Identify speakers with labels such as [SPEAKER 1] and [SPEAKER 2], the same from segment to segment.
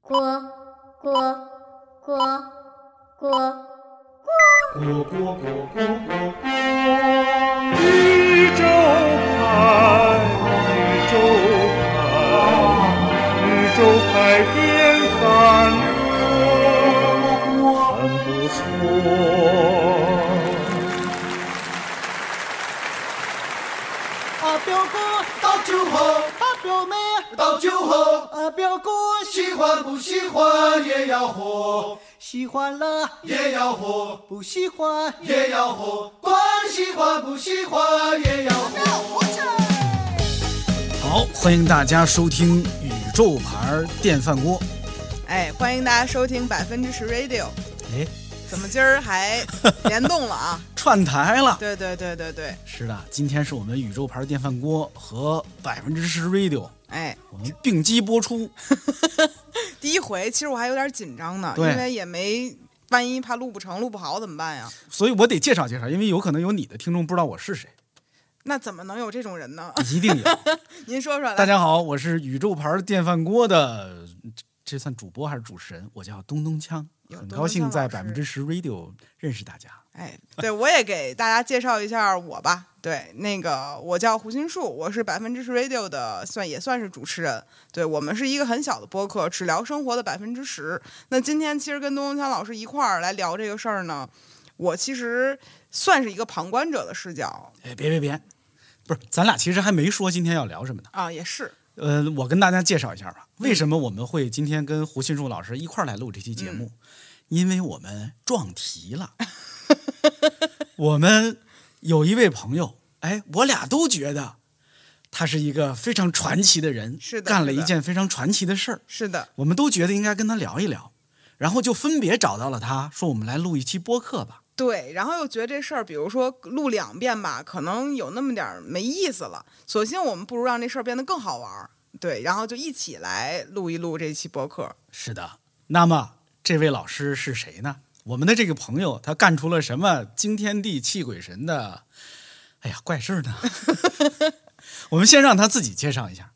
[SPEAKER 1] 锅锅锅锅。
[SPEAKER 2] 锅锅锅锅锅。宇宙牌，宇宙牌，宇宙牌电饭锅，很不错。
[SPEAKER 3] 啊，表哥，
[SPEAKER 4] 到酒后，
[SPEAKER 3] 啊，表妹，
[SPEAKER 4] 到酒后，
[SPEAKER 3] 啊，表哥喜
[SPEAKER 4] 喜欢不喜欢也要喝，
[SPEAKER 3] 喜欢了，
[SPEAKER 4] 也要喝，
[SPEAKER 3] 不喜欢。
[SPEAKER 4] 也要喝，管喜欢不喜欢也要喝。
[SPEAKER 5] 好，欢迎大家收听宇宙牌电饭锅。
[SPEAKER 6] 哎，欢迎大家收听百分之十 Radio。
[SPEAKER 5] 哎，
[SPEAKER 6] 怎么今儿还联动了啊？
[SPEAKER 5] 串台了。
[SPEAKER 6] 对对对对对，
[SPEAKER 5] 是的，今天是我们宇宙牌电饭锅和百分之十 Radio
[SPEAKER 6] 哎，
[SPEAKER 5] 我们并机播出。
[SPEAKER 6] 第一回其实我还有点紧张呢，因
[SPEAKER 5] 对
[SPEAKER 6] 为也没万一怕录不成、录不好怎么办呀？
[SPEAKER 5] 所以我得介绍介绍，因为有可能有你的听众不知道我是谁，
[SPEAKER 6] 那怎么能有这种人呢？
[SPEAKER 5] 一定有。
[SPEAKER 6] 您说说 来，
[SPEAKER 5] 大家好，我是宇宙牌电饭锅的，这算主播还是主持人？我叫东东锵，
[SPEAKER 6] 有
[SPEAKER 5] 很
[SPEAKER 6] 东
[SPEAKER 5] 高兴
[SPEAKER 6] 东锵
[SPEAKER 5] 在
[SPEAKER 6] 老
[SPEAKER 5] 百分之十 Radio 认识大家。
[SPEAKER 6] 哎，对我也给大家介绍一下我吧。对，那个我叫胡心树，我是百分之十 Radio 的，算也算是主持人。对我们是一个很小的播客，只聊生活的百分之十。那今天其实跟东东强老师一块儿来聊这个事儿呢，我其实算是一个旁观者的视角
[SPEAKER 5] 哎，别别别，不是，咱俩其实还没说今天要聊什么呢。
[SPEAKER 6] 啊，也是
[SPEAKER 5] 呃，我跟大家介绍一下吧，
[SPEAKER 6] 嗯
[SPEAKER 5] 为什么我们会今天跟胡信树老师一块儿来录这期
[SPEAKER 6] 嗯
[SPEAKER 5] 节目？因为我们撞题 了。我们有一位朋友，哎，我俩都觉得他是一个非常传奇的人，
[SPEAKER 6] 是的
[SPEAKER 5] 干了
[SPEAKER 6] 是
[SPEAKER 5] 一
[SPEAKER 6] 的
[SPEAKER 5] 件非常传奇的事儿，
[SPEAKER 6] 是的，
[SPEAKER 5] 我们都觉得应该跟他聊一聊，然后就分别找到了他，说我们来录一期播客吧。
[SPEAKER 6] 对。然后又觉得这事儿，比如说录两遍吧，可能有那么点儿没意思了。索性我们不如让这事儿变得更好玩儿。对，然后就一起来录一录这期播客。
[SPEAKER 5] 是的，那么这位老师是谁呢？我们的这个朋友他干出了什么惊天地泣鬼神的，哎呀，怪事儿呢？ 我们先让他自己介绍一下。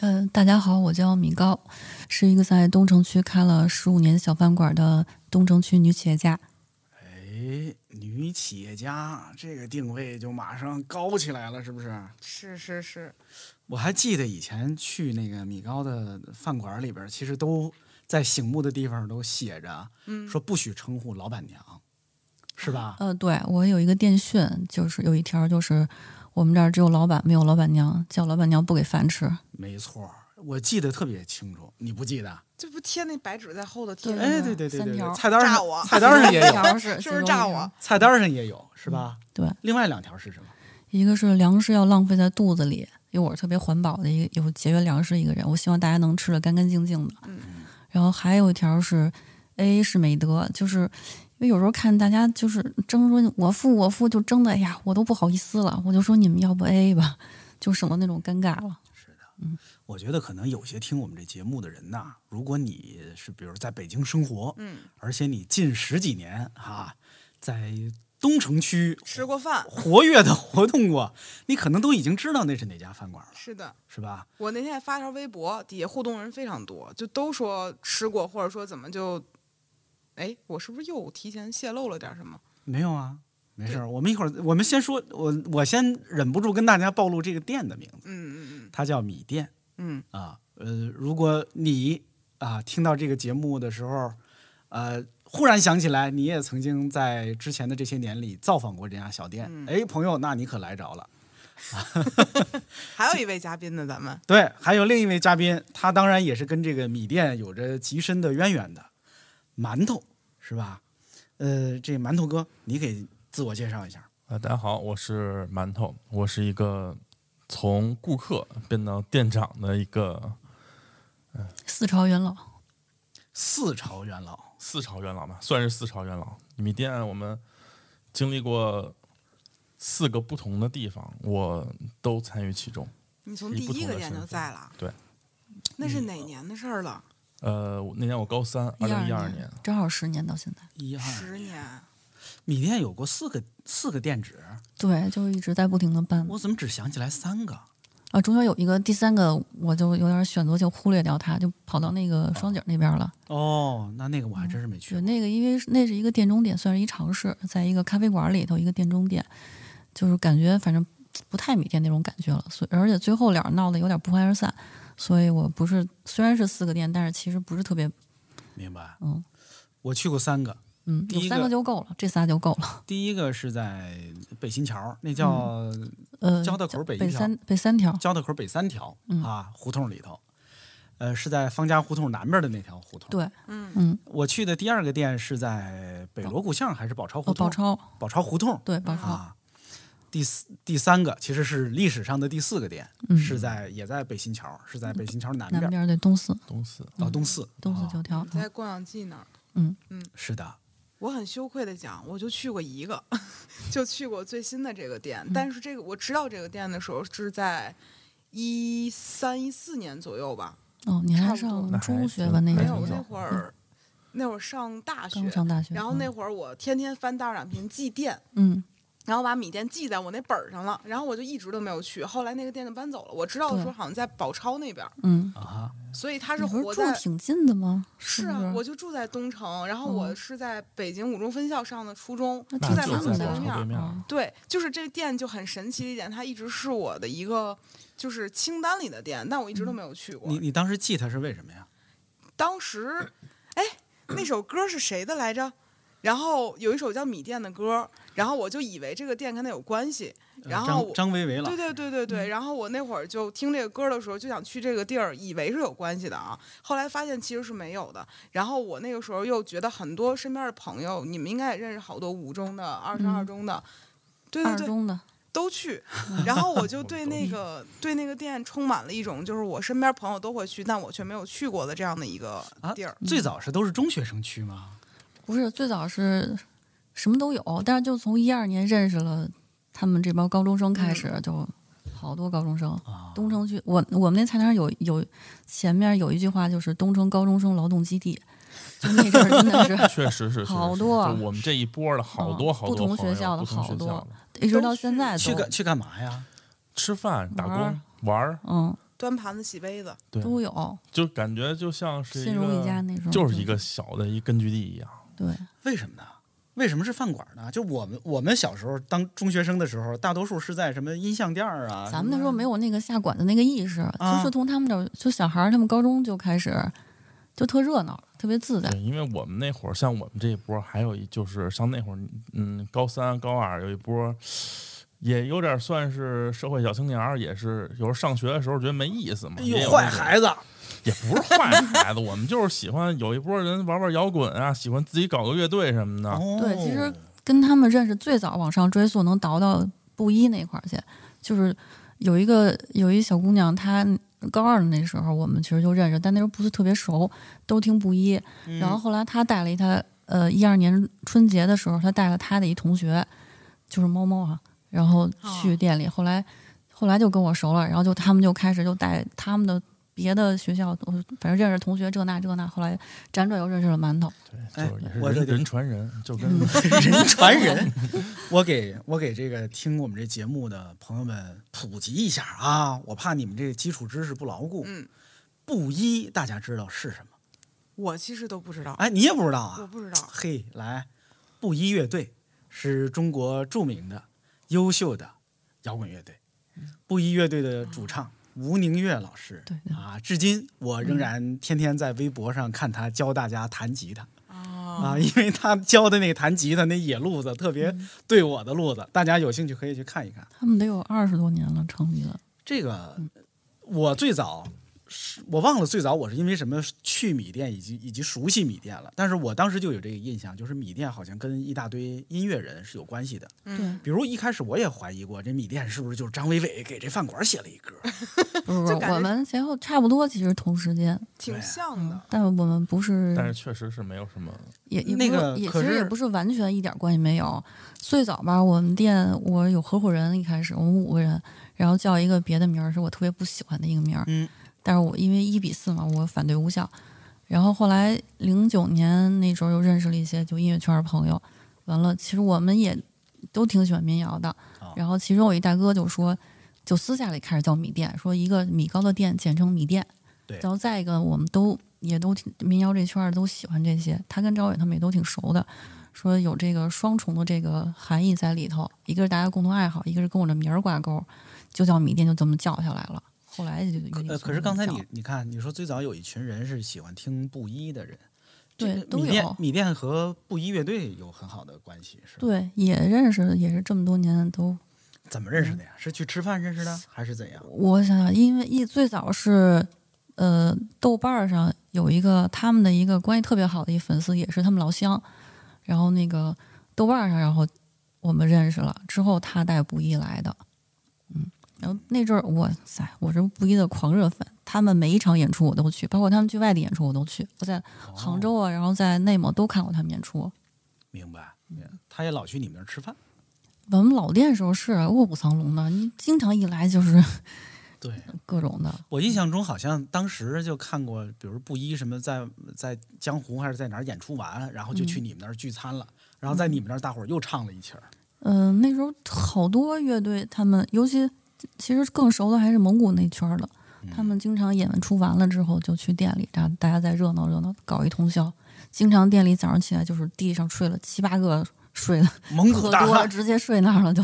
[SPEAKER 7] 嗯，大家好，我叫米高，是一个在东城区开了十五年小饭馆的东城区女企业家。
[SPEAKER 5] 哎，女企业家这个定位就马上高起来了，是不是？
[SPEAKER 6] 是是是，
[SPEAKER 5] 我还记得以前去那个米高的饭馆里边，其实都在醒目的地方都写着，说不许称呼老板娘，是吧？
[SPEAKER 7] 呃，对我有一个电讯，就是有一条就是我们这儿只有老板没有老板娘，叫老板娘不给饭吃。
[SPEAKER 5] 没错儿，我记得特别清楚，你不记得？
[SPEAKER 6] 这不贴那白纸在后头贴
[SPEAKER 7] 对
[SPEAKER 6] 着
[SPEAKER 5] 哎，
[SPEAKER 6] 吗？
[SPEAKER 5] 对对对
[SPEAKER 7] 嗯三
[SPEAKER 5] 对
[SPEAKER 7] 条
[SPEAKER 5] 对，菜单
[SPEAKER 6] 炸
[SPEAKER 5] 上
[SPEAKER 6] 我
[SPEAKER 5] 菜单上也
[SPEAKER 7] 一
[SPEAKER 5] 有，
[SPEAKER 7] 条是
[SPEAKER 6] 是不是炸我？？
[SPEAKER 5] 菜单上也有，是吧？
[SPEAKER 7] 嗯对，
[SPEAKER 5] 另外两条是什么？
[SPEAKER 7] 一个是粮食要浪费在肚子里，因为我是特别环保的一个有节约粮食的一个人，我希望大家能吃的干干净净的。嗯，然后还有一条是 A 是美德，就是因为有时候看大家就是争说我付我付，就争的哎呀我都不好意思了，我就说你们要不 A A 吧，就省得那种尴尬了。
[SPEAKER 5] 我觉得可能有些听我们这节目的人呐、如果你是比如在北京生活，嗯，而且你近十几年哈、在东城区
[SPEAKER 6] 吃过饭。
[SPEAKER 5] 活跃的活动过， 你可能都已经知道那是哪家饭馆了，
[SPEAKER 6] 是的，
[SPEAKER 5] 是吧？
[SPEAKER 6] 我那天还发条微博，底下互动人非常多，就都说吃过，或者说怎么就，哎，我是不是又提前泄露了点什么？
[SPEAKER 5] 没有啊，没事儿。我们一会儿，我们先说，我我先忍不住跟大家暴露这个店的名字，
[SPEAKER 6] 嗯嗯
[SPEAKER 5] 它叫米店。
[SPEAKER 6] 嗯
[SPEAKER 5] 啊，呃，如果你啊听到这个节目的时候，呃，忽然想起来你也曾经在之前的这些年里造访过这家小店，哎、朋友，那你可来着了。
[SPEAKER 6] 嗯，还有一位嘉宾呢，咱们
[SPEAKER 5] 对，还有另一位嘉宾，他当然也是跟这个米店有着极深的渊源的，馒头是吧？呃，这馒头哥，你给自我介绍一下。
[SPEAKER 8] 啊，大家好，我是馒头，我是一个从顾客变到店长的一个
[SPEAKER 7] 四朝元老，
[SPEAKER 5] 四朝元老，
[SPEAKER 8] 四朝元老嘛，算是四朝元老。米店我们经历过四个不同的地方，我都参与其中。
[SPEAKER 6] 你从
[SPEAKER 8] 是
[SPEAKER 6] 第
[SPEAKER 8] 一不
[SPEAKER 6] 一
[SPEAKER 8] 同
[SPEAKER 6] 个
[SPEAKER 8] 的
[SPEAKER 6] 店
[SPEAKER 8] 身
[SPEAKER 6] 就
[SPEAKER 8] 份嗯
[SPEAKER 6] 在了，
[SPEAKER 8] 对，
[SPEAKER 6] 那是哪年的事儿了？
[SPEAKER 8] 呃，我那年我高三，二零
[SPEAKER 7] 一
[SPEAKER 8] 一二
[SPEAKER 7] 年
[SPEAKER 8] 年，啊
[SPEAKER 7] 正好十年到现在，
[SPEAKER 5] 一
[SPEAKER 8] 哎
[SPEAKER 5] 二，
[SPEAKER 6] 十年，
[SPEAKER 5] 米店有过四个四个店址，
[SPEAKER 7] 对，就一直在不停的办
[SPEAKER 5] 我怎么只想起来三个？
[SPEAKER 7] 啊，中间有一个第三个，我就有点选择就忽略掉它，就跑到那个双井那边了。
[SPEAKER 5] 哦，那那个我还真是没去过。
[SPEAKER 7] 对，那个因为是那是一个店中店，算是一超市，在一个咖啡馆里头一个店中店，就是感觉反正不太米店那种感觉了。所以而且最后俩闹得有点不欢而散，所以我不是虽然是四个店，但是其实不是特别
[SPEAKER 5] 明白。
[SPEAKER 7] 嗯，
[SPEAKER 5] 我去过三个，
[SPEAKER 7] 嗯，
[SPEAKER 5] 第
[SPEAKER 7] 有
[SPEAKER 5] 一
[SPEAKER 7] 三
[SPEAKER 5] 个
[SPEAKER 7] 个就够了，这仨就够了。
[SPEAKER 5] 第一个是在北新桥，那叫
[SPEAKER 7] 呃，
[SPEAKER 5] 交道口
[SPEAKER 7] 叫
[SPEAKER 5] 北一
[SPEAKER 7] 北
[SPEAKER 5] 条
[SPEAKER 7] 三北三条，
[SPEAKER 5] 交道口北三条、
[SPEAKER 7] 嗯
[SPEAKER 5] 啊胡同里头，呃，是在方家胡同南边的那条胡同。，
[SPEAKER 7] 对，嗯，
[SPEAKER 5] 我去的第二个店是在北锣鼓巷还是宝钞胡
[SPEAKER 7] 呃，
[SPEAKER 5] 同？
[SPEAKER 7] 宝钞，
[SPEAKER 5] 宝钞胡同。
[SPEAKER 7] 对，宝钞，
[SPEAKER 5] 啊，第四第三个其实是历史上的第四个店，
[SPEAKER 7] 嗯
[SPEAKER 5] 是在也在北新桥，是在北新桥南
[SPEAKER 7] 南
[SPEAKER 5] 边
[SPEAKER 7] 边儿对东四，
[SPEAKER 8] 东四
[SPEAKER 5] 到东四。
[SPEAKER 7] 东四
[SPEAKER 5] 啊
[SPEAKER 7] 九条，
[SPEAKER 6] 在逛养记那儿，
[SPEAKER 5] 是的，
[SPEAKER 6] 我很羞愧的讲，我就去过一个， 就去过最新的这个
[SPEAKER 7] 嗯
[SPEAKER 6] 店。但是这个我知道这个店的时候是在一三一四年左右吧，
[SPEAKER 7] 哦，你还
[SPEAKER 6] 差不多
[SPEAKER 7] 上
[SPEAKER 8] 那还
[SPEAKER 7] 中学
[SPEAKER 8] 挺
[SPEAKER 7] 吧？那
[SPEAKER 8] 嗯
[SPEAKER 6] 没
[SPEAKER 7] 年
[SPEAKER 6] 有，
[SPEAKER 8] 嗯
[SPEAKER 6] 我那
[SPEAKER 7] 就
[SPEAKER 6] 会儿那会儿上大学
[SPEAKER 7] 刚，上大学，
[SPEAKER 6] 然后那
[SPEAKER 7] 嗯
[SPEAKER 6] 会儿我天天翻大染瓶记店，
[SPEAKER 7] 嗯，
[SPEAKER 6] 然后把米店记在我那本儿上了，然后我就一直都没有去。后来那个店就搬走了，我知道的时候
[SPEAKER 7] 对
[SPEAKER 6] 好像在宝钞那边儿，
[SPEAKER 7] 嗯，
[SPEAKER 6] 所以它是
[SPEAKER 7] 你不
[SPEAKER 6] 活
[SPEAKER 7] 是住
[SPEAKER 6] 在。
[SPEAKER 7] 挺近的吗？
[SPEAKER 6] 是
[SPEAKER 7] 不
[SPEAKER 6] 啊，我
[SPEAKER 7] 是？
[SPEAKER 6] 就住在东城，然后我
[SPEAKER 7] 嗯
[SPEAKER 6] 是在北京五中分校上的初中，
[SPEAKER 7] 那
[SPEAKER 8] 那
[SPEAKER 7] 挺
[SPEAKER 8] 就
[SPEAKER 7] 近
[SPEAKER 8] 在
[SPEAKER 7] 的
[SPEAKER 8] 宝钞对面儿
[SPEAKER 7] 嗯。
[SPEAKER 6] 对，就是这店就很神奇的一点，它一直是我的一个就是清单里的店，但我一直都没有去
[SPEAKER 5] 嗯
[SPEAKER 6] 过。
[SPEAKER 5] 你你当时记它是为什么呀？
[SPEAKER 6] 当时，哎，那首歌是谁的来着？然后有一首叫米店的歌，然后我就以为这个店跟它有关系，
[SPEAKER 5] 呃
[SPEAKER 6] 然后
[SPEAKER 5] 张
[SPEAKER 6] 我。
[SPEAKER 5] 张维维老
[SPEAKER 6] 对
[SPEAKER 5] 师嗯
[SPEAKER 6] 对对对对，然后我那会儿就听这个歌的时候，就想去这个地儿，以为是有关系的啊。后来发现其实是没有的。然后我那个时候又觉得很多身边的朋友，你们应该也认识好多五中的、二十二
[SPEAKER 7] 嗯
[SPEAKER 6] 中的，对对
[SPEAKER 7] 二
[SPEAKER 6] 对，
[SPEAKER 7] 中的，
[SPEAKER 6] 都 去，然后我就对那个对那个店充满了一种就是我身边朋友都会去，但我却没有去过的这样的一个
[SPEAKER 5] 啊
[SPEAKER 6] 地儿。，
[SPEAKER 7] 嗯
[SPEAKER 5] 最早是都是中学生去吗？
[SPEAKER 7] 不是最早是什么都有，但是就从一二年认识了他们这帮高中生开
[SPEAKER 8] 嗯
[SPEAKER 7] 始，就好多高中生。
[SPEAKER 8] 啊
[SPEAKER 7] 东城区，我我们那菜单上有有前面有一句话就是东城高中生劳动基地，就那阵儿真的是
[SPEAKER 8] 确实是，确实 是
[SPEAKER 7] 好多啊
[SPEAKER 8] 就我们这一波儿的好多
[SPEAKER 7] 嗯
[SPEAKER 8] 好
[SPEAKER 7] 不
[SPEAKER 8] 多
[SPEAKER 7] 同
[SPEAKER 8] 朋友
[SPEAKER 7] 学校的
[SPEAKER 8] 不同
[SPEAKER 7] 好
[SPEAKER 8] 学
[SPEAKER 7] 多
[SPEAKER 8] 校的
[SPEAKER 7] 一直到现在
[SPEAKER 5] 去
[SPEAKER 7] 都
[SPEAKER 5] 干去干嘛呀？
[SPEAKER 8] 吃饭、打
[SPEAKER 7] 玩儿
[SPEAKER 8] 工、玩儿，
[SPEAKER 7] 嗯
[SPEAKER 6] 端盘子、洗杯子，
[SPEAKER 8] 对，
[SPEAKER 7] 都有，
[SPEAKER 8] 就感觉就像是
[SPEAKER 7] 心如一家那种，
[SPEAKER 8] 就是一个啊小的一根据地一样。
[SPEAKER 7] 对，
[SPEAKER 5] 为什么呢？为什么是饭馆呢？就我们我们小时候当中学生的时候，大多数是在什么音像店儿啊？
[SPEAKER 7] 咱们那时候没有那个下馆子那个意识，
[SPEAKER 5] 啊
[SPEAKER 7] 就是从他们这儿，就小孩儿他们高中就开始，就特热闹，特别自在。
[SPEAKER 8] 对，因为我们那会儿，像我们这一波儿，还有一就是像那会儿，嗯，高三、高二有一波儿，也有点算是社会小青年儿，也是有时候上学的时候觉得没意思嘛，
[SPEAKER 5] 哎
[SPEAKER 8] 也有啊
[SPEAKER 5] 呦，
[SPEAKER 8] 那
[SPEAKER 5] 坏
[SPEAKER 8] 种
[SPEAKER 5] 孩子！
[SPEAKER 8] 也不是坏孩子， 我们就是喜欢有一波人玩玩摇滚啊，喜欢自己搞个乐队什么的。
[SPEAKER 5] 哦
[SPEAKER 7] 对，其实跟他们认识最早往上追溯，能倒到布衣那块儿去，就是有一个有一小姑娘，她高二的那时候我们其实就认识，但那时候不是特别熟，都听布衣。然后后来她带了一她呃一二年春节的时候，她带了她的一同学，就是猫猫啊，然后去店里，后来后来就跟我熟了，然后就他们就开始就带他们的。别的学校，我反正认识同学这那这那，后来辗转又认识了馒头。
[SPEAKER 5] 哎
[SPEAKER 8] 对，就是也是
[SPEAKER 5] 我这
[SPEAKER 8] 人
[SPEAKER 5] 得
[SPEAKER 8] 人传人，就 跟
[SPEAKER 5] 人传人。我给我给这个听我们这节目的朋友们普及一下啊，我怕你们这基础知识不牢固。
[SPEAKER 6] 嗯，
[SPEAKER 5] 布衣大家知道是什么？
[SPEAKER 6] 我其实都不知道，
[SPEAKER 5] 哎，你也不知道
[SPEAKER 6] 我
[SPEAKER 5] 啊？
[SPEAKER 6] 不知道。
[SPEAKER 5] 嘿，来，布衣乐队是中国著名的、优秀的摇滚乐队。布衣乐队的主唱吴宁月老师，
[SPEAKER 7] 对对
[SPEAKER 5] 啊，至今我仍然天天在微博上看他教大家弹吉他。
[SPEAKER 6] 啊，
[SPEAKER 5] 啊，因为他教的那个弹吉他那野路子特别对我的路子，大家有兴趣可以去看一看。
[SPEAKER 7] 他们得有二十多年了，成立了。
[SPEAKER 5] 这个
[SPEAKER 7] 嗯
[SPEAKER 5] 我最早是我忘了最早我是因为什么去米店以及以及熟悉米店了，但是我当时就有这个印象，就是米店好像跟一大堆音乐人是有关系的。
[SPEAKER 6] 嗯，
[SPEAKER 5] 比如一开始我也怀疑过，这米店是不是就是张伟伟给这饭馆写了一歌？
[SPEAKER 7] 不是不是，
[SPEAKER 6] 就感觉
[SPEAKER 7] 我们前后差不多，其实同时间，
[SPEAKER 6] 挺
[SPEAKER 5] 对
[SPEAKER 6] 像的。
[SPEAKER 7] 但我们不是，
[SPEAKER 8] 但是确实是没有什么
[SPEAKER 7] 也也不
[SPEAKER 5] 那个
[SPEAKER 7] 也
[SPEAKER 5] 可
[SPEAKER 7] 其实也
[SPEAKER 5] 是
[SPEAKER 7] 不是完全一点关系没有。最早吧，我们店我有合伙人，一开始我们五个人，然后叫一个别的名儿，是我特别不喜欢的一个名儿。
[SPEAKER 5] 嗯，
[SPEAKER 7] 但是我因为一比四嘛，我反对无效。然后后来零九年那时候又认识了一些就音乐圈的朋友，
[SPEAKER 5] 啊
[SPEAKER 7] 完了，其实我们也都挺喜欢民谣的。然后其中有一大哥就说：“就私下里开始叫米店，说一个米糕的店简称米店。
[SPEAKER 5] 对
[SPEAKER 7] 然后再一个，我们都也都挺民谣这圈儿都喜欢这些，他跟赵伟他们也都挺熟的，说有这个双重的这个含义在里头，一个是大家共同爱好，一个是跟我的名儿挂钩，就叫米店，就这么叫下来了。后来就有
[SPEAKER 5] 呃，
[SPEAKER 7] 点
[SPEAKER 5] 可是刚才
[SPEAKER 7] 叫
[SPEAKER 5] 你你看，你说最早有一群人是喜欢听布衣的人，这
[SPEAKER 7] 对
[SPEAKER 5] 个
[SPEAKER 7] 都
[SPEAKER 5] 米店
[SPEAKER 7] 有
[SPEAKER 5] 米店和布衣乐队有很好的关系，是吧？
[SPEAKER 7] 对也认识，也是这么多年都
[SPEAKER 5] 怎么认识的
[SPEAKER 7] 嗯
[SPEAKER 5] 呀？是去吃饭认识的，还是怎样？
[SPEAKER 7] 我想想，因为一最早是，呃，豆瓣儿上有一个他们的一个关系特别好的一粉丝，也是他们老乡，然后那个豆瓣儿上，然后我们认识了，之后他带布衣来的，嗯，然后那阵儿我塞，我是布衣的狂热粉，他们每一场演出我都去，包括他们去外地演出我都去，我在杭州啊，然后在内蒙都看过他们演出。
[SPEAKER 5] 明白。他也老去你们那儿吃饭。
[SPEAKER 7] 我们老店时候是啊卧虎藏龙的，你经常一来就是
[SPEAKER 5] 对
[SPEAKER 7] 各种的，
[SPEAKER 5] 我印象中，好像当时就看过，比如布衣什么在在江湖还是在哪儿演出完，然后就去你们那儿聚餐了，然后在你们那儿大伙儿又唱了一曲儿。
[SPEAKER 7] 嗯、那时候好多乐队，他们尤其其实更熟的还是蒙古那圈儿的，他们经常演完出完了之后就去店里，然后大家再热闹热闹，搞一通宵。经常店里早上起来就是地上睡了七八个睡了，
[SPEAKER 5] 蒙古
[SPEAKER 7] 喝
[SPEAKER 5] 嗯 大
[SPEAKER 7] 多了
[SPEAKER 5] 汉，
[SPEAKER 7] 直接睡那儿了就。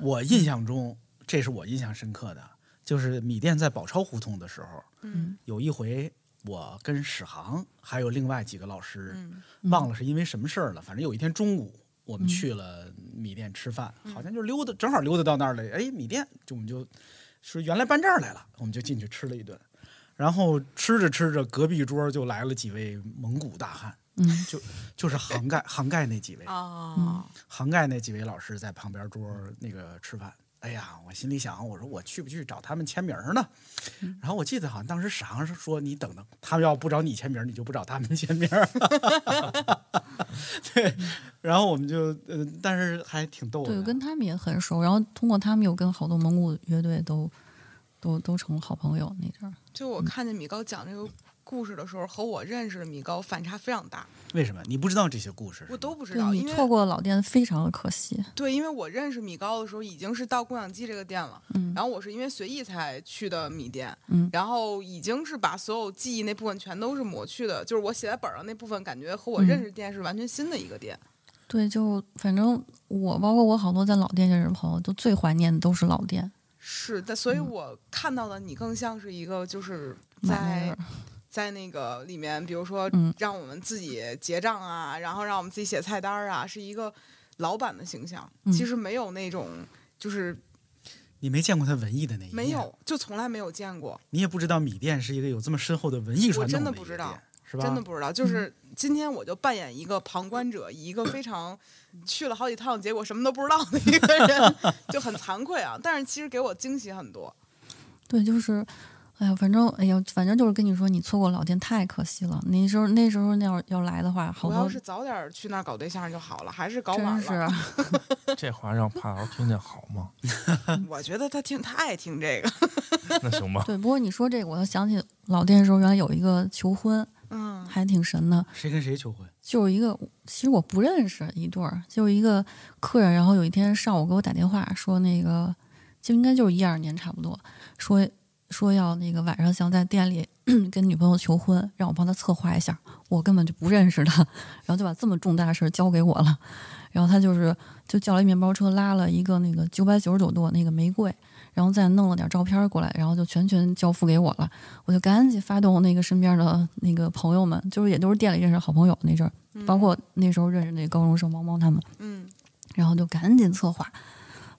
[SPEAKER 5] 我印象中，这是我印象深刻的，就是米店在宝钞胡同的时候，
[SPEAKER 6] 嗯，
[SPEAKER 5] 有一回我跟史航还有另外几个老师，
[SPEAKER 6] 嗯
[SPEAKER 5] 忘了是因为什么事儿了，反正有一天中午我们去了米店吃饭，好像就溜达，正好溜达到那儿了，哎，米店就我们就说原来搬这儿来了，我们就进去吃了一顿。然后吃着吃着，隔壁桌就来了几位蒙古大汉，
[SPEAKER 7] 嗯，
[SPEAKER 5] 就就是杭盖杭盖那几位，
[SPEAKER 6] 哦，
[SPEAKER 5] 杭盖那几位老师在旁边桌儿那个吃饭。哎呀，我心里想，我说我去不去找他们签名儿呢？
[SPEAKER 7] 嗯
[SPEAKER 5] 然后我记得好像当时史航是说，你等等，他们要不找你签名儿，你就不找他们签名儿。 对，然后我们就，呃，但是还挺逗
[SPEAKER 7] 对，
[SPEAKER 5] 的。
[SPEAKER 7] 我跟他们也很熟，然后通过他们又跟好多蒙古乐队都都都成了好朋友那阵儿。
[SPEAKER 6] 就我看见米高讲这个故事的时候，和我认识的米高反差非常大，
[SPEAKER 5] 为什么你不知道这些故事？
[SPEAKER 6] 我都不知
[SPEAKER 7] 对
[SPEAKER 6] 道，
[SPEAKER 7] 你
[SPEAKER 6] 啊因
[SPEAKER 7] 错
[SPEAKER 6] 为
[SPEAKER 7] 过老店非常的可惜。
[SPEAKER 6] 对，因为我认识米高的时候已经是到供养鸡这个店了，
[SPEAKER 7] 嗯
[SPEAKER 6] 然后我是因为随意才去的米店，
[SPEAKER 7] 嗯
[SPEAKER 6] 然后已经是把所有记忆那部分全都是抹去的，就是我写在本上那部分，感觉和我
[SPEAKER 7] 嗯
[SPEAKER 6] 认识店是完全新的一个店。
[SPEAKER 7] 对，就反正我包括我好多在老店认识的朋友，就最怀念的都是老店。
[SPEAKER 6] 是的，所以
[SPEAKER 7] 嗯
[SPEAKER 6] 我看到的你更像是一个就是
[SPEAKER 7] 买卖味
[SPEAKER 6] 在
[SPEAKER 7] 儿
[SPEAKER 6] 在那个里面，比如说
[SPEAKER 7] 嗯
[SPEAKER 6] 让我们自己结账啊，然后让我们自己写菜单儿啊，是一个老板的形象。
[SPEAKER 7] 嗯
[SPEAKER 6] 其实没有那种就是
[SPEAKER 5] 你没见过他文艺的那一面，
[SPEAKER 6] 没，有，就从来没有见过，
[SPEAKER 5] 你也不知道米店是一个有这么深厚的文艺传统
[SPEAKER 6] 真的
[SPEAKER 5] 一
[SPEAKER 6] 不
[SPEAKER 5] 个
[SPEAKER 6] 知道
[SPEAKER 5] 店，是吧？
[SPEAKER 6] 真的不知道。
[SPEAKER 7] 嗯
[SPEAKER 6] 就是今天我就扮演一个旁观者，以一个非常
[SPEAKER 7] 嗯
[SPEAKER 6] 去了好几趟，结果什么都不知道的一个人，就很惭愧啊。但是其实给我惊喜很多。
[SPEAKER 7] 对，就是，哎呀，反正，哎呀，反正就是跟你说，你错过老店太可惜了。那时候那时候那要要来的话，好
[SPEAKER 6] 我要
[SPEAKER 7] 多
[SPEAKER 6] 是早点儿去那儿搞对象就好了，还是搞晚
[SPEAKER 7] 真
[SPEAKER 6] 了。
[SPEAKER 7] 是
[SPEAKER 8] 这话让帕劳听见好吗？
[SPEAKER 7] 啊
[SPEAKER 6] 我觉得他听他爱听这个，
[SPEAKER 8] 那行吧，
[SPEAKER 7] 对。不过你说这个，我又想起老店的时候，原来有一个求婚，
[SPEAKER 6] 嗯，
[SPEAKER 7] 还挺神的，
[SPEAKER 5] 谁跟谁求婚？
[SPEAKER 7] 就是一个其实我不认识一对儿，就是一个客人，然后有一天上午给我打电话说那个就应该就是一二年差不多，说说要那个晚上想在店里 跟女朋友求婚，让我帮他策划一下，我根本就不认识他，然后就把这么重大的事儿交给我了，然后他就是就叫了一面包车，拉了一个那个九百九十九朵那个玫瑰。然后再弄了点照片过来，然后就全权交付给我了。我就赶紧发动那个身边的那个朋友们，就是也都是店里认识的好朋友那阵儿，包括那时候认识那高中生毛毛他们，
[SPEAKER 6] 嗯，
[SPEAKER 7] 然后就赶紧策划，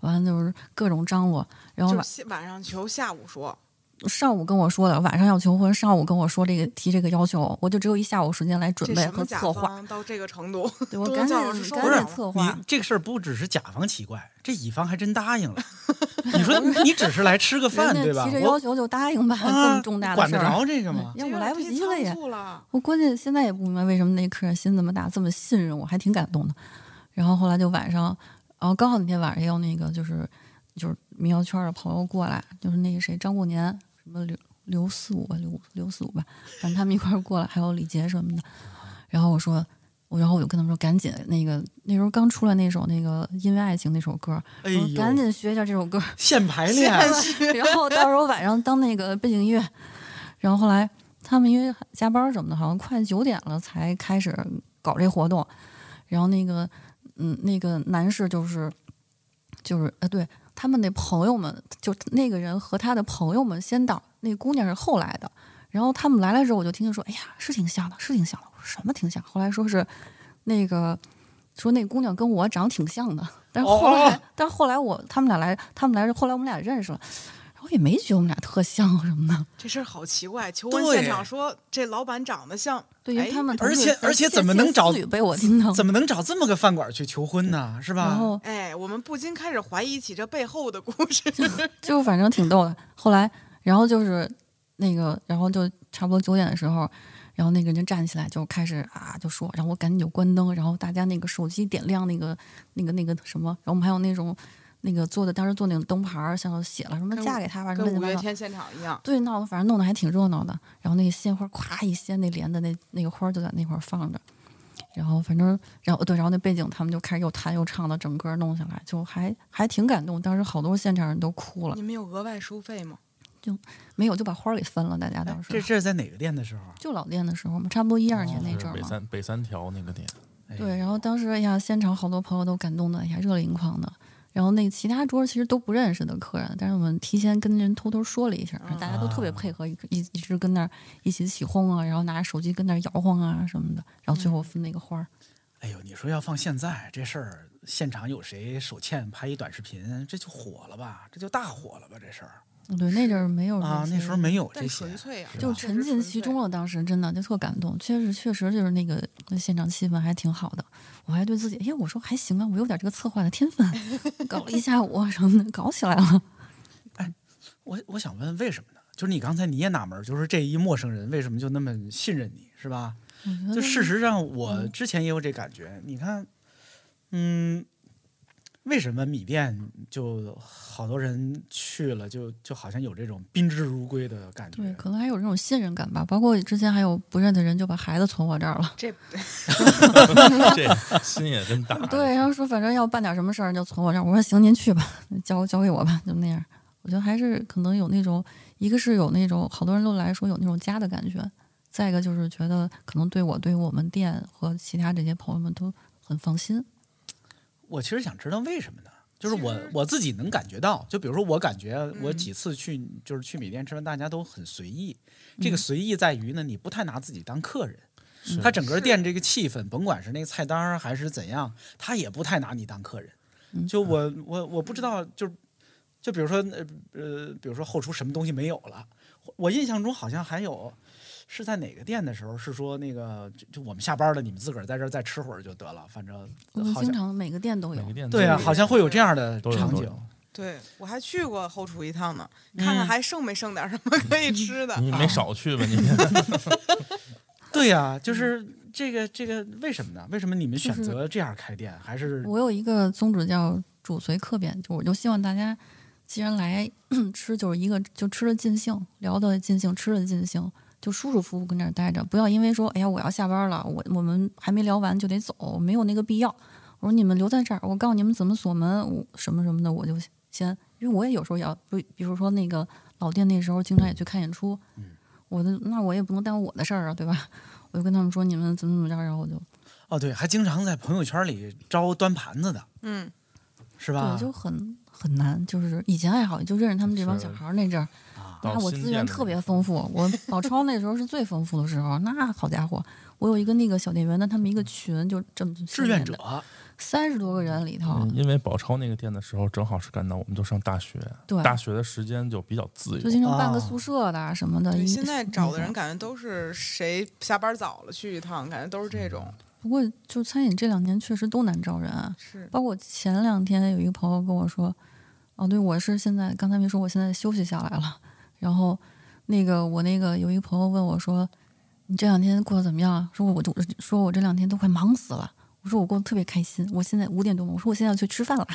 [SPEAKER 7] 完了就是各种张罗，然后
[SPEAKER 6] 就是
[SPEAKER 7] 晚
[SPEAKER 6] 下晚上求，下午说，
[SPEAKER 7] 上午跟我说的晚上要求婚，上午跟我说这个提这个要求，我就只有一下午时间来准
[SPEAKER 6] 这
[SPEAKER 7] 备
[SPEAKER 6] 什
[SPEAKER 7] 和
[SPEAKER 6] 么甲
[SPEAKER 7] 策划，
[SPEAKER 6] 方到这个程度，
[SPEAKER 7] 对我
[SPEAKER 6] 多
[SPEAKER 7] 赶紧
[SPEAKER 6] 叫是受
[SPEAKER 7] 赶
[SPEAKER 6] 不
[SPEAKER 7] 紧
[SPEAKER 6] 了
[SPEAKER 7] 策划
[SPEAKER 5] 你，这个事儿不只是甲方奇怪，这乙方还真答应了。你说你只是来吃个饭
[SPEAKER 7] 人
[SPEAKER 5] 对
[SPEAKER 7] 家
[SPEAKER 5] 吧？
[SPEAKER 7] 提这
[SPEAKER 5] 我
[SPEAKER 7] 要求就 答应吧，这
[SPEAKER 5] 啊
[SPEAKER 7] 么重大的
[SPEAKER 5] 管
[SPEAKER 7] 事
[SPEAKER 5] 得
[SPEAKER 7] 儿，
[SPEAKER 5] 着这个吗？
[SPEAKER 7] 要
[SPEAKER 6] 这
[SPEAKER 7] 我
[SPEAKER 6] 有
[SPEAKER 7] 来
[SPEAKER 6] 点
[SPEAKER 7] 不
[SPEAKER 6] 太
[SPEAKER 7] 及了
[SPEAKER 6] 仓
[SPEAKER 7] 也。
[SPEAKER 6] 促了
[SPEAKER 7] 我关键现在也不明白为什么那客人心这么大，这么信任我，还挺感动的。然后后来就晚上，然后刚好那天晚上也有那个就是就是民谣圈的朋友过来，就是那个谁张过年什么刘刘四五吧，刘刘四五吧，反正他们一块儿过来，还有李杰什么的。然后我说我然后我就跟他们说，赶紧那个那时候刚出来那首那个因为爱情那首歌，
[SPEAKER 5] 哎
[SPEAKER 7] 我说
[SPEAKER 5] 呦
[SPEAKER 7] 嗯赶紧学一下这首歌，
[SPEAKER 5] 现排 练，
[SPEAKER 7] 然后到时候晚上当那个背景音乐。然后后来他们因为加班什么的，好像快九点了才开始搞这活动。然后那个嗯，那个男士就是就是呃，对他们那朋友们，就那个人和他的朋友们先到，那姑娘是后来的。然后他们来了之后，我就听见说：“哎呀，是挺像的，是挺像的。”我说：“什么挺像？”后来说是那个说那姑娘跟我长挺像的，但是后
[SPEAKER 5] 哦
[SPEAKER 7] 来，但是后来我他们俩来，他们来，后来我们俩认识了，然后也没觉得我们俩特像什么的。
[SPEAKER 6] 这事儿好奇怪。求婚
[SPEAKER 5] 对
[SPEAKER 6] 现场说这老板长得像，
[SPEAKER 7] 对，因为
[SPEAKER 6] 哎
[SPEAKER 7] 他们
[SPEAKER 5] 而且而且怎么能找
[SPEAKER 7] 被 我听到？
[SPEAKER 5] 怎么能找这么个饭馆去求婚呢？是
[SPEAKER 7] 然
[SPEAKER 5] 吧？
[SPEAKER 7] 后
[SPEAKER 6] 哎，我们不禁开始怀疑起这背后的故事。
[SPEAKER 7] 就反正挺逗的。后来，然后就是那个，然后就差不多九点的时候，然后那个人站起来就开始啊就说，然后我赶紧就关灯，然后大家那个手机点亮那个那个那个什么，然后我们还有那种那个做的当时做那种灯牌儿，像写了什么
[SPEAKER 6] 跟
[SPEAKER 7] 嫁
[SPEAKER 6] 五
[SPEAKER 7] 给他吧什么
[SPEAKER 6] 跟五
[SPEAKER 7] 乱七
[SPEAKER 6] 月
[SPEAKER 7] 八糟。
[SPEAKER 6] 天现场一样，
[SPEAKER 7] 对，闹得反正弄得还挺热闹的。然后那个鲜花咵一掀，那帘子那那个花儿就在那块儿放着。然后反正，然后对，然后那背景他们就开始又弹又唱的，整个弄下来就还还挺感动。当时好多现场人都哭了
[SPEAKER 6] 你，们有额外收费吗？
[SPEAKER 7] 没有就把花儿给分了，大家当时、
[SPEAKER 5] 这这是在哪个店的时候？啊
[SPEAKER 7] 就老店的时候嘛，差不多一二年那
[SPEAKER 8] 哦是
[SPEAKER 7] 阵儿
[SPEAKER 8] 北
[SPEAKER 7] 嘛。
[SPEAKER 8] 三北三条那个店，
[SPEAKER 5] 哎
[SPEAKER 7] 对，然后当时哎呀，现场好多朋友都感动的，哎呀，热泪盈眶的。然后那其他桌其实都不认识的客人，但是我们提前跟人偷偷说了一下，
[SPEAKER 5] 嗯
[SPEAKER 7] 大家都特别配合，一一一直跟那儿一起起哄啊，然后拿手机跟那儿摇晃啊什么的，然后最
[SPEAKER 5] 嗯
[SPEAKER 7] 后分那个花儿。
[SPEAKER 5] 哎呦，你说要放现在这事儿，现场有谁手欠拍一短视频，这就火了吧？这就大火了吧？这事儿
[SPEAKER 7] 嗯对，那阵儿没有
[SPEAKER 5] 啊，
[SPEAKER 7] 这
[SPEAKER 5] 那
[SPEAKER 7] 些
[SPEAKER 5] 时候没有这
[SPEAKER 6] 但
[SPEAKER 5] 些
[SPEAKER 6] 纯，粹啊，
[SPEAKER 7] 就
[SPEAKER 6] 确
[SPEAKER 7] 沉
[SPEAKER 6] 实
[SPEAKER 7] 浸
[SPEAKER 6] 纯
[SPEAKER 7] 其
[SPEAKER 6] 粹
[SPEAKER 7] 中。了，当时真的就特感动，确实确实就是那个现场气氛还挺好的。我还对自己，哎，我说还行啊，我有点这个策划的天分，搞了一下午啊什么的，搞起来了。
[SPEAKER 5] 我我想问为什么呢？就是你刚才你也纳闷儿，就是这一陌生人为什么就那么信任你，是吧？
[SPEAKER 7] 我
[SPEAKER 6] 嗯
[SPEAKER 7] 觉得
[SPEAKER 5] 就事实上，我之前也有这感觉。你看，嗯，为什么米店就好多人去了就，就好像有这种宾至如归的感觉？
[SPEAKER 7] 对，可能还有这种信任感吧。包括之前还有不认的人就把孩子存我这儿 了，
[SPEAKER 6] 这
[SPEAKER 8] 这心也真大。
[SPEAKER 5] 哎
[SPEAKER 7] 对，然后说反正要办点什么事儿就存我这儿。我说行，您去吧，交交给我吧，就那样。我觉得还是可能有那种，一个是有那种好多人都来说有那种家的感觉，再一个就是觉得可能对我、对我们店和其他这些朋友们都很放心。
[SPEAKER 5] 我其实想知道为什么呢？就是
[SPEAKER 6] 其
[SPEAKER 5] 我
[SPEAKER 6] 实
[SPEAKER 5] 我自己能感觉到，就比如说我感觉我
[SPEAKER 6] 嗯
[SPEAKER 5] 几次去、就是去米店吃饭，大家都很随意。
[SPEAKER 6] 嗯
[SPEAKER 5] 这个随意在于呢，你不太拿自己当客人，
[SPEAKER 7] 嗯
[SPEAKER 5] 他整个
[SPEAKER 6] 是
[SPEAKER 5] 店这个气氛，甭管是那个菜单儿还是怎样，他也不太拿你当客人。
[SPEAKER 7] 嗯
[SPEAKER 5] 就我我我不知道，就就比如说呃呃，比如说后厨什么东西没有了，我我印象中好像还有。是在哪个店的时候？是说那个就就我们下班了，你们自个儿在这儿再吃会儿就得了。反正
[SPEAKER 7] 我们
[SPEAKER 5] 好
[SPEAKER 7] 经
[SPEAKER 5] 像
[SPEAKER 7] 常每个店都有
[SPEAKER 8] 每个，店
[SPEAKER 5] 对啊，
[SPEAKER 8] 都有
[SPEAKER 5] 好像会有这样的
[SPEAKER 8] 都有
[SPEAKER 5] 场
[SPEAKER 8] 都
[SPEAKER 5] 景
[SPEAKER 8] 有。
[SPEAKER 6] 对我还去过后厨一趟呢，看看还剩没剩点什么可以吃的。嗯
[SPEAKER 8] 你没少去吧？你
[SPEAKER 5] 对呀、就是这个这个，为什么呢？为什么你们
[SPEAKER 7] 就
[SPEAKER 5] 选
[SPEAKER 7] 是
[SPEAKER 5] 择这样开店？还是
[SPEAKER 7] 我有一个宗旨叫“主随客便”，就我就希望大家既然来 吃，就是一个就吃的尽兴，聊的尽兴，吃的尽兴，就舒舒服服跟这儿待着，不要因为说哎呀我要下班了，我我们还没聊完就得走，没有那个必要。我说你们留在这儿，我告诉你们怎么锁门，我什么什么的，我就先，因为我也有时候也要，比比如说那个老店那时候经常也去看演出，我的那我也不能耽误我的事儿啊，对吧？ 我就跟他们说你们怎么怎么着，然后我就
[SPEAKER 5] 哦，对，还经常在朋友圈里招端盘子的，
[SPEAKER 6] 嗯，
[SPEAKER 5] 是吧？
[SPEAKER 7] 对，就很很难。就是以前还好，就认识他们这帮
[SPEAKER 8] 是
[SPEAKER 7] 小孩儿那阵儿，
[SPEAKER 8] 到
[SPEAKER 7] 啊，我
[SPEAKER 8] 新
[SPEAKER 7] 资
[SPEAKER 8] 店
[SPEAKER 7] 源
[SPEAKER 8] 的
[SPEAKER 7] 特
[SPEAKER 8] 那
[SPEAKER 7] 别
[SPEAKER 8] 种
[SPEAKER 7] 丰富。我宝超那时候是最丰富的时候，那好家伙，我有一个那个小店员的，他们一个群就这么
[SPEAKER 5] 志愿者，
[SPEAKER 7] 三十多个人里头
[SPEAKER 8] 嗯，因为宝超那个店的时候，正好是赶到我们都上大学，
[SPEAKER 7] 对
[SPEAKER 8] 大学的时间就比较自
[SPEAKER 7] 就
[SPEAKER 8] 由。
[SPEAKER 7] 经常办个
[SPEAKER 5] 啊
[SPEAKER 7] 宿舍的啊什么的。
[SPEAKER 6] 对，
[SPEAKER 7] 一
[SPEAKER 6] 现在找的人
[SPEAKER 7] 嗯
[SPEAKER 6] 感觉都是谁下班早了去一趟，感觉都是这种。
[SPEAKER 7] 不过就餐饮这两年确实都难招人啊，
[SPEAKER 6] 是，
[SPEAKER 7] 包括前两天有一个朋友跟我说，哦，对，我是现在刚才没说，我现在休息下来了。然后那个我那个有一个朋友问我说，你这两天过得怎么样啊？说我就说我这两天都快忙死了。我说我过得特别开心，我现在五点多嘛，我说我现在要去吃饭了。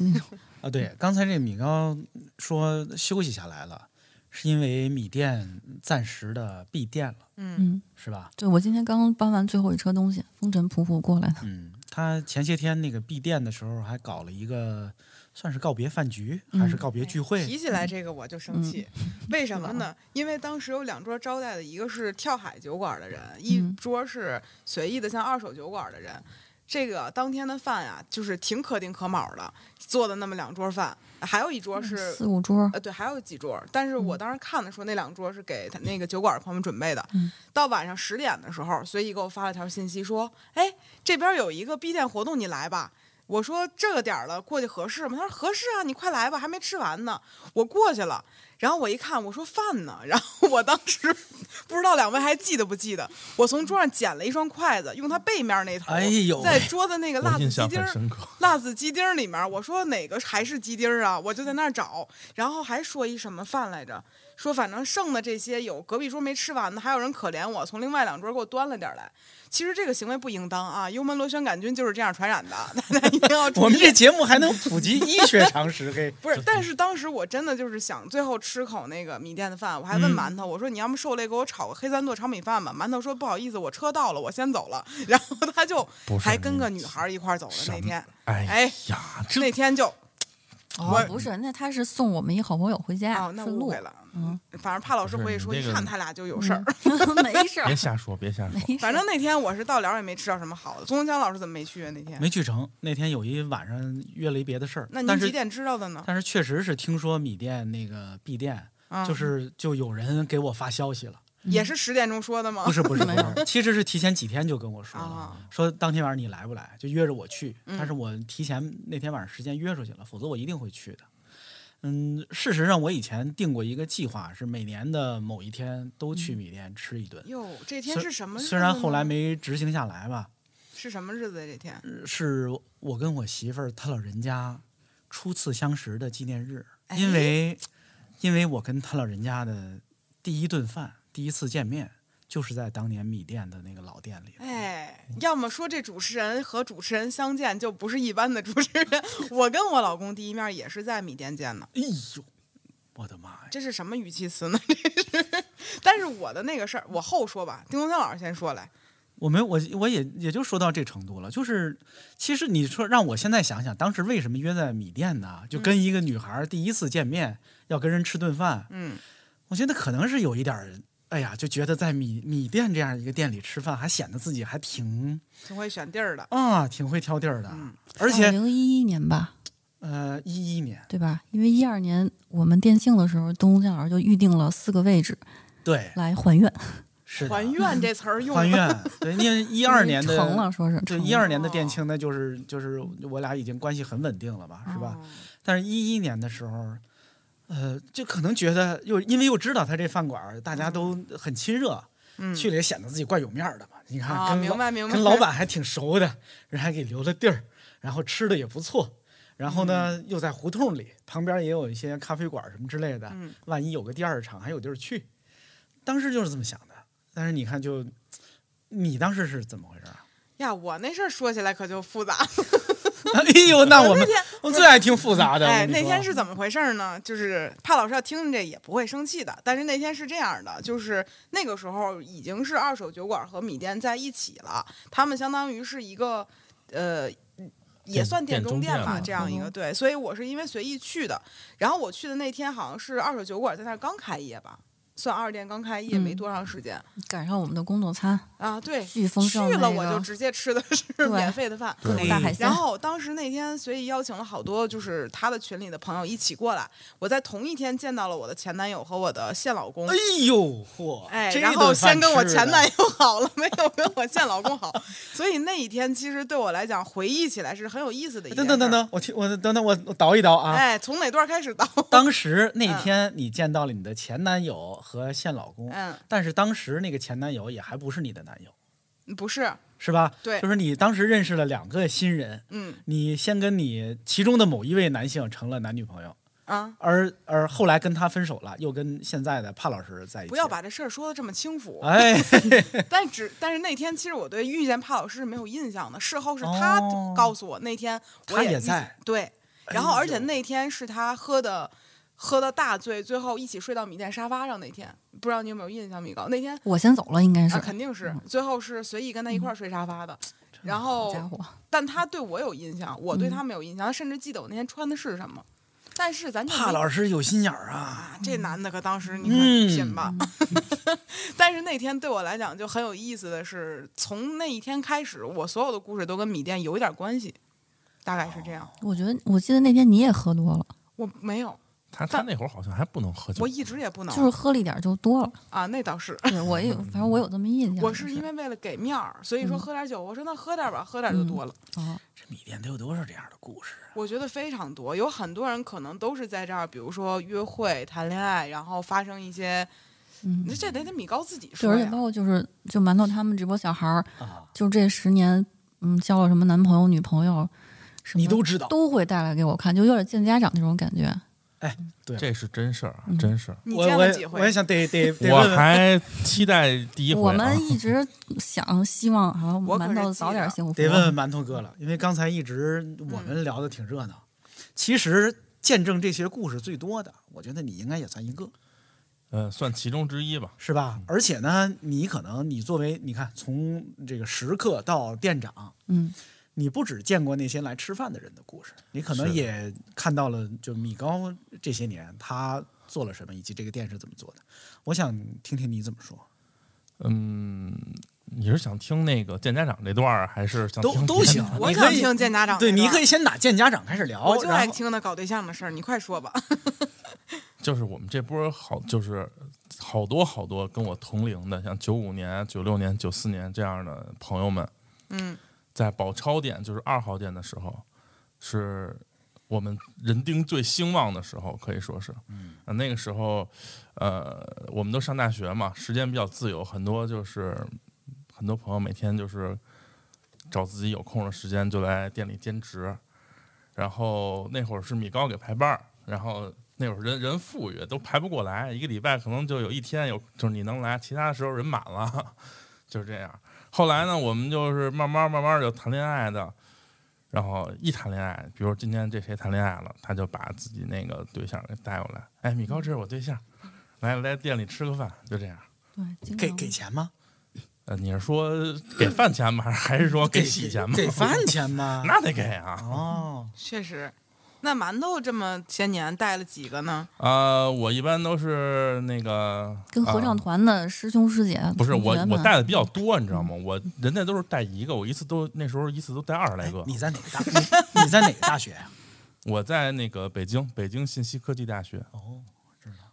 [SPEAKER 6] 嗯
[SPEAKER 5] 啊，对，刚才这米高说休息下来了，是因为米店暂时的闭店了，
[SPEAKER 7] 嗯，
[SPEAKER 5] 是吧？
[SPEAKER 7] 对我今天刚搬完最后一车东西，风尘仆仆过来的。
[SPEAKER 5] 嗯，他前些天那个闭店的时候还搞了一个，算是告别饭局
[SPEAKER 6] 嗯
[SPEAKER 5] 还是告别聚会？嗯
[SPEAKER 6] 哎提起来这个我就生气，为什么呢？因为当时有两桌招待的，一个是跳海酒馆的人，一桌是随意的像二手酒馆的人。这个当天的饭啊，就是挺可丁可卯的，做的那么两桌饭，还有一桌是
[SPEAKER 7] 四五桌，
[SPEAKER 6] 呃，对，还有几桌，但是我当时看的时候，那两桌是给他那个酒馆朋友们准备的。
[SPEAKER 7] 嗯
[SPEAKER 6] 到晚上十点的时候，随意给我发了条信息说：“哎，这边有一个闭店活动，你来吧。”我说：“这个点儿了，过去合适吗？”他说：“合适啊，你快来吧，还没吃完呢。”我过去了，然后我一看，我说饭呢？然后我当时不知道两位还记得不记得，我从桌上捡了一双筷子，用它背面那头，
[SPEAKER 5] 哎呦
[SPEAKER 6] 在桌子那个辣
[SPEAKER 8] 我
[SPEAKER 6] 子
[SPEAKER 8] 印
[SPEAKER 6] 鸡
[SPEAKER 8] 象
[SPEAKER 6] 丁
[SPEAKER 8] 很
[SPEAKER 6] 儿
[SPEAKER 8] 深刻。
[SPEAKER 6] 辣子鸡丁儿里面儿，我说哪个还是鸡丁儿啊？我就在那儿找，然后还说一什么饭来着？说反正剩的这些有隔壁桌没吃完的，还有人可怜我，从另外两桌给我端了点儿来。其实这个行为不应当啊，幽门螺旋杆菌就是这样传染的， 大家一定要注意。
[SPEAKER 5] 我们这节目还能普及医学常 识，嘿，
[SPEAKER 6] 不是，但是当时我真的就是想最后吃口那个米店的饭，我还问馒头，我说你要么受累给我炒个黑三剁炒米饭吧。馒头说不好意思，我车到了，我先走了。 然后他就
[SPEAKER 8] 不是
[SPEAKER 6] 还跟
[SPEAKER 8] 你
[SPEAKER 6] 个女孩儿一块儿走了
[SPEAKER 8] 什
[SPEAKER 6] 那
[SPEAKER 8] 么
[SPEAKER 6] 天，
[SPEAKER 8] 哎
[SPEAKER 6] 哎
[SPEAKER 8] 呀，这
[SPEAKER 6] 那天就
[SPEAKER 7] 哦，不是，那他是送我们一好朋友回家，
[SPEAKER 6] 哦，那
[SPEAKER 7] 顺
[SPEAKER 6] 误
[SPEAKER 7] 路
[SPEAKER 6] 会，了。嗯，反正帕老师
[SPEAKER 8] 不是
[SPEAKER 6] 回去
[SPEAKER 8] 你
[SPEAKER 6] 说，
[SPEAKER 8] 这
[SPEAKER 6] 一
[SPEAKER 8] 个
[SPEAKER 6] 看他俩就有事儿。
[SPEAKER 7] 没事儿
[SPEAKER 8] 别，瞎说，别瞎说。
[SPEAKER 7] 没事儿
[SPEAKER 6] 反正那天我是到了也没吃到什么好的。宗江老师怎么没去啊？那天？
[SPEAKER 5] 没去成。那天有一晚上约了一别的事儿，
[SPEAKER 6] 那
[SPEAKER 5] 但
[SPEAKER 6] 您
[SPEAKER 5] 是
[SPEAKER 6] 几点知道的呢？
[SPEAKER 5] 但是确实是听说米店那个闭店，
[SPEAKER 6] 啊，
[SPEAKER 5] 就是就有人给我发消息了，
[SPEAKER 6] 也是十点钟说的吗？
[SPEAKER 5] 不是不是不
[SPEAKER 7] 没
[SPEAKER 5] 是，其实是提前几天就跟我说了
[SPEAKER 6] 啊，
[SPEAKER 5] 说当天晚上你来不来，就约着我去，
[SPEAKER 6] 嗯
[SPEAKER 5] 但是我提前那天晚上时间约出去了，否则我一定会去的。嗯，事实上我以前定过一个计划，是每年的某一天都去米店吃一顿。
[SPEAKER 6] 哟，这天是嗯什么日子呢？
[SPEAKER 5] 虽然后来没执行下来吧，呃
[SPEAKER 6] 是什么日子呀？啊这天？
[SPEAKER 5] 是我跟我媳妇儿她老人家初次相识的纪念日，
[SPEAKER 6] 哎
[SPEAKER 5] 因为因为我跟她老人家的第一顿饭、第一次见面，就是在当年米店的那个老店里。
[SPEAKER 6] 哎，要么说这主持人和主持人相见就不是一般的主持人。 我跟我老公第一面也是在米店见的，
[SPEAKER 5] 哎呦，我的妈呀！
[SPEAKER 6] 这是什么语气词呢？ 这是。但是我的那个事儿我后说吧，丁东江老师先说来。
[SPEAKER 5] 我们我我也也就说到这程度了，就是其实你说让我现在想想，当时为什么约在米店呢？就跟一个女孩儿第一次见面、要跟人吃顿饭，
[SPEAKER 6] 嗯，
[SPEAKER 5] 我觉得可能是有一点儿，哎呀，就觉得在米米店这样一个店里吃饭，还显得自己还挺
[SPEAKER 6] 挺会选地儿的。
[SPEAKER 5] 啊，挺会挑地儿的。
[SPEAKER 6] 嗯
[SPEAKER 5] 而且
[SPEAKER 7] 零一一年吧，
[SPEAKER 5] 呃，一一年
[SPEAKER 7] 对吧？因为一二年我们电竞的时候，东江老师就预定了四个位置
[SPEAKER 5] 对
[SPEAKER 7] 来还愿，
[SPEAKER 5] 是的
[SPEAKER 6] 还愿这词儿用
[SPEAKER 5] 还
[SPEAKER 6] 的
[SPEAKER 5] 愿，对，因为一二 年的
[SPEAKER 7] 成了，说是
[SPEAKER 5] 对
[SPEAKER 7] 成了
[SPEAKER 5] 一二年的店庆，那就是就是我俩已经关系很稳定了吧，是吧？？
[SPEAKER 6] 哦
[SPEAKER 5] 但是一一年的时候，呃，就可能觉得又因为又知道他这饭馆儿大家都很亲热，
[SPEAKER 6] 嗯，
[SPEAKER 5] 去了也显得自己怪有面儿的嘛。你看，
[SPEAKER 6] 啊，
[SPEAKER 5] 跟
[SPEAKER 6] 明
[SPEAKER 5] 老
[SPEAKER 6] 白明白，
[SPEAKER 5] 跟老板还挺熟的，人还给留了地儿，然后吃的也不错。然后呢，
[SPEAKER 6] 嗯
[SPEAKER 5] 又在胡同里，旁边也有一些咖啡馆儿什么之类的。
[SPEAKER 6] 嗯
[SPEAKER 5] 万一有个第二场，还有地儿去。当时就是这么想的。但是你看就，你当时是怎么回事啊？
[SPEAKER 6] 呀，我那事儿说起来可就复杂。
[SPEAKER 5] 哎呦，那我
[SPEAKER 6] 那
[SPEAKER 5] 们
[SPEAKER 6] 天
[SPEAKER 5] 我最爱听复杂的。我
[SPEAKER 6] 哎，
[SPEAKER 5] 跟你
[SPEAKER 6] 那
[SPEAKER 5] 说啊
[SPEAKER 6] 天是怎么回事儿呢？就是怕老师要听这也不会生气的。但是那天是这样的，就是那个时候已经是二手酒馆和米店在一起了，他们相当于是一个呃。也
[SPEAKER 8] 店
[SPEAKER 6] 算店
[SPEAKER 8] 店
[SPEAKER 6] 中
[SPEAKER 8] 中
[SPEAKER 6] 店
[SPEAKER 8] 店嗯
[SPEAKER 6] 吧，
[SPEAKER 8] 了
[SPEAKER 6] 这样一个对，所以我是因为随意去的。然后我去的那天好像是二手酒馆在那儿刚开业吧，算二店刚开业没
[SPEAKER 7] 嗯
[SPEAKER 6] 多长时间、
[SPEAKER 7] 赶上我们的工作餐
[SPEAKER 6] 啊。对，
[SPEAKER 7] 巨丰
[SPEAKER 6] 去
[SPEAKER 7] 盛的那
[SPEAKER 6] 了
[SPEAKER 7] 个，
[SPEAKER 6] 我就直接吃的是
[SPEAKER 7] 对
[SPEAKER 6] 免费的饭，
[SPEAKER 7] 各种大海鲜
[SPEAKER 6] 然，后当时那天，所以邀请了好多就是他的群里的朋友一起过来。我在同一天见到了我的前男友和我的现老公
[SPEAKER 5] 哎。呦嚯！
[SPEAKER 6] 哎，
[SPEAKER 5] 这
[SPEAKER 6] 然
[SPEAKER 5] 顿
[SPEAKER 6] 后
[SPEAKER 5] 饭
[SPEAKER 6] 先跟我
[SPEAKER 5] 吃
[SPEAKER 6] 前
[SPEAKER 5] 的
[SPEAKER 6] 男友好了，没有跟我现老公好，所以那一天其实对我来讲回忆起来是很有意思的一件
[SPEAKER 5] 等
[SPEAKER 6] 事。
[SPEAKER 5] 等等，啊等，我听我等等我我倒一倒啊。
[SPEAKER 6] 哎，嗯从哪段开始倒？
[SPEAKER 5] 当时那天你见到了你的前男友和现老公，
[SPEAKER 6] 嗯，
[SPEAKER 5] 但是当时那个前男友也还不是你的男友，
[SPEAKER 6] 不是，
[SPEAKER 5] 是吧？
[SPEAKER 6] 对
[SPEAKER 5] 就是你当时认识了两个新人，
[SPEAKER 6] 嗯
[SPEAKER 5] 你先跟你其中的某一位男性成了男女朋友，
[SPEAKER 6] 啊，
[SPEAKER 5] 而而后来跟他分手了，又跟现在的帕老师在一起。
[SPEAKER 6] 不要把这事儿说的这么清楚。
[SPEAKER 5] 哎，
[SPEAKER 6] 但只但是那天其实我对遇见帕老师是没有印象的，事后是他
[SPEAKER 5] 哦
[SPEAKER 6] 告诉我、那天我
[SPEAKER 5] 他
[SPEAKER 6] 也
[SPEAKER 5] 也
[SPEAKER 6] 遇
[SPEAKER 5] 在哎
[SPEAKER 6] 对，然后而且那天是他喝的喝的大醉，最后一起睡到米店沙发上那天，不知道你有没有印象，米高那天
[SPEAKER 7] 我先走了，应该是。
[SPEAKER 6] 啊肯定
[SPEAKER 5] 嗯
[SPEAKER 6] 是最后是随意跟他一块儿睡沙发的，然
[SPEAKER 7] 好
[SPEAKER 6] 后
[SPEAKER 7] 家伙，
[SPEAKER 6] 但他对我有印象，我对他
[SPEAKER 5] 嗯
[SPEAKER 6] 没有印象，他甚至记得我那天穿的是什么。但是咱就
[SPEAKER 5] 怕
[SPEAKER 6] 没
[SPEAKER 5] 老师有心眼儿啊，
[SPEAKER 6] 啊，这男的可当时你看
[SPEAKER 5] 嗯
[SPEAKER 6] 品吧， 但是那天对我来讲就很有意思的是，从那一天开始，我所有的故事都跟米店有一点关系，大概是这样。
[SPEAKER 7] 我觉得我记得那天你也喝多了，
[SPEAKER 6] 我没有，
[SPEAKER 8] 他他那会儿好像还不能喝酒
[SPEAKER 6] 我，一直也不
[SPEAKER 5] 啊
[SPEAKER 6] 能、
[SPEAKER 7] 就是喝了一点就 多了。
[SPEAKER 6] 啊，那倒是。
[SPEAKER 7] 对我也有，反正我有这么印象。
[SPEAKER 6] 我
[SPEAKER 7] 就是
[SPEAKER 6] 因为为了给面儿，所以说
[SPEAKER 7] 嗯
[SPEAKER 6] 喝点酒。我说那喝点吧，喝点就多了。
[SPEAKER 7] 啊，
[SPEAKER 5] 这米店得有多少这样的故事啊？
[SPEAKER 6] 我觉得非常多，有很多人可能都是在这儿，比如说约会、谈恋爱，然后发生一些，
[SPEAKER 7] 嗯
[SPEAKER 6] 那，这得得米高自己
[SPEAKER 7] 对，
[SPEAKER 6] 说
[SPEAKER 7] 而且
[SPEAKER 6] 呀
[SPEAKER 7] 包。括就是就馒头他们这波小孩儿，
[SPEAKER 5] 啊
[SPEAKER 7] 就这十年，嗯，交了什么男朋友、女朋友，什么
[SPEAKER 5] 你都知道，
[SPEAKER 7] 都会带来给我看，就有点见家长那种感觉。
[SPEAKER 8] 这是真事儿啊，
[SPEAKER 7] 嗯
[SPEAKER 8] 真事儿。
[SPEAKER 6] 你
[SPEAKER 5] 我
[SPEAKER 6] 见
[SPEAKER 5] 我
[SPEAKER 6] 了
[SPEAKER 5] 也
[SPEAKER 6] 几
[SPEAKER 5] 我也
[SPEAKER 6] 回？
[SPEAKER 5] 想得得得
[SPEAKER 8] 我
[SPEAKER 5] 问问，
[SPEAKER 8] 还期待第一回啊。
[SPEAKER 7] 我们一直想希望啊，
[SPEAKER 6] 我可是
[SPEAKER 7] 馒头早点
[SPEAKER 6] 记
[SPEAKER 7] 幸福。
[SPEAKER 5] 得问问馒头哥了，因为刚才一直我
[SPEAKER 6] 嗯
[SPEAKER 5] 们聊的挺热闹，其实见证这些故事最多的，我觉得你应该也算一个。
[SPEAKER 8] 呃，算其中之一吧。
[SPEAKER 5] 是吧？
[SPEAKER 6] 嗯
[SPEAKER 5] 而且呢，你可能你作为你看，从这个食客到店长，
[SPEAKER 7] 嗯，
[SPEAKER 5] 你不只见过那些来吃饭的人的故事，你可能
[SPEAKER 8] 是的
[SPEAKER 5] 也看到了，就米高这些年他做了什么，以及这个店是怎么做的。我想听听你怎么说，
[SPEAKER 8] 嗯，你是想听那个见家长这段儿，还是想
[SPEAKER 5] 都
[SPEAKER 8] 听
[SPEAKER 5] 都行，
[SPEAKER 6] 我
[SPEAKER 5] 你
[SPEAKER 6] 想
[SPEAKER 5] 可以
[SPEAKER 6] 听见家长
[SPEAKER 5] 对，
[SPEAKER 6] 啊
[SPEAKER 5] 你
[SPEAKER 6] 那段
[SPEAKER 5] 可以先打见家长开始
[SPEAKER 7] 哦
[SPEAKER 5] 聊，
[SPEAKER 6] 我就爱
[SPEAKER 5] 然后
[SPEAKER 6] 听他搞对象的事儿，你快说吧。
[SPEAKER 8] 就是我们这波好，就是好多好多跟我同龄的，像九五年、九六年、九四年这样的朋友们，
[SPEAKER 6] 嗯，
[SPEAKER 8] 在宝钞店，就是二号店的时候，是我们人丁最兴旺的时候，可以说是，嗯、那个时候，呃，我们都上大学嘛，时间比较自由，很多就是很多朋友每天就是找自己有空的时间就来店里兼职，然后那会儿是米高给排班儿，然后那会儿人人富裕，都排不过来，一个礼拜可能就有一天有，就是你能来，其他时候人满了， 就是这样。后来呢，我们就是慢慢慢慢就谈恋爱的，然后一谈恋爱，比如今天这谁谈恋爱了，他就把自己那个对象给带过来，哎，米高，这是我对象，来来店里吃个饭，就这样。
[SPEAKER 7] 对，经
[SPEAKER 5] 给
[SPEAKER 7] 常
[SPEAKER 5] 给钱吗？
[SPEAKER 8] 呃，你是说给饭钱吗？ 还是
[SPEAKER 6] 哦
[SPEAKER 8] 说给洗钱吗？
[SPEAKER 5] 给饭钱 吗？
[SPEAKER 8] 那得给啊。
[SPEAKER 5] 哦，
[SPEAKER 6] 确实，那馒头这么些年带了几个呢？
[SPEAKER 8] 呃，我一般都是那个
[SPEAKER 7] 跟合唱
[SPEAKER 8] 呃
[SPEAKER 7] 团的师兄师姐、
[SPEAKER 8] 不是
[SPEAKER 7] 同学
[SPEAKER 8] 我，我
[SPEAKER 7] 们
[SPEAKER 8] 带的比较多，你知道吗？
[SPEAKER 7] 嗯
[SPEAKER 8] 我人家都是带一个，我一次都那时候一次都带二
[SPEAKER 7] 哎
[SPEAKER 8] 十来个。
[SPEAKER 5] 哎你在哪个大？你你在哪个大学呀？
[SPEAKER 8] 我在那个北京，北京信息科技大
[SPEAKER 7] 啊
[SPEAKER 8] 学，
[SPEAKER 5] 哦，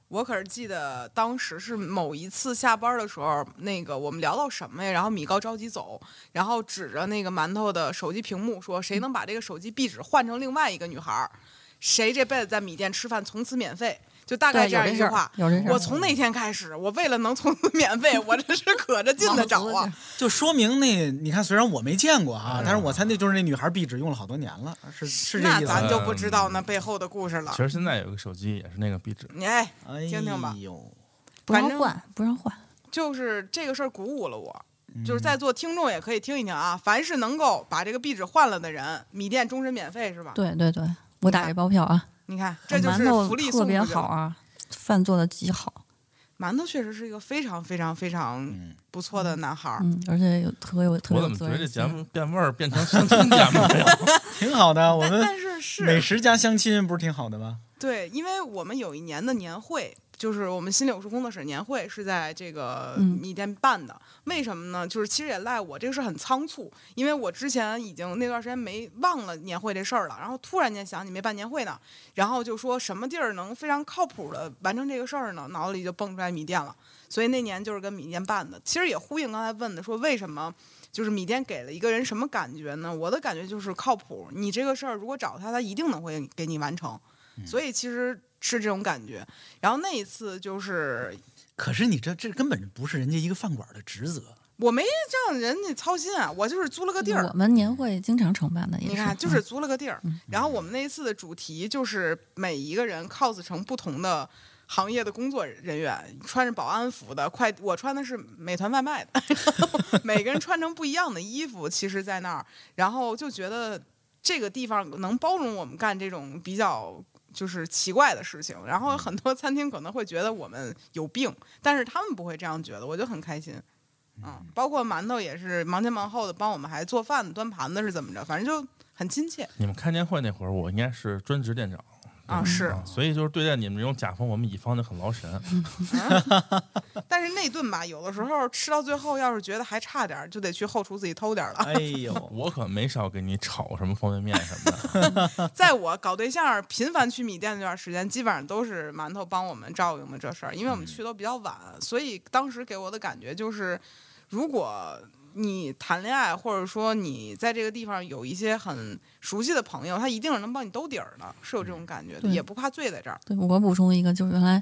[SPEAKER 6] 我可是记得当时是某一次下班的时候，那个我们聊到什么呀？然后米高着急走，然后指着那个馒头的手机屏幕说：“
[SPEAKER 7] 嗯
[SPEAKER 6] 谁能把这个手机壁纸换成另外一个女孩儿，谁这辈子在米店吃饭从此免费。”就大概
[SPEAKER 7] 对
[SPEAKER 6] 这
[SPEAKER 7] 有
[SPEAKER 6] 样一
[SPEAKER 7] 这
[SPEAKER 6] 句
[SPEAKER 7] 事儿
[SPEAKER 6] 话，。
[SPEAKER 7] 有这事儿。
[SPEAKER 6] 我从那天开始，我为了能从此免费，我这是可着劲的找
[SPEAKER 7] 忘了
[SPEAKER 6] 啊
[SPEAKER 7] 说！
[SPEAKER 5] 就说明那你看，虽然我没见过啊，但是我猜那就是那女孩壁纸用了好多年了，是是这
[SPEAKER 6] 那
[SPEAKER 5] 意思啊嗯
[SPEAKER 6] 咱
[SPEAKER 5] 吧？
[SPEAKER 6] 就不知道那背后的故事了
[SPEAKER 8] 其。实现在有一个手机也是那个壁纸。
[SPEAKER 6] 你哎，
[SPEAKER 5] 哎
[SPEAKER 6] 听听吧
[SPEAKER 5] 呦，
[SPEAKER 7] 不
[SPEAKER 6] 反
[SPEAKER 7] 让
[SPEAKER 6] 正
[SPEAKER 7] 换，不让换。
[SPEAKER 6] 就是这个事儿鼓舞了我。就是
[SPEAKER 5] 嗯
[SPEAKER 6] 在座听众也可以听一听啊，凡是能够把这个壁纸换了的人，米店终身免费是吧？
[SPEAKER 7] 对对对，我打这包票啊，
[SPEAKER 6] 你看，这就是
[SPEAKER 7] 馒头
[SPEAKER 6] 福利
[SPEAKER 7] 特
[SPEAKER 6] 送出去
[SPEAKER 7] 别
[SPEAKER 6] 了
[SPEAKER 7] 好。啊，饭做的极好，
[SPEAKER 6] 馒头确实是一个非常非常非常
[SPEAKER 5] 嗯
[SPEAKER 6] 不错的男孩儿。
[SPEAKER 7] 嗯，而且有特别有特
[SPEAKER 8] 我
[SPEAKER 7] 别有
[SPEAKER 8] 怎么觉
[SPEAKER 7] 责
[SPEAKER 8] 得
[SPEAKER 7] 任
[SPEAKER 8] 这
[SPEAKER 7] 心
[SPEAKER 8] 节。目变味儿变成相亲节目了呀？
[SPEAKER 5] 挺好的。我
[SPEAKER 6] 但
[SPEAKER 5] 们
[SPEAKER 6] 但是是
[SPEAKER 5] 美食加相亲不是挺好的吗？
[SPEAKER 6] 对，因为我们有一年的年会，就是我们新柳树工作室年会是在这个
[SPEAKER 7] 嗯
[SPEAKER 6] 米店办的。为什么呢？就是其实也赖我这个事儿很仓促，因为我之前已经那段时间没忘了年会这事儿了，然后突然间想起没办年会呢，然后就说什么地儿能非常靠谱的完成这个事儿呢？脑子里就蹦出来米店了。所以那年就是跟米店办的。其实也呼应刚才问的，说为什么就是米店给了一个人什么感觉呢？我的感觉就是靠谱。你这个事儿如果找他，他一定能会给你完成。所以其实是这种感觉。然后那一次就是
[SPEAKER 5] 可是你这这根本不是人家一个饭馆的职 责。
[SPEAKER 6] 我没让人家操心啊，我就是租了个地儿
[SPEAKER 7] 我。们年会经常承办的，也
[SPEAKER 6] 你看，就是
[SPEAKER 7] 嗯
[SPEAKER 6] 租了个地儿。然后我们那一次的主题就是每一个人 cos 成不同的行业的工作人员，穿着保安服的，快我穿的是美团外卖的，然后每个人穿成不一样的衣服，其实，在那儿，然后就觉得这个地方能包容我们干这种比较。就是奇怪的事情。然后很多餐厅可能会觉得我们有病，但是他们不会这样觉得，我就很开心。嗯，包括馒头也是忙前忙后的帮我们还做饭、端盘子是怎么着，反正就很亲切
[SPEAKER 8] 你们开年会那会儿，我应该是专职店长，
[SPEAKER 6] 啊。是，
[SPEAKER 7] 哦
[SPEAKER 8] 啊所以就是对待你们这种甲方，我们乙方就很劳神。
[SPEAKER 7] 嗯
[SPEAKER 6] 但是那顿吧，有的时候吃到最后，要是觉得还差点儿，就得去后厨自己偷点儿了。
[SPEAKER 5] 哎呦，
[SPEAKER 8] 我可没少给你炒什么方便面什么 的。
[SPEAKER 6] 在我搞对象儿频繁去米店那段时间，基本上都是馒头帮我们照应的这事儿，因为我们去都比较晚，所以当时给我的感觉就是，如果你谈恋爱，或者说你在这个地方有一些很熟悉的朋友，他一定是能帮你兜底儿的，是有这种感觉的，
[SPEAKER 7] 对
[SPEAKER 6] 也不怕醉在这儿。
[SPEAKER 7] 对我补充一个，就是原来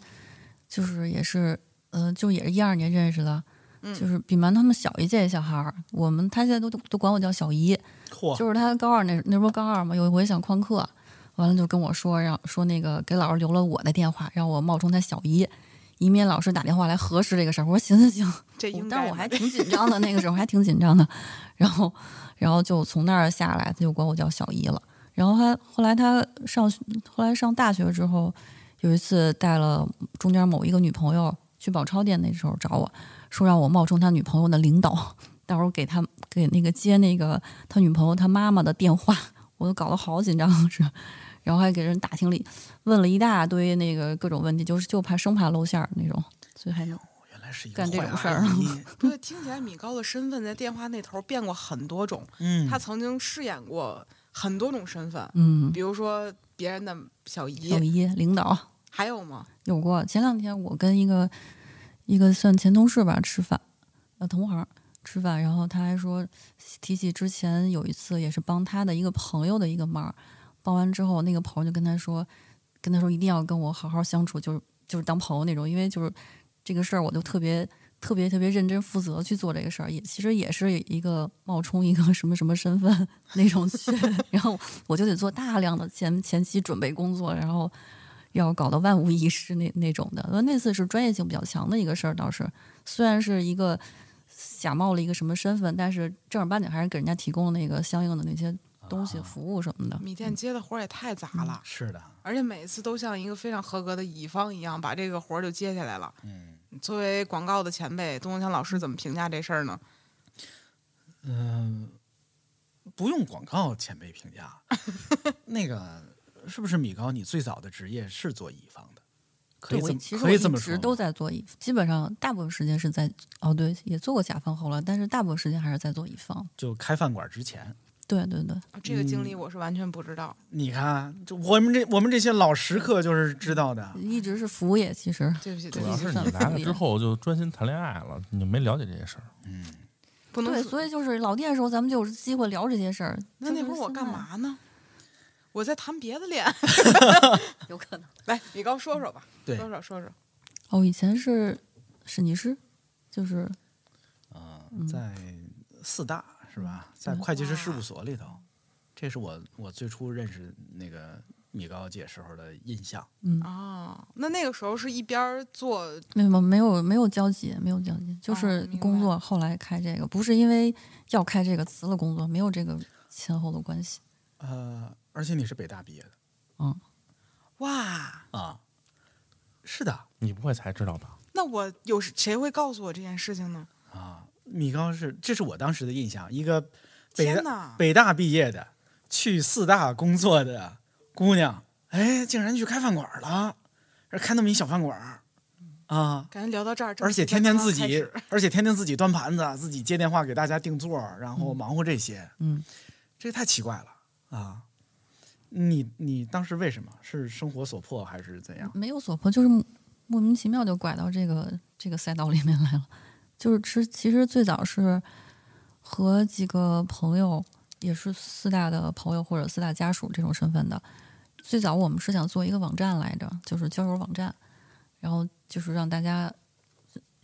[SPEAKER 7] 就是也是，呃，就也是一二年认识的，
[SPEAKER 6] 嗯
[SPEAKER 7] 就是比馒头他们小一届小孩儿，我们他现在都都管我叫小姨，
[SPEAKER 5] 嚯，
[SPEAKER 7] 就是他高二那那不是高二嘛，有一回想旷课，完了就跟我说让说那个给老师留了我的电话，让我冒充他小姨，以免老师打电话来核实这个事儿。我说行行行，
[SPEAKER 6] 这应该
[SPEAKER 7] 哦但是我
[SPEAKER 6] 的
[SPEAKER 7] 还挺紧张的，那个时候还挺紧张的。然后，然后就从那儿下来，他就管我叫小姨了。然后他后来他上后来上大学之后，有一次带了中间某一个女朋友去宝钞店，那时候找我说让我冒充他女朋友的领导，到时候给他给那个接那个他女朋友他妈妈的电话，我都搞得好紧张是。然后还给人打听了一，问了一大堆那个各种问题，就是就怕生怕露馅儿那种，所以还
[SPEAKER 5] 原来是一个
[SPEAKER 7] 干这
[SPEAKER 5] 坏
[SPEAKER 7] 种事
[SPEAKER 5] 阿
[SPEAKER 7] 儿
[SPEAKER 5] 姨
[SPEAKER 6] 对，听起来米高的身份在电话那头变过很多种，
[SPEAKER 5] 嗯
[SPEAKER 6] 他，曾经饰演过很多种身份，
[SPEAKER 7] 嗯，
[SPEAKER 6] 比如说别人的小姨，
[SPEAKER 7] 小姨领导，
[SPEAKER 6] 还有吗？
[SPEAKER 7] 有过。前两天我跟一个一个算前同事吧吃饭，呃，同行吃饭，然后他还说提起之前有一次也是帮他的一个朋友的一个忙，帮完之后那个朋友就跟他说，跟他说一定要跟我好好相处，就是就是当朋友那种，因为就是这个事儿我就特别。特别特别认真负责去做这个事儿，也其实也是一个冒充一个什么什么身份那种去， 然后我就得做大量的前前期准备工作，然后要搞得万无一失那那种的。那次是专业性比较强的一个事儿，倒是虽然是一个假冒了一个什么身份，但是正儿八经还是给人家提供了那个相应的那些东西、服务什么的。
[SPEAKER 6] 米店接的活儿也太杂了，
[SPEAKER 5] 是的，
[SPEAKER 6] 而且每次都像一个非常合格的乙方一样，把这个活儿就接下来了。
[SPEAKER 5] 嗯
[SPEAKER 6] 作为广告的前辈，东东强老师怎么评价这事儿呢？
[SPEAKER 5] 嗯、不用广告前辈评 价，那个是不是米高？你最早的职业是做乙方的，可
[SPEAKER 7] 对，
[SPEAKER 5] 以
[SPEAKER 7] 我
[SPEAKER 5] 这么
[SPEAKER 7] 其实
[SPEAKER 5] 可
[SPEAKER 7] 我
[SPEAKER 5] 以
[SPEAKER 7] 一
[SPEAKER 5] 这么
[SPEAKER 7] 直
[SPEAKER 5] 说吗，
[SPEAKER 7] 都在做乙，基本上大部分时间是在哦，对，也做过甲方后来，但是大部分时间还是在做乙方。
[SPEAKER 5] 就开饭馆之前，
[SPEAKER 7] 对对对，
[SPEAKER 6] 啊这个经历我是完全不知道，
[SPEAKER 5] 你看，就我们这我们这些老食客就是知道的。
[SPEAKER 7] 一直是服务业，其实
[SPEAKER 6] 对不起，
[SPEAKER 8] 主
[SPEAKER 6] 对不
[SPEAKER 8] 要
[SPEAKER 6] 起，
[SPEAKER 8] 是你来了之后就专心谈恋爱了，你没了解这些事儿。
[SPEAKER 6] 不能
[SPEAKER 7] 对，
[SPEAKER 6] 说
[SPEAKER 7] 所以就是老店的时候，咱们就有机会聊这些事儿。
[SPEAKER 6] 那
[SPEAKER 7] 就是
[SPEAKER 6] 那会儿我
[SPEAKER 7] 现
[SPEAKER 6] 干
[SPEAKER 7] 在？
[SPEAKER 6] 嘛呢？我在谈别的 恋爱。
[SPEAKER 7] 有可能
[SPEAKER 6] 来，米高说说吧，
[SPEAKER 5] 对
[SPEAKER 7] 嗯
[SPEAKER 6] 说说说说。
[SPEAKER 7] 哦，以前是审计师，就是
[SPEAKER 5] 嗯，在四大是吧，在
[SPEAKER 7] 嗯
[SPEAKER 5] 会计师事务所里头，这是我我最初认识那个米高姐时候的印象。
[SPEAKER 6] 哦，那那个时候是一边儿做
[SPEAKER 7] 嗯没有没有没有交集，没有交集，就
[SPEAKER 6] 哦
[SPEAKER 7] 是
[SPEAKER 6] 明
[SPEAKER 7] 工
[SPEAKER 6] 白
[SPEAKER 7] 作后来开这个，不是因为要开这个辞了工作，没有这个前后的关系。
[SPEAKER 5] 呃，而且你是北大毕业的
[SPEAKER 6] 哇，
[SPEAKER 5] 啊？是的
[SPEAKER 8] 你不会才知道吧？
[SPEAKER 7] 嗯
[SPEAKER 6] 那我有谁会告诉我这件事情呢？
[SPEAKER 5] 啊，米高是这是我当时的印象，一个北
[SPEAKER 6] 天
[SPEAKER 5] 大
[SPEAKER 6] 哪
[SPEAKER 5] 北大毕业的去四大工作的姑娘，哎，竟然去开饭馆了，而开那么一小饭馆儿啊。
[SPEAKER 6] 感觉聊嗯到这儿，
[SPEAKER 5] 而且天天自己
[SPEAKER 6] 正题才刚刚开始，
[SPEAKER 5] 而且天天自己端盘子，自己接电话给大家订座，然后忙活这些，
[SPEAKER 7] 嗯，
[SPEAKER 5] 这太奇怪了啊！你你当时为什么是生活所迫还是怎 样？
[SPEAKER 7] 没有所迫，就是莫莫名其妙就拐到这个这个赛道里面来了。就是吃，其实最早是和几个朋友，也是四大的朋友或者四大家属这种身份的。最早我们是想做一个网站来着，就是交友网站，然后就是让大家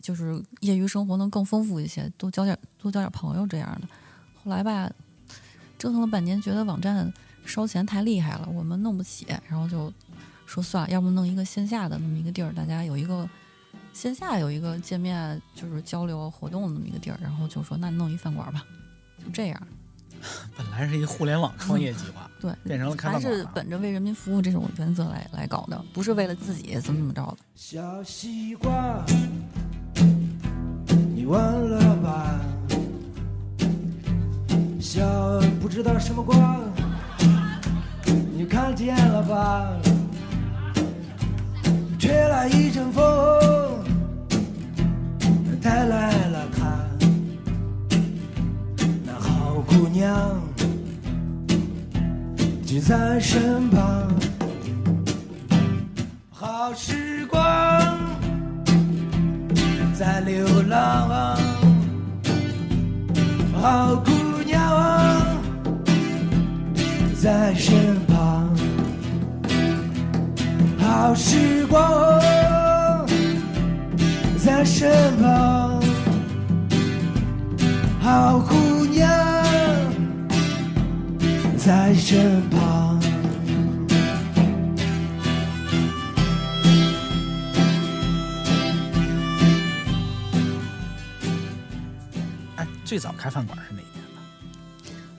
[SPEAKER 7] 就是业余生活能更丰富一些，多交点多交点朋友这样的。后来吧，折腾了半年，觉得网站烧钱太厉害了，我们弄不起，然后就说算了，要不弄一个线下的那么一个地儿，大家有一个线下有一个见面就是交流活动的那么一个地儿，然后就说那弄一饭馆吧，就这样。
[SPEAKER 5] 本来是一互联网创业计划，
[SPEAKER 7] 对，
[SPEAKER 5] 变成了开
[SPEAKER 7] 还
[SPEAKER 5] 饭馆
[SPEAKER 7] 是
[SPEAKER 5] 了。
[SPEAKER 7] 本着为人民服务这种原则来来搞的，不是为了自己怎么怎么着的。
[SPEAKER 4] 小西瓜，你忘了吧？小不知道什么瓜，你看见了吧？吹来一阵风，带来了她，那好姑娘就在身旁。好时光在流浪，好姑娘在身旁，好时光在身旁，好姑娘在身旁。
[SPEAKER 5] 哎，最早开饭馆是哪一年呢？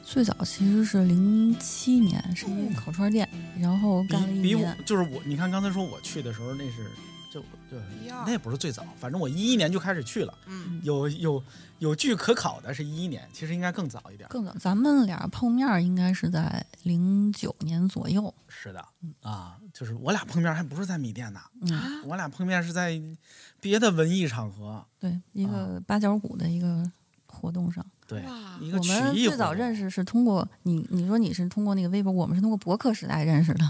[SPEAKER 7] 最早其实是零七年，是一个烤串店，然后干了
[SPEAKER 5] 比
[SPEAKER 7] 一
[SPEAKER 5] 比
[SPEAKER 7] 年
[SPEAKER 5] 我。就是我，你看刚才说我去的时候，那是就就
[SPEAKER 6] 一二
[SPEAKER 5] 那也不是最早，反正我一一年就开始去了。
[SPEAKER 6] 嗯，
[SPEAKER 5] 有有有据可考的是一一年，其实应该更早一点。
[SPEAKER 7] 更早，咱们俩碰面儿应该是在零九年左右，
[SPEAKER 5] 是的，啊，就是我俩碰面还不是在米店呢，
[SPEAKER 7] 嗯
[SPEAKER 6] 啊
[SPEAKER 5] 我俩碰面是在别的文艺场合。
[SPEAKER 7] 对，一个八角谷的一个活动上。
[SPEAKER 5] 对，一个
[SPEAKER 7] 我
[SPEAKER 5] 曲
[SPEAKER 7] 们
[SPEAKER 5] 艺
[SPEAKER 7] 最早认
[SPEAKER 5] 识
[SPEAKER 7] 识是通过你，你说你是通过那个微博，我们是通过博客时代认识的。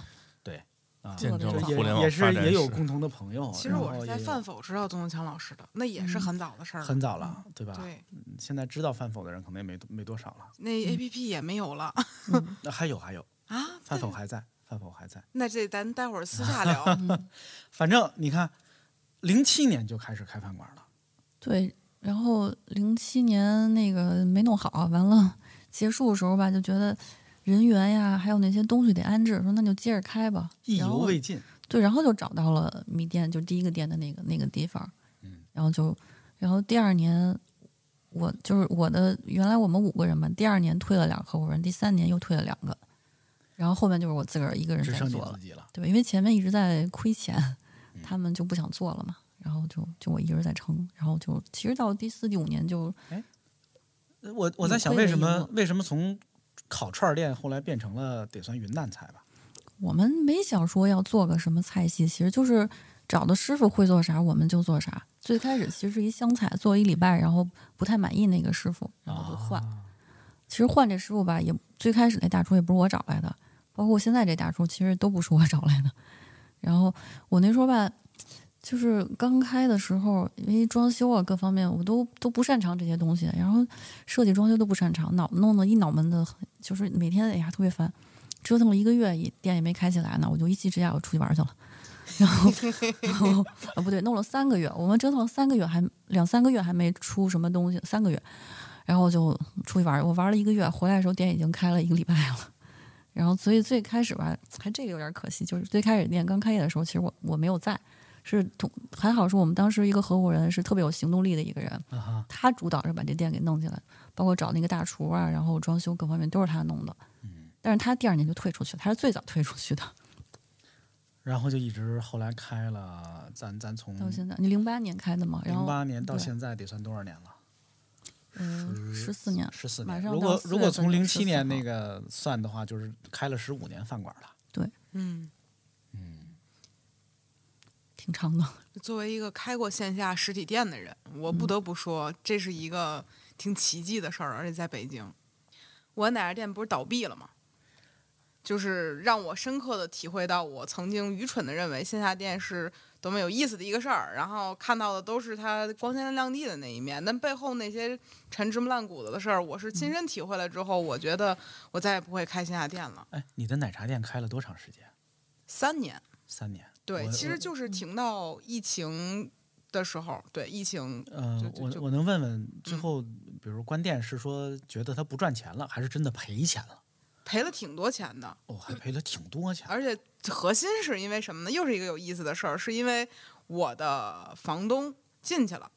[SPEAKER 5] 啊，
[SPEAKER 8] 见证了
[SPEAKER 5] 就
[SPEAKER 8] 互联
[SPEAKER 5] 也
[SPEAKER 8] 网
[SPEAKER 5] 也
[SPEAKER 8] 发
[SPEAKER 5] 是
[SPEAKER 8] 展
[SPEAKER 5] 也有
[SPEAKER 8] 史
[SPEAKER 5] 共同的朋友。
[SPEAKER 6] 其实
[SPEAKER 5] 然
[SPEAKER 6] 我
[SPEAKER 5] 后
[SPEAKER 6] 是在
[SPEAKER 5] 也有
[SPEAKER 6] 饭否知道宗永强老师的，那也是很早的事儿了，
[SPEAKER 5] 嗯很早了，对吧？
[SPEAKER 6] 对，
[SPEAKER 5] 嗯现在知道饭否的人可能也没没多少了。
[SPEAKER 6] 那 A P P 也没有了
[SPEAKER 5] 那还有还有，
[SPEAKER 6] 啊。
[SPEAKER 5] 饭否
[SPEAKER 6] 嗯对
[SPEAKER 5] 还在，饭否还在。
[SPEAKER 6] 那这咱待会儿私 下聊。
[SPEAKER 5] 反正你看，零七年就开始开饭馆了，
[SPEAKER 7] 对，然后零七年那个没弄好，啊完了结束的时候吧，就觉得人员呀，还有那些东西得安置，说那就接着开吧。
[SPEAKER 5] 意
[SPEAKER 7] 然
[SPEAKER 5] 犹
[SPEAKER 7] 后
[SPEAKER 5] 未尽。
[SPEAKER 7] 对，然后就找到了米店，就第一个店的那个那个地方，
[SPEAKER 5] 嗯，
[SPEAKER 7] 然后就，然后第二年，我就是我的原来我们五个人嘛，第二年退了两个合伙人，第三年又退了两个，然后后面就是我自个儿一个人
[SPEAKER 5] 只
[SPEAKER 7] 在
[SPEAKER 5] 剩你
[SPEAKER 7] 做了
[SPEAKER 5] 自，己了。
[SPEAKER 7] 对吧？因为前面一直在亏钱，他们就不想做了嘛，然后就就我一人在撑，然后就其实到第四第五年就
[SPEAKER 5] 呃我我在
[SPEAKER 7] 你
[SPEAKER 5] 想，
[SPEAKER 7] 会
[SPEAKER 5] 为
[SPEAKER 7] 的
[SPEAKER 5] 什
[SPEAKER 7] 一
[SPEAKER 5] 么
[SPEAKER 7] 幕
[SPEAKER 5] 为什么从烤串儿店后来变成了得算云南菜吧？
[SPEAKER 7] 我们没想说要做个什么菜系，其实就是找的师傅会做啥，我们就做啥。最开始其实是一湘菜，做一礼拜，然后不太满意那个师傅，然后就换。其实换这师傅吧，也最开始那大厨也不是我找来的，包括现在这大厨其实都不是我找来的。然后我那时候吧，就是刚开的时候，因为装修啊各方面我都都不擅长这些东西，然后设计装修都不擅长，脑弄得一脑门子，就是每天哎呀特别烦。折腾了一个月，也店也没开起来呢，我就一气之下我出去玩去了。 然后，然后啊不对，弄了三个月，我们折腾了三个月还两三个月还没出什么东西，三个月，然后我就出去玩，我玩了一个月，回来的时候店已经开了一个礼拜了。然后，所以最开始吧，还这个有点可惜，就是最开始店刚开业的时候，其实我我没有在，是同还好是我们当时一个合伙人是特别有行动力的一个人，
[SPEAKER 5] 啊哈，
[SPEAKER 7] 他主导着把这店给弄起来，包括找那个大厨啊，然后装修各方面都是他弄的。
[SPEAKER 5] 嗯
[SPEAKER 7] 但是他第二年就退出去了，他是最早退出去的，
[SPEAKER 5] 然后就一直后来开了，咱咱从
[SPEAKER 7] 到现在你零八年开的嘛，
[SPEAKER 5] 嗯
[SPEAKER 7] 然
[SPEAKER 5] 零
[SPEAKER 7] 后
[SPEAKER 5] 八年到
[SPEAKER 7] 对
[SPEAKER 5] 现在得算多少年了？
[SPEAKER 7] 嗯十四年，
[SPEAKER 5] 十四
[SPEAKER 7] 马
[SPEAKER 5] 年。
[SPEAKER 7] 上
[SPEAKER 5] 如
[SPEAKER 7] 到
[SPEAKER 5] 果
[SPEAKER 7] 四
[SPEAKER 5] 如
[SPEAKER 7] 月
[SPEAKER 5] 果
[SPEAKER 7] 份
[SPEAKER 5] 从
[SPEAKER 7] 就
[SPEAKER 5] 零七
[SPEAKER 7] 14
[SPEAKER 5] 年
[SPEAKER 7] 号
[SPEAKER 5] 那个算的话，就是开了十五年饭馆了。
[SPEAKER 6] 嗯，
[SPEAKER 7] 挺长的，
[SPEAKER 6] 作为一个开过线下实体店的人，我
[SPEAKER 5] 嗯
[SPEAKER 6] 不得不说，这是一个挺奇迹的事儿，而且在北京，我奶茶店不是倒闭了吗？就是让我深刻的体会到，我曾经愚蠢的认为线下店是多么有意思的一个事儿，然后看到的都是它光鲜亮丽的那一面，但背后那些陈芝麻烂谷子的事儿，我是
[SPEAKER 5] 嗯
[SPEAKER 6] 亲身体会了之后，我觉得我再也不会开线下店了。
[SPEAKER 5] 哎，你的奶茶店开了多长时间？
[SPEAKER 6] 三年。
[SPEAKER 5] 三年。
[SPEAKER 6] 对，
[SPEAKER 5] 我嗯
[SPEAKER 6] 其实
[SPEAKER 5] 我
[SPEAKER 6] 就是停到疫情的时候，对疫情，
[SPEAKER 5] 呃
[SPEAKER 6] 就，就
[SPEAKER 5] 我
[SPEAKER 6] 就
[SPEAKER 5] 我能问
[SPEAKER 7] 嗯
[SPEAKER 5] 问，最后比如关店是说觉得它不赚钱了，还是真的赔钱了？
[SPEAKER 6] 赔了挺多钱的，
[SPEAKER 5] 哦，还赔了挺多钱。
[SPEAKER 6] 而且核心是因为什么呢？又是一个有意思的事儿，是因为我的房东进去了，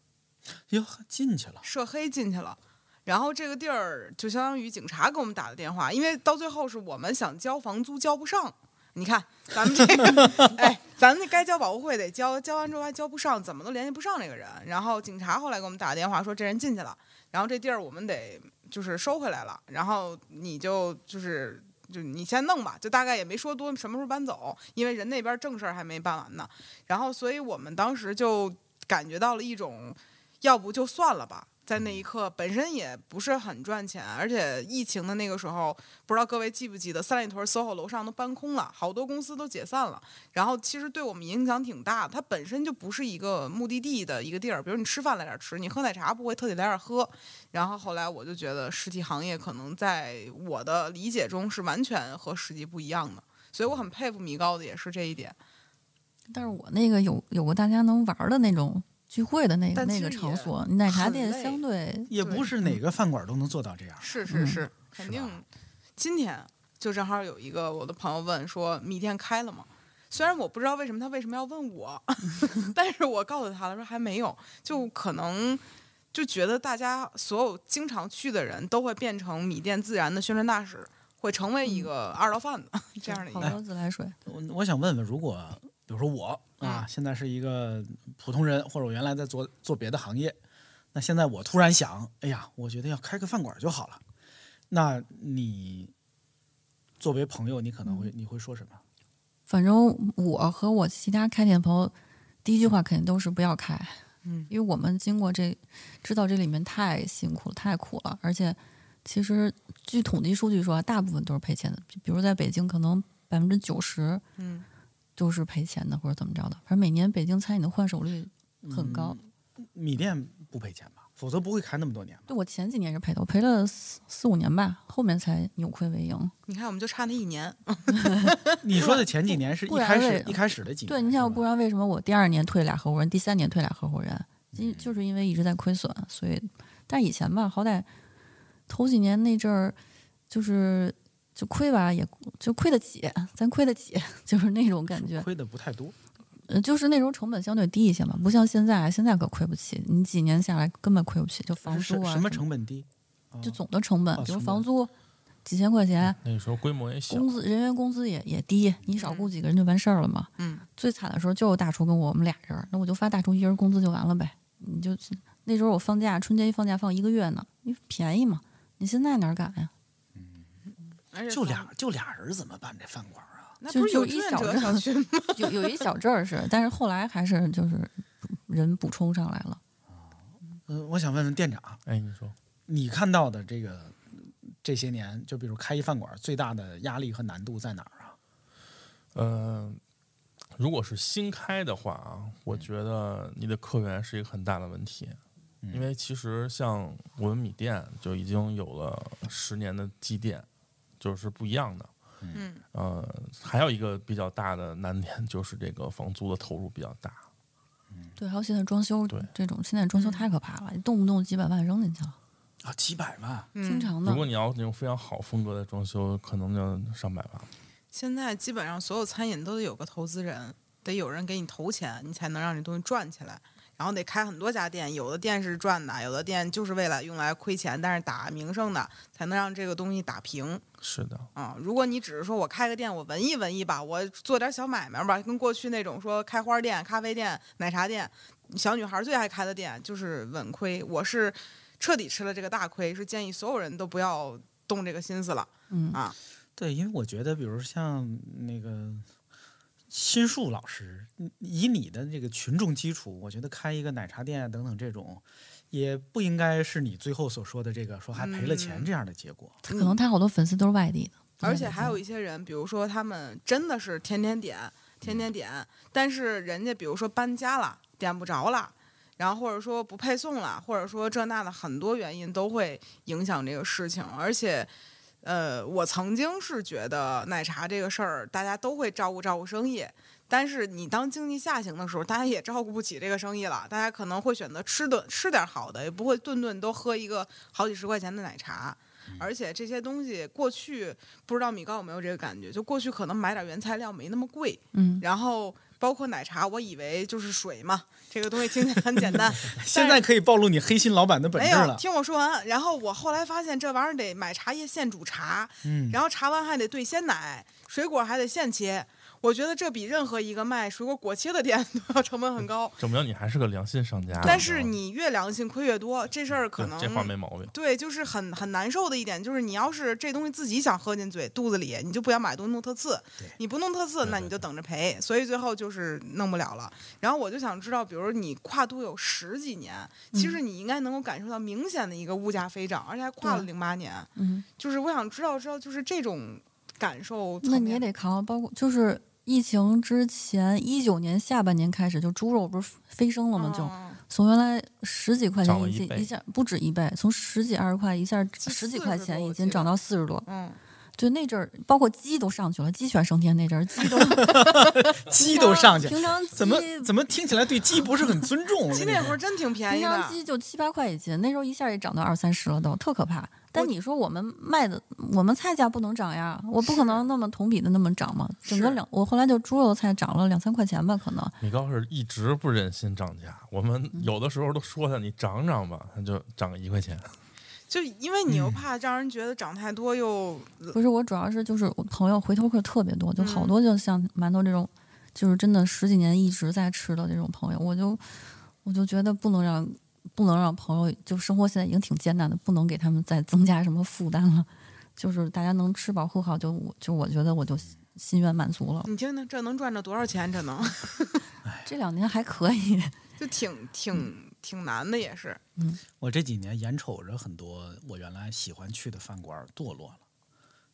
[SPEAKER 5] 哟，进去了。
[SPEAKER 6] 涉黑进去了，然后这个地儿就相当于警察给我们打的电话，因为到最后是我们想交房租交不上。你看，咱们这个，哎，咱们该交保护费得交，交完之后还交不上，怎么都联系不上这个人。然后警察后来给我们打个电话说，这人进去了，然后这地儿我们得就是收回来了，然后你就就是就你先弄吧，就大概也没说多什么时候搬走，因为人那边正事儿还没办完呢。然后，所以我们当时就感觉到了一种，要不就算了吧。在那一刻，本身也不是很赚钱，而且疫情的那个时候，不知道各位记不记得，三里屯 SOHO 楼上都搬空了，好多公司都解散了。然后其实对我们影响挺大的，它本身就不是一个目的地的一个地儿，比如你吃饭来这儿吃，你喝奶茶不会特地来这儿喝。然后后来我就觉得实体行业可能在我的理解中是完全和实际不一样的，所以我很佩服米高的也是这一点。
[SPEAKER 7] 但是我那个有有过大家能玩儿的那种聚会的那个
[SPEAKER 6] 但
[SPEAKER 7] 那
[SPEAKER 6] 其
[SPEAKER 7] 个
[SPEAKER 6] 实
[SPEAKER 7] 场
[SPEAKER 6] 也
[SPEAKER 7] 所，奶茶
[SPEAKER 6] 很
[SPEAKER 7] 店
[SPEAKER 6] 累
[SPEAKER 7] 相对
[SPEAKER 5] 也不是哪个饭馆都能做到这样。
[SPEAKER 6] 是
[SPEAKER 7] 嗯
[SPEAKER 6] 是是，肯
[SPEAKER 5] 吧
[SPEAKER 6] 定。今天就正好有一个我的朋友问说，米店开了吗？虽然我不知道为什么他为什么要问我， 但是我告诉他了，说还没有，就可能就觉得大家所有经常去的人都会变成米店自然的宣传大使，会成为一个二道贩子 这样的一
[SPEAKER 7] 嗯好
[SPEAKER 6] 个。
[SPEAKER 7] 多自来水，
[SPEAKER 5] 我我想问问，如果比如说我
[SPEAKER 7] 嗯
[SPEAKER 5] 啊，现在是一个普通人，或者我原来在做做别的行业，那现在我突然想，哎呀，我觉得要开个饭馆就好了。那你作为朋友，你可能
[SPEAKER 7] 嗯
[SPEAKER 5] 会、你会说什么？
[SPEAKER 7] 反正我和我其他开店朋友，第一句话肯定都是不要开，
[SPEAKER 6] 嗯
[SPEAKER 7] 因为我们经过这，知道这里面太辛苦了，太苦了，而且其实据统计数据说啊，大部分都是赔钱的，比比如在北京，可能百分之九十
[SPEAKER 6] 嗯，
[SPEAKER 7] 都是赔钱的，或者怎么着的，反正每年北京餐饮的换手率很高。
[SPEAKER 5] 米店不赔钱吧？否则不会开那么多年吧？
[SPEAKER 7] 对我前几年是赔的，我赔了四四五年吧，后面才扭亏为盈。
[SPEAKER 6] 你看我们就差那一年，
[SPEAKER 5] 你说的前几年是一
[SPEAKER 7] 呃不然
[SPEAKER 5] 开
[SPEAKER 7] 为
[SPEAKER 5] 始
[SPEAKER 7] 了
[SPEAKER 5] 一开始的几年，
[SPEAKER 7] 对，你
[SPEAKER 5] 是吧
[SPEAKER 7] 想，不然为什么我第二年退俩合伙人，第三年退俩合伙人？
[SPEAKER 5] 嗯
[SPEAKER 7] 因就是因为一直在亏损，所以，但以前吧，好歹头几年那阵儿，就是就亏吧，也就亏得起，咱亏得起， 就是那种感觉，
[SPEAKER 5] 亏的不太多。
[SPEAKER 7] 呃就是那时候成本相对低一些嘛，不像现在，现在可亏不起，你几年下来根本亏不起，就房
[SPEAKER 5] 是
[SPEAKER 7] 租
[SPEAKER 5] 什
[SPEAKER 7] 啊
[SPEAKER 5] 么
[SPEAKER 7] 什么
[SPEAKER 5] 成本低？啊
[SPEAKER 7] 就总的成本
[SPEAKER 5] 哦，
[SPEAKER 7] 比如
[SPEAKER 5] 成本嗯
[SPEAKER 7] 房租几千块钱，
[SPEAKER 8] 那个时候规模也小，
[SPEAKER 7] 工资人员工资也也低，你少雇几个人就完事儿了嘛。
[SPEAKER 6] 嗯，
[SPEAKER 7] 最惨的时候就是大厨跟我我们俩人儿，那我就发大厨一人工资就完了呗。你就那时候我放假，春节一放假放一个月呢，你便宜嘛。你现在哪儿敢呀、
[SPEAKER 6] 而且
[SPEAKER 5] 就
[SPEAKER 6] 咱
[SPEAKER 5] 俩就俩人怎么办这饭馆啊？
[SPEAKER 6] 那
[SPEAKER 7] 就
[SPEAKER 6] 不是
[SPEAKER 7] 就
[SPEAKER 6] 有
[SPEAKER 7] 一
[SPEAKER 6] 志愿
[SPEAKER 7] 小
[SPEAKER 6] 者
[SPEAKER 7] 阵
[SPEAKER 6] 小区 吗？
[SPEAKER 7] 有有一小阵儿是，但是后来还是就是人补充上来了。
[SPEAKER 5] 嗯、我想问问店长，
[SPEAKER 8] 哎，你说
[SPEAKER 5] 你看到的这个这些年，就比如开一饭馆，最大的压力和难度在哪儿啊？
[SPEAKER 8] 呃，如果是新开的话啊，我觉得你的客源是一个很大的问题，因为其实像我们米店就已经有了十年的积淀，就是不一样的。
[SPEAKER 6] 嗯，
[SPEAKER 8] 呃，还有一个比较大的难点就是这个房租的投入比较大。
[SPEAKER 7] 对，还有现在装修
[SPEAKER 8] 对
[SPEAKER 7] 这种，现在装
[SPEAKER 6] 嗯
[SPEAKER 7] 修太可怕了，你动不动几百万扔进去了，
[SPEAKER 5] 啊，几百万，
[SPEAKER 7] 经
[SPEAKER 6] 嗯，
[SPEAKER 7] 常的
[SPEAKER 8] 如。果你要那种非常好风格的装修，可能就上百万。
[SPEAKER 6] 现在基本上所有餐饮都得有个投资人，得有人给你投钱，你才能让这东西赚起来。然后得开很多家店，有的店是赚的，有的店就是为了用来亏钱，但是打名声的，才能让这个东西打平
[SPEAKER 8] 是的，
[SPEAKER 6] 啊、如果你只是说我开个店，我文艺文艺吧，我做点小买卖吧，跟过去那种说开花店、咖啡店、奶茶店，小女孩最爱开的店就是稳亏。我是彻底吃了这个大亏，是建议所有人都不要动这个心思了。
[SPEAKER 7] 嗯
[SPEAKER 6] 啊
[SPEAKER 5] 对，因为我觉得，比如像那个新树老师，嗯以你的这个群众基础，我觉得开一个奶茶店啊等等这种，也不应该是你最后所说的这个说还赔了钱
[SPEAKER 6] 嗯
[SPEAKER 5] 这样的结果。，
[SPEAKER 7] 可能他好多粉丝都是外地的，不在
[SPEAKER 6] 而且
[SPEAKER 7] 北
[SPEAKER 6] 还
[SPEAKER 7] 京
[SPEAKER 6] 有一些人，比如说他们真的是天天点，天
[SPEAKER 7] 嗯
[SPEAKER 6] 天点，但是人家比如说搬家了，点不着了，然后或者说不配送了，或者说这那的很多原因都会影响这个事情。而且，呃，我曾经是觉得奶茶这个事儿，大家都会照顾照顾生意。但是你当经济下行的时候，大家也照顾不起这个生意了，大家可能会选择吃顿吃点好的，也不会顿顿都喝一个好几十块钱的奶茶。
[SPEAKER 7] 嗯
[SPEAKER 6] 而且这些东西过去不知道米高有没有这个感觉，就过去可能买点原材料没那么贵，
[SPEAKER 7] 嗯，
[SPEAKER 6] 然后包括奶茶，我以为就是水嘛，这个东西听起来很简单
[SPEAKER 5] 现在可以暴露你黑心老板的本
[SPEAKER 6] 没
[SPEAKER 5] 质
[SPEAKER 6] 有
[SPEAKER 5] 了。
[SPEAKER 6] 听我说完。然后我后来发现这玩意儿得买茶叶现煮茶，
[SPEAKER 5] 嗯，
[SPEAKER 6] 然后茶完还得兑鲜奶，水果还得现切。我觉得这比任何一个卖水果果切的店 都要成本很高。
[SPEAKER 8] 证明你还是个良心商
[SPEAKER 5] 嗯
[SPEAKER 8] 家。啊
[SPEAKER 6] 但是你越良心亏越多，这事儿可
[SPEAKER 8] 对
[SPEAKER 6] 能
[SPEAKER 8] 这话没毛病。
[SPEAKER 6] 对，就是很很难受的一点，就是你要是这东西自己想喝进嘴肚子里，你就不想买东西弄特次，你不弄特次，那你就等着赔，所以最后就是弄不了了。然后我就想知道，比如你跨度有十几年，其实你应该能够感受到明显的一个物价飞涨，而且还跨了零八年，
[SPEAKER 7] 嗯，
[SPEAKER 6] 就是我想知道知道就是这种感受层面。
[SPEAKER 7] 那你也得扛，啊包括就是疫情之前，一九年下半年开始，就猪肉不是飞升了吗？就
[SPEAKER 6] 嗯
[SPEAKER 7] 从原来十几块
[SPEAKER 8] 涨了
[SPEAKER 7] 钱
[SPEAKER 8] 一
[SPEAKER 7] 一斤，
[SPEAKER 8] 倍
[SPEAKER 7] 一下不止一倍，从十几二十块一下
[SPEAKER 6] 是
[SPEAKER 7] 十几
[SPEAKER 6] 40
[SPEAKER 7] 块
[SPEAKER 6] 多
[SPEAKER 7] 钱
[SPEAKER 6] 我
[SPEAKER 7] 已
[SPEAKER 6] 记
[SPEAKER 7] 经
[SPEAKER 6] 得
[SPEAKER 7] 涨到四十多，
[SPEAKER 6] 嗯，
[SPEAKER 7] 就那阵儿，包括鸡都上去了，鸡犬升天那阵 儿，鸡都
[SPEAKER 5] 鸡都上去，
[SPEAKER 7] 平常鸡
[SPEAKER 5] 怎么怎么听起来对鸡不是很尊重？我
[SPEAKER 6] 其实
[SPEAKER 5] 跟你
[SPEAKER 6] 那会
[SPEAKER 5] 说
[SPEAKER 6] 儿真挺便
[SPEAKER 7] 平
[SPEAKER 6] 宜的啊
[SPEAKER 7] 常，鸡就七八块一斤，那时候一下也涨到二三十了都，特可怕。但你说我们卖的，我们菜价不能涨呀，我不可能那么同比的那么涨嘛。整个
[SPEAKER 6] 是
[SPEAKER 7] 两，我后来就猪肉菜涨了两三块钱吧，可能。
[SPEAKER 8] 米高是一直不忍心涨价，我们
[SPEAKER 7] 嗯
[SPEAKER 8] 有的时候都说他，你涨涨吧，他就涨个一块钱。
[SPEAKER 6] 就因为你又怕让人觉得涨太多又
[SPEAKER 7] 不是，我主要是就是我朋友回头客特别多，就好
[SPEAKER 6] 嗯
[SPEAKER 7] 多就像馒头这种，就是真的十几年一直在吃的这种朋友，我就我就觉得不能让不能让朋友就生活现在已经挺艰难的，不能给他们再增加什么负担了，就是大家能吃饱喝好就我就我觉得我就心心愿满足了。
[SPEAKER 6] 你听听这能赚着多少钱？这能
[SPEAKER 7] 这两年还可以，
[SPEAKER 6] 就挺挺挺难的，也是。
[SPEAKER 5] 我这几年眼瞅着很多我原来喜欢去的饭馆堕落了，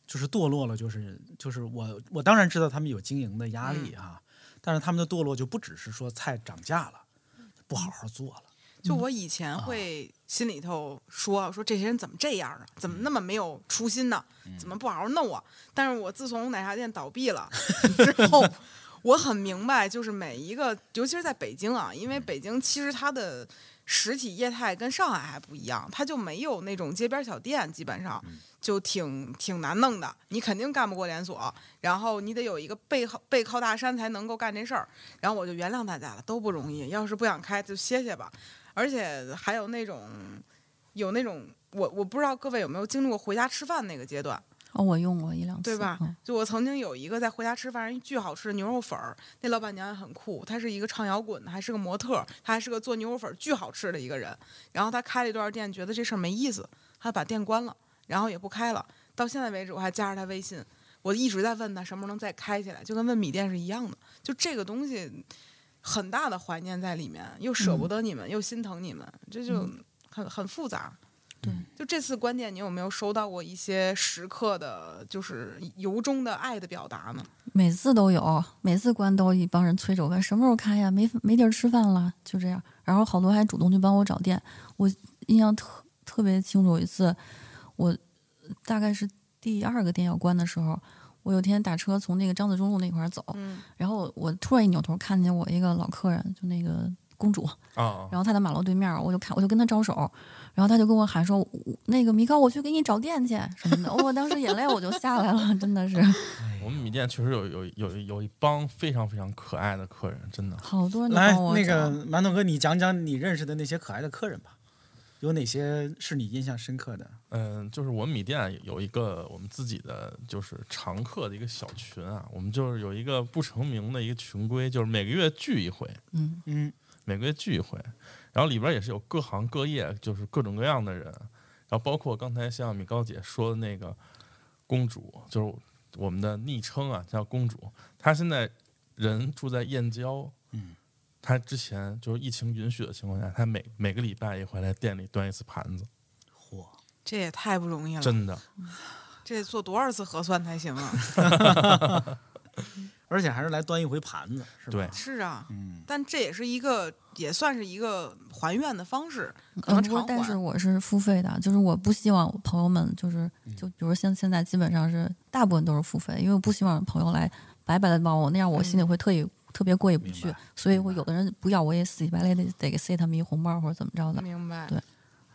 [SPEAKER 5] 就是堕落了，就是就是我我当然知道他们有经营的压
[SPEAKER 7] 嗯
[SPEAKER 5] 力啊，但是他们的堕落就不只是说菜涨价了，不好好做了。
[SPEAKER 6] 就我以前会心里头说说这些人怎么这样啊，怎么那么没有初心呢？怎么不好好弄啊？但是我自从奶茶店倒闭了之后，我很明白，就是每一个，尤其是在北京啊，因为北京其实它的实体业态跟上海还不一样，它就没有那种街边小店，基本上就挺挺难弄的。你肯定干不过连锁，然后你得有一个背靠背靠大山才能够干这事儿。然后我就原谅大家了，都不容易。要是不想开就歇歇吧。而且还有那种有那种我我不知道各位有没有经历过回家吃饭那个阶段，
[SPEAKER 7] 哦，我用过一两次，
[SPEAKER 6] 对吧
[SPEAKER 7] 嗯？
[SPEAKER 6] 就我曾经有一个在回家吃饭，人巨好吃的牛肉粉儿，那老板娘也很酷，她是一个唱摇滚的，还是个模特儿，她还是个做牛肉粉儿巨好吃的一个人。然后她开了一段店，觉得这事儿没意思，她把店关了，然后也不开了。到现在为止，我还加着她微信，我一直在问她什么时候能再开起来，就跟问米店是一样的。就这个东西，很大的怀念在里面，又舍不得你们，又心疼你们，这就很很复杂。
[SPEAKER 7] 对，
[SPEAKER 6] 就这次观点，你有没有收到过一些时刻的，就是由衷的爱的表达呢？
[SPEAKER 7] 每次都有，每次关都一帮人催着我问哎什么时候开呀，没没地儿吃饭了，就这样。然后好多还主动去帮我找店，我印象特特别清楚。有一次，我大概是第二个店要关的时候，我有天打车从那个张自忠路那块儿走，
[SPEAKER 6] 嗯
[SPEAKER 7] 然后我突然一扭头看见我一个老客人，就那个公主，
[SPEAKER 8] 啊，
[SPEAKER 7] 然后他在马路对面儿，我就看，我就跟他招手，然后他就跟我喊说：“我那个米高，我去给你找店去什么的。我当时眼泪我就下来了，真的是
[SPEAKER 8] 哎我们米店确实有有有有一帮非常非常可爱的客人，真的。
[SPEAKER 7] 好多人 都
[SPEAKER 5] 来
[SPEAKER 7] 嗯帮，我
[SPEAKER 5] 那个
[SPEAKER 7] 找
[SPEAKER 5] 馒头哥，你讲讲你认识的那些可爱的客人吧，有哪些是你印象深刻的？
[SPEAKER 8] 嗯，就是我们米店有一个我们自己的就是常客的一个小群啊，我们就是有一个不成名的一个群规，就是每个月聚一回，
[SPEAKER 7] 嗯
[SPEAKER 5] 嗯，
[SPEAKER 8] 每个月聚一回，然后里边也是有各行各业，就是各种各样的人，然后包括刚才像米高姐说的那个公主，就是我们的昵称啊，叫公主。她现在人住在燕郊，
[SPEAKER 5] 嗯，
[SPEAKER 8] 她之前就是疫情允许的情况下，她每每个礼拜也会来店里端一次盘子，
[SPEAKER 5] 嚯，
[SPEAKER 6] 这也太不
[SPEAKER 5] 嗯
[SPEAKER 6] 容易了，
[SPEAKER 8] 真的。
[SPEAKER 6] 这得做多少次核酸才行啊？
[SPEAKER 5] 而且还是来端一回盘子，是吧？
[SPEAKER 8] 对，
[SPEAKER 6] 是啊，
[SPEAKER 5] 嗯，
[SPEAKER 6] 但这也是一个，也算是一个还愿的方式，可
[SPEAKER 7] 嗯，
[SPEAKER 6] 能
[SPEAKER 7] 不过
[SPEAKER 6] 偿
[SPEAKER 7] 但是
[SPEAKER 6] 还。
[SPEAKER 7] 我是付费的，就是我不希望朋友们就是
[SPEAKER 5] 嗯
[SPEAKER 7] 就比如现现在基本上是大部分都是付费，因为我不希望朋友来白白的帮我，那样我心里会特意、特别过意不去
[SPEAKER 5] 明白，
[SPEAKER 7] 所以我有的人不要我也死乞白赖的得给塞他们一红包或者怎么
[SPEAKER 6] 嗯
[SPEAKER 7] 着的。
[SPEAKER 6] 明白
[SPEAKER 7] 对，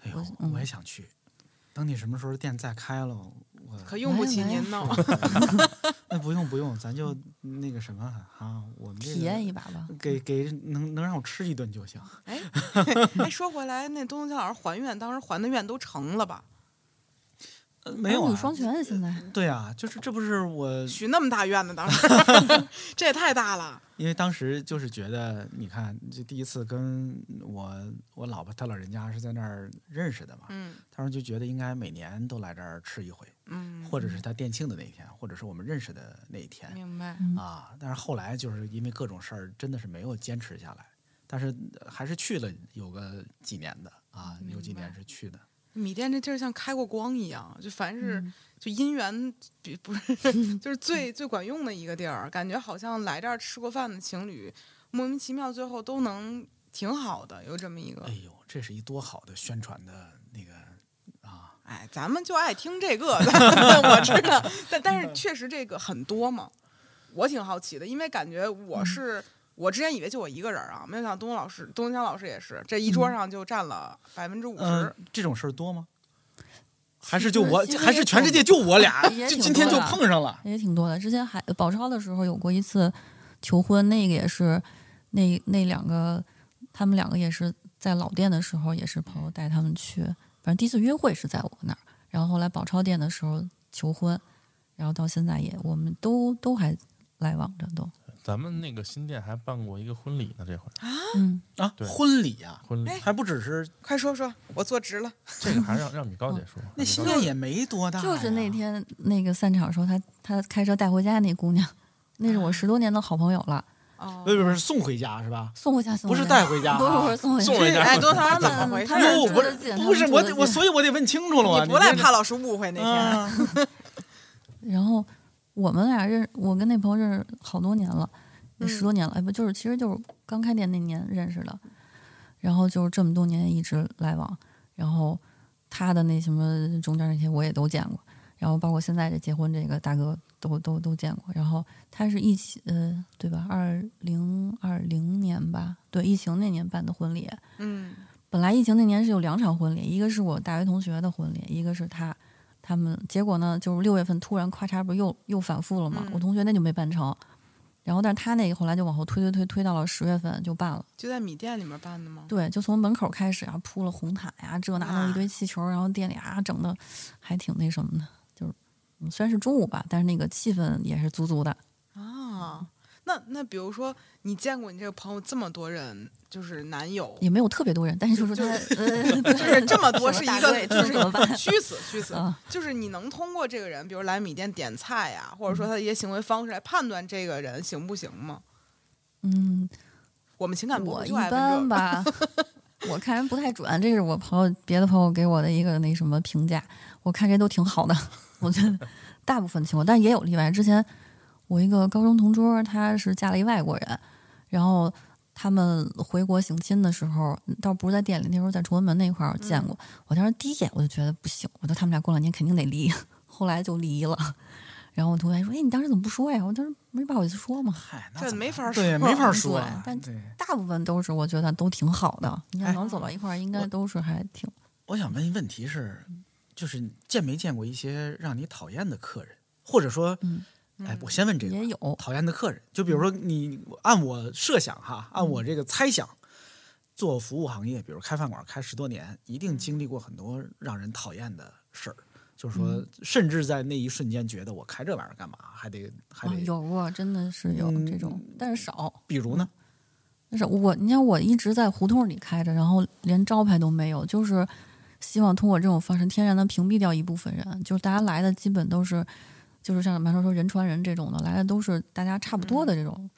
[SPEAKER 5] 哎呦
[SPEAKER 7] 我，嗯
[SPEAKER 5] 我也想去。等你什么时候店再开了，我
[SPEAKER 6] 可用不起
[SPEAKER 7] 来呀
[SPEAKER 6] 您呢。
[SPEAKER 5] 那不用不用，咱就那个什么啊，我们这
[SPEAKER 7] 体验
[SPEAKER 5] 个
[SPEAKER 7] 一把吧。
[SPEAKER 5] 给给能能让我吃一顿就行。
[SPEAKER 6] 哎， 哎，说回来，那东东强老师还愿，当时还的愿都成了吧？
[SPEAKER 5] 呃没有
[SPEAKER 7] 儿女
[SPEAKER 5] 啊，
[SPEAKER 7] 双全现在
[SPEAKER 5] 对啊，就是这不是我，
[SPEAKER 6] 许那么大愿呢，当时 这也太大了。
[SPEAKER 5] 因为当时就是觉得，你看，就第一次跟我我老婆她老人家是在那儿认识的嘛，
[SPEAKER 6] 嗯
[SPEAKER 5] 当时就觉得应该每年都来这儿吃一回，
[SPEAKER 6] 嗯，
[SPEAKER 5] 或者是她店庆的那一天，或者是我们认识的那一天，
[SPEAKER 6] 明白。
[SPEAKER 5] 啊，但是后来就是因为各种事儿，真的是没有坚持下来。但是呃还是去了有个几年的啊，有几
[SPEAKER 6] 明
[SPEAKER 5] 年
[SPEAKER 6] 白
[SPEAKER 5] 是去的。
[SPEAKER 6] 米店这地儿像开过光一样，就凡是、
[SPEAKER 5] 嗯
[SPEAKER 6] 就姻缘比不 是就是最最管用的一个地儿，感觉好像来这儿吃过饭的情侣，莫名其妙最后都能挺好的，有这么一个
[SPEAKER 5] 哎。呦，这是一多好的宣传的那个啊！
[SPEAKER 6] 哎，咱们就爱听这个， 我知道，但但
[SPEAKER 5] 嗯
[SPEAKER 6] 是确实这个很多嘛，我挺好奇的，因为感觉
[SPEAKER 5] 嗯
[SPEAKER 6] 我是、我之前以为就我一个人啊，没有想到东东老师、东东强老师也是，这一桌上就占了百分之五
[SPEAKER 5] 嗯
[SPEAKER 6] 十，，
[SPEAKER 5] 这种事儿多吗？还
[SPEAKER 7] 其
[SPEAKER 5] 是就
[SPEAKER 7] 实
[SPEAKER 5] 我
[SPEAKER 7] 其，实
[SPEAKER 5] 还
[SPEAKER 7] 也
[SPEAKER 5] 是全
[SPEAKER 7] 挺
[SPEAKER 5] 世界就我俩，
[SPEAKER 7] 也
[SPEAKER 5] 就
[SPEAKER 7] 挺
[SPEAKER 5] 今天
[SPEAKER 7] 多
[SPEAKER 5] 就
[SPEAKER 7] 的
[SPEAKER 5] 碰上了。
[SPEAKER 7] 也挺多的。之前还宝钞的时候有过一次求婚，那个也是那那两个他们两个也是在老店的时候，也是朋友带他们去，反正第一次约会是在我那儿，然后后来宝钞店的时候求婚，然后到现在也我们都都还来往着都，
[SPEAKER 8] 咱们那个新店还办过一个婚礼呢，这回
[SPEAKER 7] 嗯，
[SPEAKER 5] 啊，
[SPEAKER 8] 对
[SPEAKER 5] 婚礼啊，
[SPEAKER 8] 婚礼
[SPEAKER 6] 哎
[SPEAKER 5] 还不只是
[SPEAKER 6] 快说说，我坐直了，
[SPEAKER 8] 这个还让让米高姐说。
[SPEAKER 5] 哦那新店也没多大呀，
[SPEAKER 7] 就是那天那个散场的时候，他他开车带回家那姑娘，那是我十多年的好朋友了，
[SPEAKER 6] 哦
[SPEAKER 5] 不，是不是送回家是吧？
[SPEAKER 7] 送回家送
[SPEAKER 5] 不
[SPEAKER 7] 回
[SPEAKER 5] 是
[SPEAKER 7] 家
[SPEAKER 5] 带回家啊，
[SPEAKER 7] 不是不是送回家
[SPEAKER 5] 送回家
[SPEAKER 6] 哎，东强老师怎么回事
[SPEAKER 7] 他们
[SPEAKER 5] 哟，
[SPEAKER 6] 儿？
[SPEAKER 7] 是值
[SPEAKER 5] 不
[SPEAKER 7] 得
[SPEAKER 5] 是
[SPEAKER 7] 进他
[SPEAKER 5] 不
[SPEAKER 7] 们
[SPEAKER 5] 是
[SPEAKER 7] 值
[SPEAKER 5] 我
[SPEAKER 7] 得
[SPEAKER 5] 得我，
[SPEAKER 7] 进
[SPEAKER 5] 所以我得问清楚了啊。
[SPEAKER 6] 你不赖
[SPEAKER 5] 这
[SPEAKER 6] 怕老师误会那天，
[SPEAKER 7] 嗯
[SPEAKER 5] 啊
[SPEAKER 7] 然后我们俩认，我跟那朋友认识好多年了，也
[SPEAKER 6] 嗯
[SPEAKER 7] 十多年了，哎不就是其实就是刚开店那年认识的，然后就是这么多年一直来往，然后他的那什么中间那些我也都见过，然后包括现在这结婚这个大哥都都都见过，然后他是一起呃对吧？二零二零年吧，对疫情那年办的婚礼，
[SPEAKER 6] 嗯，
[SPEAKER 7] 本来疫情那年是有两场婚礼，一个是我大学同学的婚礼，一个是他他们。结果呢，就是六月份突然咔嚓，不是又又反复了嘛？
[SPEAKER 6] 嗯
[SPEAKER 7] 我同学那就没办成，然后但是他那个后来就往后推推推推到了十月份就办了。
[SPEAKER 6] 就在米店里面办的吗？
[SPEAKER 7] 对，就从门口开始啊，铺了红毯呀、这那
[SPEAKER 6] 哇
[SPEAKER 7] 弄一堆气球，然后店里啊整的还挺那什么的，就是嗯虽然是中午吧，但是那个气氛也是足足的。
[SPEAKER 6] 啊，那那比如说你见过你这个朋友这么多人，就是男友，
[SPEAKER 7] 也没有特别多人，但是就说他
[SPEAKER 6] 就
[SPEAKER 7] 呃
[SPEAKER 6] 是这么多是一
[SPEAKER 7] 大队
[SPEAKER 6] 个，就
[SPEAKER 7] 这是
[SPEAKER 6] 是
[SPEAKER 7] 怎么办？
[SPEAKER 6] 虚死虚死
[SPEAKER 7] 啊，
[SPEAKER 6] 就是你能通过这个人，比如来米店点菜呀，或者说他的一些行为方式来判断这个人行不行吗？
[SPEAKER 7] 嗯，
[SPEAKER 6] 我们情感博
[SPEAKER 7] 我
[SPEAKER 6] 主
[SPEAKER 7] 一
[SPEAKER 6] 就爱问
[SPEAKER 7] 般
[SPEAKER 6] 这个，
[SPEAKER 7] 吧，我看人不太准，这是我朋友别的朋友给我的一个那什么评价，我看谁都挺好的， 我觉得大部分情况，但也有例外。之前我一个高中同桌，她是嫁了一外国人，然后他们回国行亲的时候，倒不是在店里，那时候在崇文门那块儿
[SPEAKER 6] 嗯
[SPEAKER 7] 见过。我当时第一眼我就觉得不行，我说他们俩过两年肯定得离， 后来就离了。 然后我同学说：“哎，你当时怎么不说呀？”我当时没不好意思说嘛。
[SPEAKER 5] 嗨，那
[SPEAKER 6] 这
[SPEAKER 5] 怎么
[SPEAKER 6] 没法
[SPEAKER 5] 办对，
[SPEAKER 6] 说
[SPEAKER 5] 没法
[SPEAKER 7] 对
[SPEAKER 5] 说啊。
[SPEAKER 7] 但
[SPEAKER 5] 对，
[SPEAKER 7] 大部分都是我觉得都挺好的，你
[SPEAKER 5] 哎
[SPEAKER 7] 看能走到一块儿，应该都是还挺。
[SPEAKER 5] 我想问，问题是，就是见没见过一些让你讨厌的客人，或者说，
[SPEAKER 7] 嗯
[SPEAKER 5] 哎，我先问这个
[SPEAKER 7] 也
[SPEAKER 5] 吧
[SPEAKER 7] 有啊
[SPEAKER 5] 讨厌的客人，就比如说你按我设想哈，按我
[SPEAKER 7] 嗯
[SPEAKER 5] 这个猜想，做服务行业，比如开饭馆开十多年，一定经历过很多让人讨厌的事儿。就是
[SPEAKER 7] 嗯
[SPEAKER 5] 说，甚至在那一瞬间觉得我开这玩意儿干嘛？还得还
[SPEAKER 7] 啊
[SPEAKER 5] 得，
[SPEAKER 7] 有过，真的是有
[SPEAKER 5] 嗯
[SPEAKER 7] 这种，但是少。
[SPEAKER 5] 比如呢？
[SPEAKER 7] 但是我，你看我一直在胡同里开着，然后连招牌都没有，就是希望通过这种方式天然的屏蔽掉一部分人。就是大家来的基本都是，就是像马超说人传人这种的，来的都是大家差不多
[SPEAKER 5] 嗯
[SPEAKER 7] 的这种，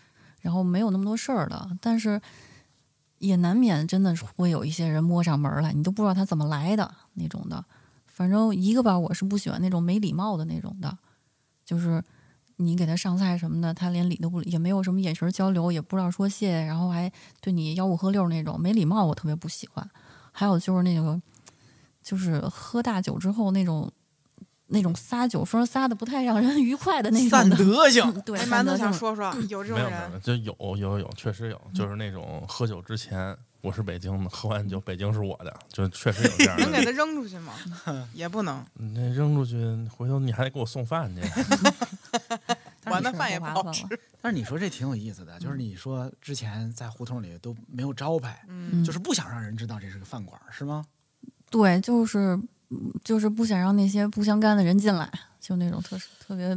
[SPEAKER 7] 然后没有那么多事儿的，但是。也难免真的是会有一些人摸上门来，你都不知道他怎么来的那种的。反正一个吧，我是不喜欢那种没礼貌的那种的，就是你给他上菜什么的，他连理都不理，也没有什么眼神交流，也不知道说谢，然后还对你吆五喝六那种没礼貌，我特别不喜欢。还有就是那个，就是喝大酒之后那种那种撒酒疯，撒的不太让人愉快的那
[SPEAKER 5] 散
[SPEAKER 7] 种的。
[SPEAKER 5] 德 性
[SPEAKER 7] 对，
[SPEAKER 6] 哎，
[SPEAKER 7] 散
[SPEAKER 6] 蛮子
[SPEAKER 7] 德
[SPEAKER 6] 想
[SPEAKER 7] 性
[SPEAKER 6] 说说，有这
[SPEAKER 8] 没
[SPEAKER 6] 种
[SPEAKER 8] 有没有，没
[SPEAKER 6] 人
[SPEAKER 8] 有就有有有，确实有，就是那种喝酒之前我是北京的，喝完酒北京是我的，就确实有这样的
[SPEAKER 6] 能给
[SPEAKER 8] 人。
[SPEAKER 6] 他扔出去吗？ 也不能，
[SPEAKER 8] 你那扔出去，回头你还得给我送饭去。
[SPEAKER 6] 完了饭也不
[SPEAKER 7] 划
[SPEAKER 6] 好
[SPEAKER 7] 算
[SPEAKER 6] 吃
[SPEAKER 7] 了。。
[SPEAKER 5] 但是你说这挺有意思的，
[SPEAKER 7] 嗯
[SPEAKER 5] 就是你说之前在胡同里都没有招牌，
[SPEAKER 6] 嗯
[SPEAKER 5] 就是不想让人知道这是个饭馆，是吗？
[SPEAKER 7] 对，就是嗯就是不想让那些不相干的人进来，就那种特特别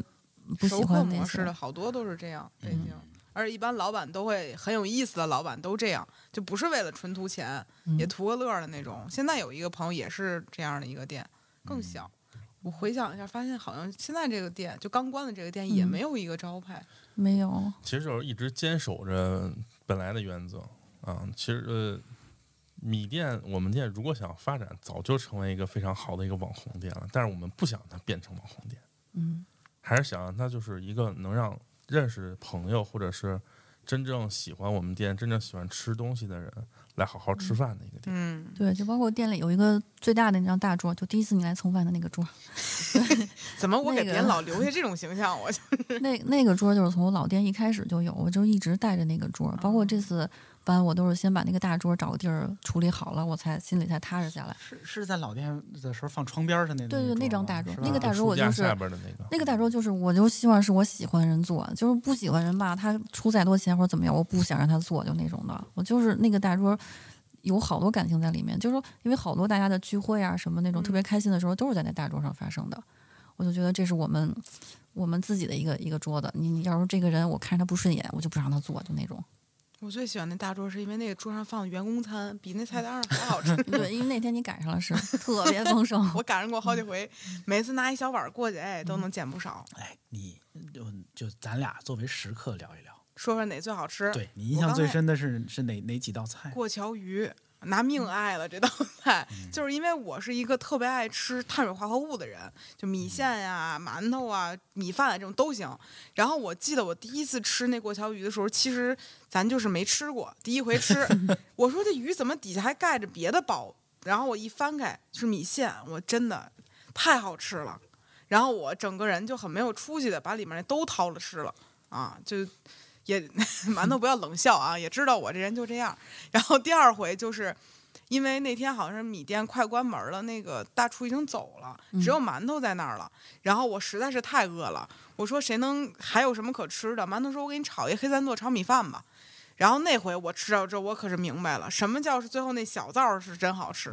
[SPEAKER 7] 不
[SPEAKER 6] 熟
[SPEAKER 7] 喜
[SPEAKER 6] 客
[SPEAKER 7] 欢那
[SPEAKER 6] 模式
[SPEAKER 7] 些
[SPEAKER 6] 的。好多都是这样，北京。而且一般老板都会很有意思的，老板都这样，就不是为了纯图钱，也
[SPEAKER 7] 嗯
[SPEAKER 6] 图个乐儿的那种。现在有一个朋友也是这样的一个店，更小。我回想一下，发现好像现在这个店就刚关的这个店也
[SPEAKER 7] 嗯
[SPEAKER 6] 没有一个招牌。
[SPEAKER 7] 没有，
[SPEAKER 8] 其实就是一直坚守着本来的原则啊。其实呃，米店我们店如果想发展，早就成为一个非常好的一个网红店了，但是我们不想它变成网红店，
[SPEAKER 7] 嗯，
[SPEAKER 8] 还是想让它就是一个能让认识朋友或者是真正喜欢我们店、真正喜欢吃东西的人来好好吃饭的一个店。
[SPEAKER 6] 嗯，
[SPEAKER 7] 对，就包括店里有一个最大的那张大桌，就第一次你来蹭饭的那 个桌，
[SPEAKER 6] 怎么我给
[SPEAKER 7] 那
[SPEAKER 6] 别
[SPEAKER 7] 个
[SPEAKER 6] 人 老留下这种形象？我就
[SPEAKER 7] 那那个桌就是从我老店一开始就有，我就一直带着那个桌，
[SPEAKER 6] 哦
[SPEAKER 7] 包括这次搬，我都是先把那个大桌找个地儿处理好了，我才心里才踏实下来。
[SPEAKER 5] 是是在老店的时候放窗边上的那
[SPEAKER 7] 对对那张大
[SPEAKER 5] 桌
[SPEAKER 7] 桌
[SPEAKER 5] 吗，是吧
[SPEAKER 7] 那个大
[SPEAKER 8] 就
[SPEAKER 7] 桌我
[SPEAKER 8] 书架
[SPEAKER 7] 就是
[SPEAKER 8] 下边的那个，
[SPEAKER 7] 那个大桌就是，我就希望是我喜欢的人做，就是不喜欢人吧，他出再多钱或者怎么样，我不想让他做，就那种的。我就是那个大桌，有好多感情在里面，就是说，因为好多大家的聚会啊，什么那种特别开心的时候，都是在那大桌上发生的。我就觉得这是我们我们自己的一个一个桌子。你你要是这个人我看着他不顺眼，我就不让他做，就那种。
[SPEAKER 6] 我最喜欢那大桌，是因为那个桌上放的员工餐比那菜单上还好吃。
[SPEAKER 7] 对，因为那天你赶上了，是特别丰盛。
[SPEAKER 6] 我赶上过好几回，每次拿一小碗儿过去，哎，都能捡不少。
[SPEAKER 5] 哎，你就就咱俩作为食客聊一聊，
[SPEAKER 6] 说说哪最好吃？
[SPEAKER 5] 对你印
[SPEAKER 6] 我
[SPEAKER 5] 象
[SPEAKER 6] 刚
[SPEAKER 5] 最
[SPEAKER 6] 才
[SPEAKER 5] 深的是是哪哪几道菜？
[SPEAKER 6] 过桥鱼，拿命爱了这道菜， 就是因为我是一个特别爱吃碳水化合物的人，就米线呀、馒头啊、米饭啊这种都行。然后我记得我第一次吃那过桥鱼的时候，其实咱就是没吃过，第一回吃，我说这鱼怎么底下还盖着别的包？然后我一翻开是米线，我真的太好吃了。然后我整个人就很没有出息的把里面的都掏了吃了啊，就也 馒头不要冷笑啊，也知道我这人就这样。然后第二回就是因为那天好像是米店快关门了，那个大厨已经走了，只有馒头在那儿了。然后我实在是太饿了，我说谁能还有什么可吃的？馒头说：“我给你炒一黑三剁炒米饭吧。”然后那回我吃到之后，我可是明白了什么叫是最后那小灶儿是真好吃，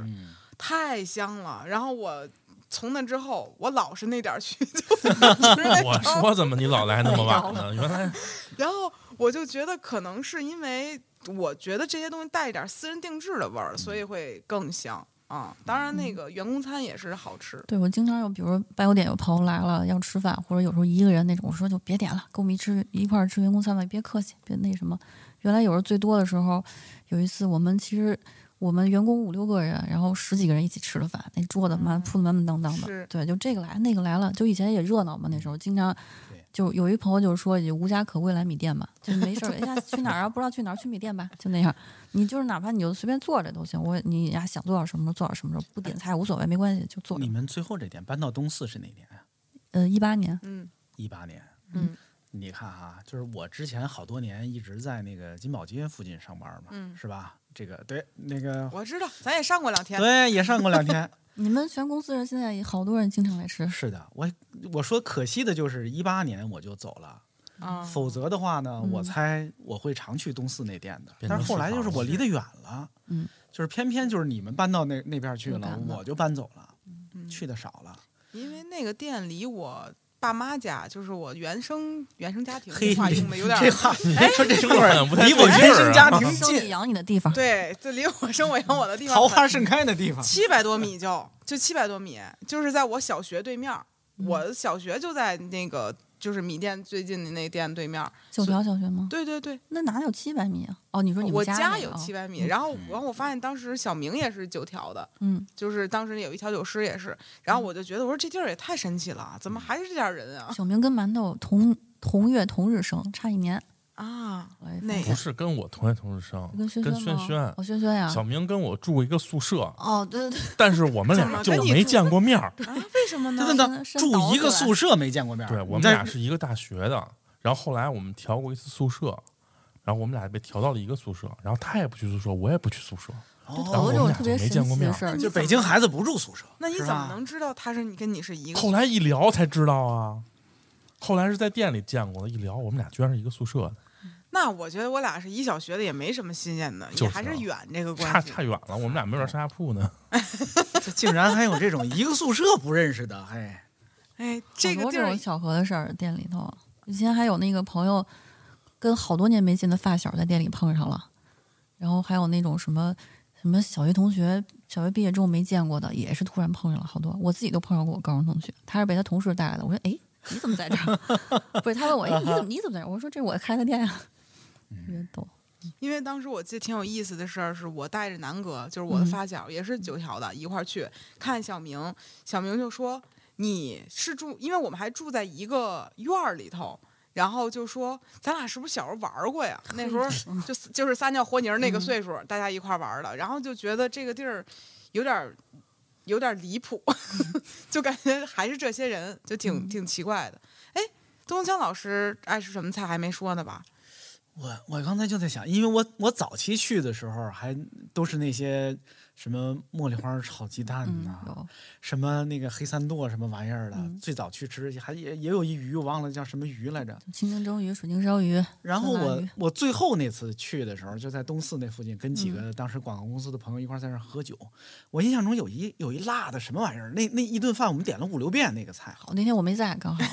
[SPEAKER 6] 太香了。然后我从那之后，我老是那点儿去 就吃那
[SPEAKER 8] 我
[SPEAKER 6] 种
[SPEAKER 8] 说怎么你老来那么晚呢？原来
[SPEAKER 6] 然后我就觉得可能是因为我觉得这些东西带一点私人定制的味儿，所以
[SPEAKER 5] 嗯
[SPEAKER 6] 会更香啊。当然，那个员工餐也是好吃。
[SPEAKER 7] 对我经常有，比如说八九点有朋友来了要吃饭，或者有时候一个人那种，我说就别点了，跟我们一吃一块儿吃员工餐吧，别客气，别那什么。原来有时候最多的时候，有一次我们其实我们员工五六个人，然后十几个人一起吃的饭，那桌子满铺的满满当当
[SPEAKER 6] 是
[SPEAKER 7] 的，对，就这个来那个来了，就以前也热闹嘛，那时候经常
[SPEAKER 5] 对。
[SPEAKER 7] 就有一朋友就说也无家可归来米店嘛，就没事儿，哎呀去哪儿啊？不知道去哪儿，去米店吧，就那样。你就是哪怕你就随便坐着都行，我你呀想做到什么时候做到什么时候，不点菜无所谓，没关系，就坐着
[SPEAKER 5] 你。们最后这店搬到东四是哪年啊？
[SPEAKER 7] 呃，一八年，
[SPEAKER 6] 嗯
[SPEAKER 5] 一八年。
[SPEAKER 6] 嗯，
[SPEAKER 5] 你看哈、就是我之前好多年一直在那个金宝街附近上班嘛，
[SPEAKER 6] 嗯
[SPEAKER 5] 是吧？这个对那个
[SPEAKER 6] 我知道，咱也上过两天。
[SPEAKER 5] 哦对也上过两天。
[SPEAKER 7] 你们全公司人现在也好多人经常来吃，
[SPEAKER 5] 是的，我我说可惜的就是一八年我就走了，
[SPEAKER 6] 啊，
[SPEAKER 5] 否则的话呢，我
[SPEAKER 7] 嗯
[SPEAKER 5] 猜我会常去东四那店的。
[SPEAKER 8] 变
[SPEAKER 5] 但是后
[SPEAKER 8] 成食
[SPEAKER 5] 来就是
[SPEAKER 8] 堂
[SPEAKER 5] 我
[SPEAKER 8] 了
[SPEAKER 5] 离得远了，
[SPEAKER 7] 嗯，
[SPEAKER 5] 就是偏偏就是你们搬到那那边去
[SPEAKER 7] 就
[SPEAKER 5] 了
[SPEAKER 7] 赶，了
[SPEAKER 5] 我就搬走了，
[SPEAKER 6] 嗯
[SPEAKER 5] 去的少了。
[SPEAKER 6] 因为那个店离我爸妈家，就是我原生原生家庭
[SPEAKER 5] 嘿，
[SPEAKER 6] 这话
[SPEAKER 5] 你
[SPEAKER 6] 用的有点
[SPEAKER 5] 这
[SPEAKER 6] 儿。
[SPEAKER 5] 话 别说这会儿
[SPEAKER 8] 不太
[SPEAKER 5] 离
[SPEAKER 8] 对
[SPEAKER 5] 我
[SPEAKER 8] 劲
[SPEAKER 5] 原
[SPEAKER 8] 儿
[SPEAKER 5] 生
[SPEAKER 8] 啊
[SPEAKER 5] 家庭
[SPEAKER 7] 生意
[SPEAKER 5] 近，
[SPEAKER 7] 养你的地方，
[SPEAKER 6] 对，这离我生我养我的地方
[SPEAKER 5] 桃
[SPEAKER 6] 很
[SPEAKER 5] 花盛开的 地方。
[SPEAKER 6] 七百多米就就七百多米，就是在我小学对面儿。
[SPEAKER 5] 嗯
[SPEAKER 6] 我小学就在那个就是米店最近的那店对面儿。
[SPEAKER 7] 九条小学吗？
[SPEAKER 6] 对对对，
[SPEAKER 7] 那哪有七百米啊？哦，你说你们
[SPEAKER 6] 我
[SPEAKER 7] 家那
[SPEAKER 6] 有
[SPEAKER 7] 个
[SPEAKER 6] 七
[SPEAKER 7] 啊，
[SPEAKER 6] 百米，然后然后我发现当时小明也是九条的，
[SPEAKER 7] 嗯，
[SPEAKER 6] 就是当时有一调酒师也是，然后我就觉得我说这地儿也太神奇了，怎么还是这点儿人啊？
[SPEAKER 7] 小明跟馒头同同月同日生，差一年。
[SPEAKER 6] 啊，
[SPEAKER 7] 我也
[SPEAKER 6] 那
[SPEAKER 7] 发现
[SPEAKER 8] 不是跟我同学同事生，
[SPEAKER 7] 跟轩
[SPEAKER 8] 跟
[SPEAKER 7] 轩
[SPEAKER 8] 轩
[SPEAKER 7] 吗
[SPEAKER 8] 轩啊
[SPEAKER 7] 哦，轩轩呀，
[SPEAKER 8] 小明跟我住过一个宿舍，
[SPEAKER 7] 哦，对对对，
[SPEAKER 8] 但是我们
[SPEAKER 6] 怎么
[SPEAKER 8] 俩就
[SPEAKER 6] 跟你
[SPEAKER 8] 没
[SPEAKER 6] 住
[SPEAKER 8] 见过面儿。
[SPEAKER 6] 啊，为什么 呢？
[SPEAKER 5] 真的
[SPEAKER 7] 伸
[SPEAKER 5] 住
[SPEAKER 7] 倒
[SPEAKER 5] 一个
[SPEAKER 6] 啊
[SPEAKER 7] 出来
[SPEAKER 5] 宿舍没见过面儿。
[SPEAKER 8] 对我们
[SPEAKER 5] 你在
[SPEAKER 8] 俩是一个大学的，然后后来我们调过一次宿舍，然后我们俩被调到了一个宿舍，然后他也不去宿舍，我也不去宿舍，然后
[SPEAKER 7] 头
[SPEAKER 8] 啊我
[SPEAKER 7] 这种
[SPEAKER 8] 们俩
[SPEAKER 7] 特
[SPEAKER 8] 就
[SPEAKER 7] 别
[SPEAKER 8] 没
[SPEAKER 7] 神
[SPEAKER 8] 见过
[SPEAKER 7] 奇
[SPEAKER 8] 面
[SPEAKER 7] 的
[SPEAKER 8] 儿
[SPEAKER 7] 事儿，
[SPEAKER 5] 就北京孩子不住宿舍，
[SPEAKER 6] 那你
[SPEAKER 5] 是
[SPEAKER 6] 怎
[SPEAKER 5] 吧
[SPEAKER 6] 么能知道他是你跟你是一个？
[SPEAKER 8] 后来一聊才知道啊，后来是在店里见过的，一聊我们俩居然是一个宿舍的，
[SPEAKER 6] 那我觉得我俩是一小学的，也没什么新鲜的，
[SPEAKER 8] 就是
[SPEAKER 6] 也
[SPEAKER 8] 啊
[SPEAKER 6] 还是远这个
[SPEAKER 8] 差
[SPEAKER 6] 关系。
[SPEAKER 8] 差远了，我们俩没准上下铺 呢。
[SPEAKER 5] 这 竟然还有这种一个宿舍不认识的，嘿，
[SPEAKER 6] 哎，
[SPEAKER 7] 好
[SPEAKER 6] 这个
[SPEAKER 7] 多
[SPEAKER 6] 地
[SPEAKER 7] 这
[SPEAKER 6] 儿
[SPEAKER 7] 种巧合的事儿，店里头。以前还有那个朋友跟好多年没见的发小在店里碰上了，然后还有那种什么什么小学同学，小学毕业之后没见过的，也是突然碰上了好多。我自己都碰上过我高中同学，他是被他同事带来的。我说：“哎，你怎么在这儿？” 不是他问我：“哎，你怎么你怎么在这儿？”我说：“这是我开的店啊。”特别逗，
[SPEAKER 6] 因为当时我记得挺有意思的事儿，是我带着南哥，就是我的
[SPEAKER 7] 嗯
[SPEAKER 6] 发小，也是九条的，一块儿去看小明。小明就说：“你是住，因为我们还住在一个院儿里头。”然后就说：“咱俩是不是小时候玩儿过呀？那时候就就是撒尿和泥儿那个岁数，大家一块儿玩儿的。然后就觉得这个地儿有点儿有点儿离谱， 就感觉还是这些人，就挺、挺奇怪的。哎，东东强老师爱吃什么菜还没说呢吧？
[SPEAKER 5] 我我刚才就在想，因为我我早期去的时候还都是那些什么茉莉花炒鸡蛋
[SPEAKER 7] 嗯
[SPEAKER 5] 呐、，
[SPEAKER 7] 有
[SPEAKER 5] 什么那个黑三剁什么玩意儿的，
[SPEAKER 7] 嗯
[SPEAKER 5] 最早去吃还也也有一鱼，我忘了叫什么鱼来着。
[SPEAKER 7] 清蒸蒸鱼、水晶烧鱼，
[SPEAKER 5] 然后
[SPEAKER 7] 酸辣
[SPEAKER 5] 我
[SPEAKER 7] 鱼，
[SPEAKER 5] 我最后那次去的时候，就在东四那附近，跟几个当时广告公司的朋友一块儿在那儿喝酒。我印象中有一有一辣的什么玩意儿，那那一顿饭我们点了五六遍那个菜
[SPEAKER 7] 哦好，那天我没在，刚好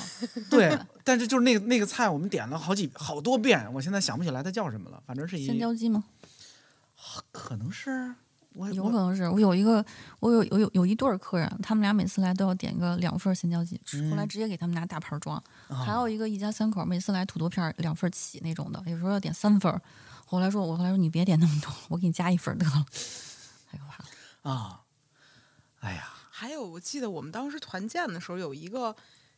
[SPEAKER 5] 对，但是就是那个那个菜我们点了好几好多遍，我现在想不起来它叫什么了，反正是一
[SPEAKER 7] 三椒鸡吗？
[SPEAKER 5] 可能是呃我
[SPEAKER 7] 有可
[SPEAKER 5] 我
[SPEAKER 7] 能是我有一个，我有有有有一对儿客人，他们俩每次来都要点个两份儿咸椒鸡翅，后来直接给他们拿大盘儿装。还有一个一家三口，每次来土豆片儿两份儿起那种的，有时候要点三份儿。后来说，我后来说你别点那么多，我给你加一份儿得了，哎太可怕了。
[SPEAKER 5] 啊，哎呀，
[SPEAKER 6] 还有，我记得我们当时团建的时候有一个，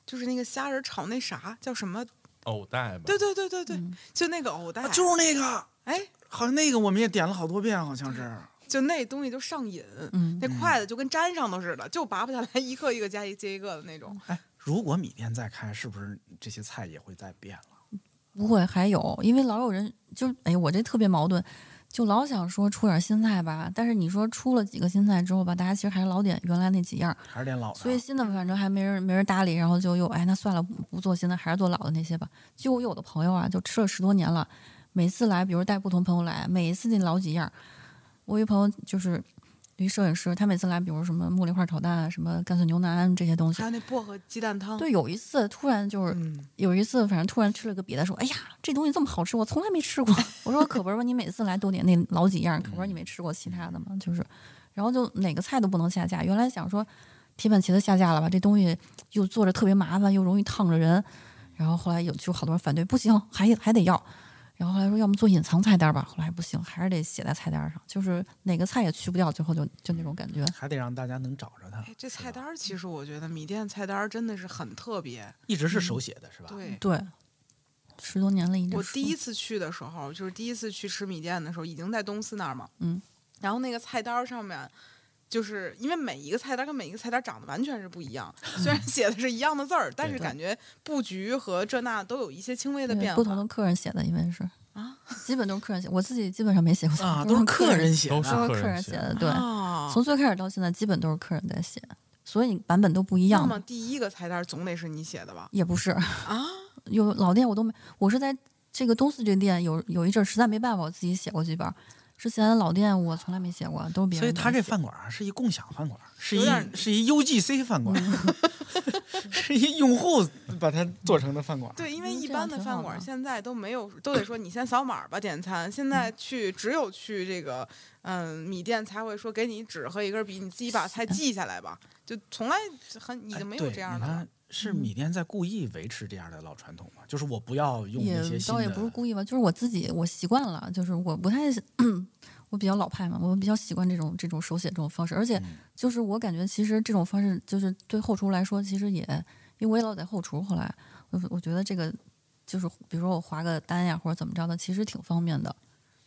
[SPEAKER 6] 就是那个虾仁炒那啥叫什么？
[SPEAKER 8] 偶哦带吧，
[SPEAKER 6] 对对对对对，就那个藕带，
[SPEAKER 5] 啊就是那个，
[SPEAKER 6] 哎，
[SPEAKER 5] 好像那个我们也点了好多遍，好像是。
[SPEAKER 6] 就那东西就上瘾，
[SPEAKER 7] 嗯
[SPEAKER 6] 那筷子就跟粘上头似的，就拔不下来，一个一个加一接一个的那种。
[SPEAKER 5] 哎，如果米店再开，是不是这些菜也会再变了？
[SPEAKER 7] 不会还有，因为老有人就哎，我这特别矛盾，就老想说出点儿新菜吧，但是你说出了几个新菜之后吧，大家其实还是老点原来那几样儿，
[SPEAKER 5] 还是点老的？
[SPEAKER 7] 所以新的反正还没人没人搭理，然后就又哎那算了，不不做新的，还是做老的那些吧。就我有的朋友啊，就吃了十多年了，每次来，比如带不同朋友来，每一次那老几样儿。我一朋友就是一摄影师，他每次来，比如什么茉莉花炒蛋啊、什么干碎牛腩这些东西
[SPEAKER 6] 还。有那薄荷鸡蛋汤，
[SPEAKER 7] 对，有一次突然就是、
[SPEAKER 6] 嗯
[SPEAKER 7] 有一次，反正突然吃了个别的，说：“哎呀，这东西这么好吃，我从来没吃过。” 我说：“可不是吧，你每次来都点那老几样，可不是你没吃过其他的吗？就是，然后就哪个菜都不能下架。原来想说铁板茄子下架了吧，这东西又做着特别麻烦，又容易烫着人。然后后来有就好多人反对，不行，还还得要。然后后来说，要么做隐藏菜单吧。后来不行，还是得写在菜单上，就是哪个菜也去不掉，最后就就那种感觉。
[SPEAKER 5] 还得让大家能找着它，
[SPEAKER 6] 哎，这菜单儿其实我觉得米店菜单儿真的是嗯很特别。
[SPEAKER 5] 一直是手写的，是吧？
[SPEAKER 6] 对，
[SPEAKER 7] 对，十多年了，一直
[SPEAKER 6] 我第
[SPEAKER 7] 说
[SPEAKER 6] 一次去的时候，就是第一次去吃米店的时候，已经在东四那儿嘛。
[SPEAKER 7] 嗯。
[SPEAKER 6] 然后那个菜单儿上面，就是因为每一个菜单儿跟每一个菜单儿长得完全是不一 样，虽然写的是一样的字儿，但是
[SPEAKER 5] 对
[SPEAKER 6] 感觉布局和这那都有一些轻微的
[SPEAKER 7] 对
[SPEAKER 6] 变化。
[SPEAKER 7] 不同的客人写的，因为是
[SPEAKER 6] 啊，
[SPEAKER 7] 基本都是客人写，我自己基本上没写过
[SPEAKER 5] 啊，都是客人，写
[SPEAKER 8] 都
[SPEAKER 5] 的。
[SPEAKER 8] 是
[SPEAKER 7] 都是嗯
[SPEAKER 8] 客
[SPEAKER 7] 客
[SPEAKER 8] 人
[SPEAKER 7] 人
[SPEAKER 8] 写
[SPEAKER 7] 写
[SPEAKER 8] 的
[SPEAKER 7] 的，对，
[SPEAKER 6] 啊，
[SPEAKER 7] 从最开始到现在，基本都是客人在写，所以版本都不一
[SPEAKER 6] 那
[SPEAKER 7] 样
[SPEAKER 6] 么。第一个菜单儿总得是你写的吧？
[SPEAKER 7] 也不是，
[SPEAKER 6] 啊，
[SPEAKER 7] 有老店我都没，我是在这个东四这店有有一阵儿实在没办法，我自己写过几本儿。之前老店我从来没写过，都是别人
[SPEAKER 5] 所以
[SPEAKER 7] 给
[SPEAKER 5] 他
[SPEAKER 7] 我
[SPEAKER 5] 这
[SPEAKER 7] 写
[SPEAKER 5] 饭馆啊是一共享饭馆，是
[SPEAKER 6] 有
[SPEAKER 5] 一
[SPEAKER 6] 点儿
[SPEAKER 5] 是一 UGC 饭
[SPEAKER 7] 嗯
[SPEAKER 5] 馆， 是一用户把它做成的饭馆。
[SPEAKER 6] 对，因为
[SPEAKER 7] 嗯
[SPEAKER 6] 一
[SPEAKER 7] 这样
[SPEAKER 6] 般的
[SPEAKER 7] 挺
[SPEAKER 6] 饭
[SPEAKER 7] 好
[SPEAKER 6] 馆儿
[SPEAKER 7] 的
[SPEAKER 6] 现在都没有，都得说你先扫码儿吧点餐。现在去只有去这个嗯米店才会说给你纸和一根笔，你自己把菜记下来吧。就从来很已
[SPEAKER 5] 哎，
[SPEAKER 6] 经没有
[SPEAKER 5] 对
[SPEAKER 6] 这样
[SPEAKER 5] 你
[SPEAKER 6] 的了
[SPEAKER 5] 看。是
[SPEAKER 7] 嗯
[SPEAKER 5] 米店在故意维持这样的老传统吗？就是我不要用
[SPEAKER 7] 也
[SPEAKER 5] 那些新
[SPEAKER 7] 倒
[SPEAKER 5] 的，
[SPEAKER 7] 也不是故意吧，就是我自己我习惯了，就是我不太 我比较老派嘛，我比较习惯这种这种手写这种方式，而且
[SPEAKER 5] 嗯
[SPEAKER 7] 就是我感觉其实这种方式就是对后厨来说，其实也因为我也老在后厨，后来我我觉得这个就是比如说我划个单呀或者怎么着的，其实挺方便的。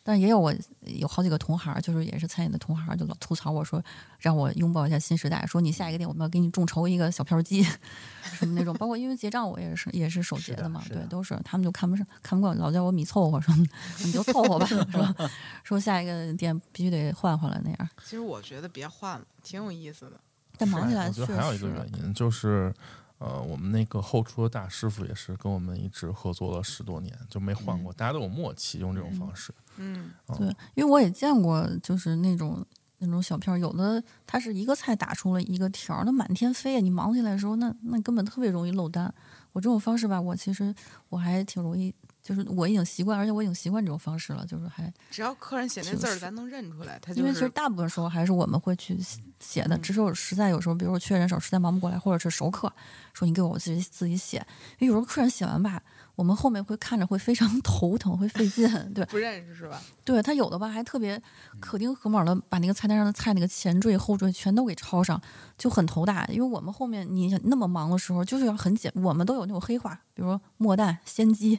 [SPEAKER 7] 但是也有我有好几个同行儿，就是也是餐饮的同行儿，就老吐槽我说让我拥抱一下新时代，说你下一个店我们要给你众筹一个小票机， 什么那种。包括因为结账我也是也是手结的嘛，对，都是他们就看不上看不惯，老叫我米凑合什么的，你就凑合吧， 说说下一个店必须得换换了那样。
[SPEAKER 6] 其实我觉得别换了，挺有意思的。
[SPEAKER 7] 但忙起来
[SPEAKER 8] 我
[SPEAKER 7] 确
[SPEAKER 8] 觉
[SPEAKER 7] 实
[SPEAKER 8] 得还有一个原因就是，呃，我们那个后厨的大师傅也是跟我们一直合作了十多年，就没换过，大家都有默契，用这种方式。
[SPEAKER 6] 嗯，
[SPEAKER 7] 对，因为我也见过，就是那种那种小票儿，有的它是一个菜打出了一个条儿，那满天飞呀！啊你忙起来的时候，那那根本特别容易漏单。我这种方式吧，我其实我还挺容易，就是我已经习惯，而且我已经习惯这种方式了，就是还
[SPEAKER 6] 只要客人写那
[SPEAKER 7] 挺
[SPEAKER 6] 字儿，
[SPEAKER 7] 是
[SPEAKER 6] 咱能认出来，他
[SPEAKER 7] 因
[SPEAKER 6] 就
[SPEAKER 7] 为其实
[SPEAKER 6] 是嗯
[SPEAKER 7] 大部分时候还是我们会去写写的，只是我实在有时候，比如我缺人手，实在忙不过来，或者是熟客说你给我，我自己自己写。因为有时候客人写完吧，我们后面会看着会非常 头疼，会费劲，对。
[SPEAKER 6] 不认识是吧？
[SPEAKER 7] 对他有的吧，还特别可丁可卯的把那个菜单上的菜那个前缀后缀全都给抄上，就很头大。因为我们后面你想那么忙的时候，就是要很简，我们都有那种黑话，比如说墨蛋、鲜鸡、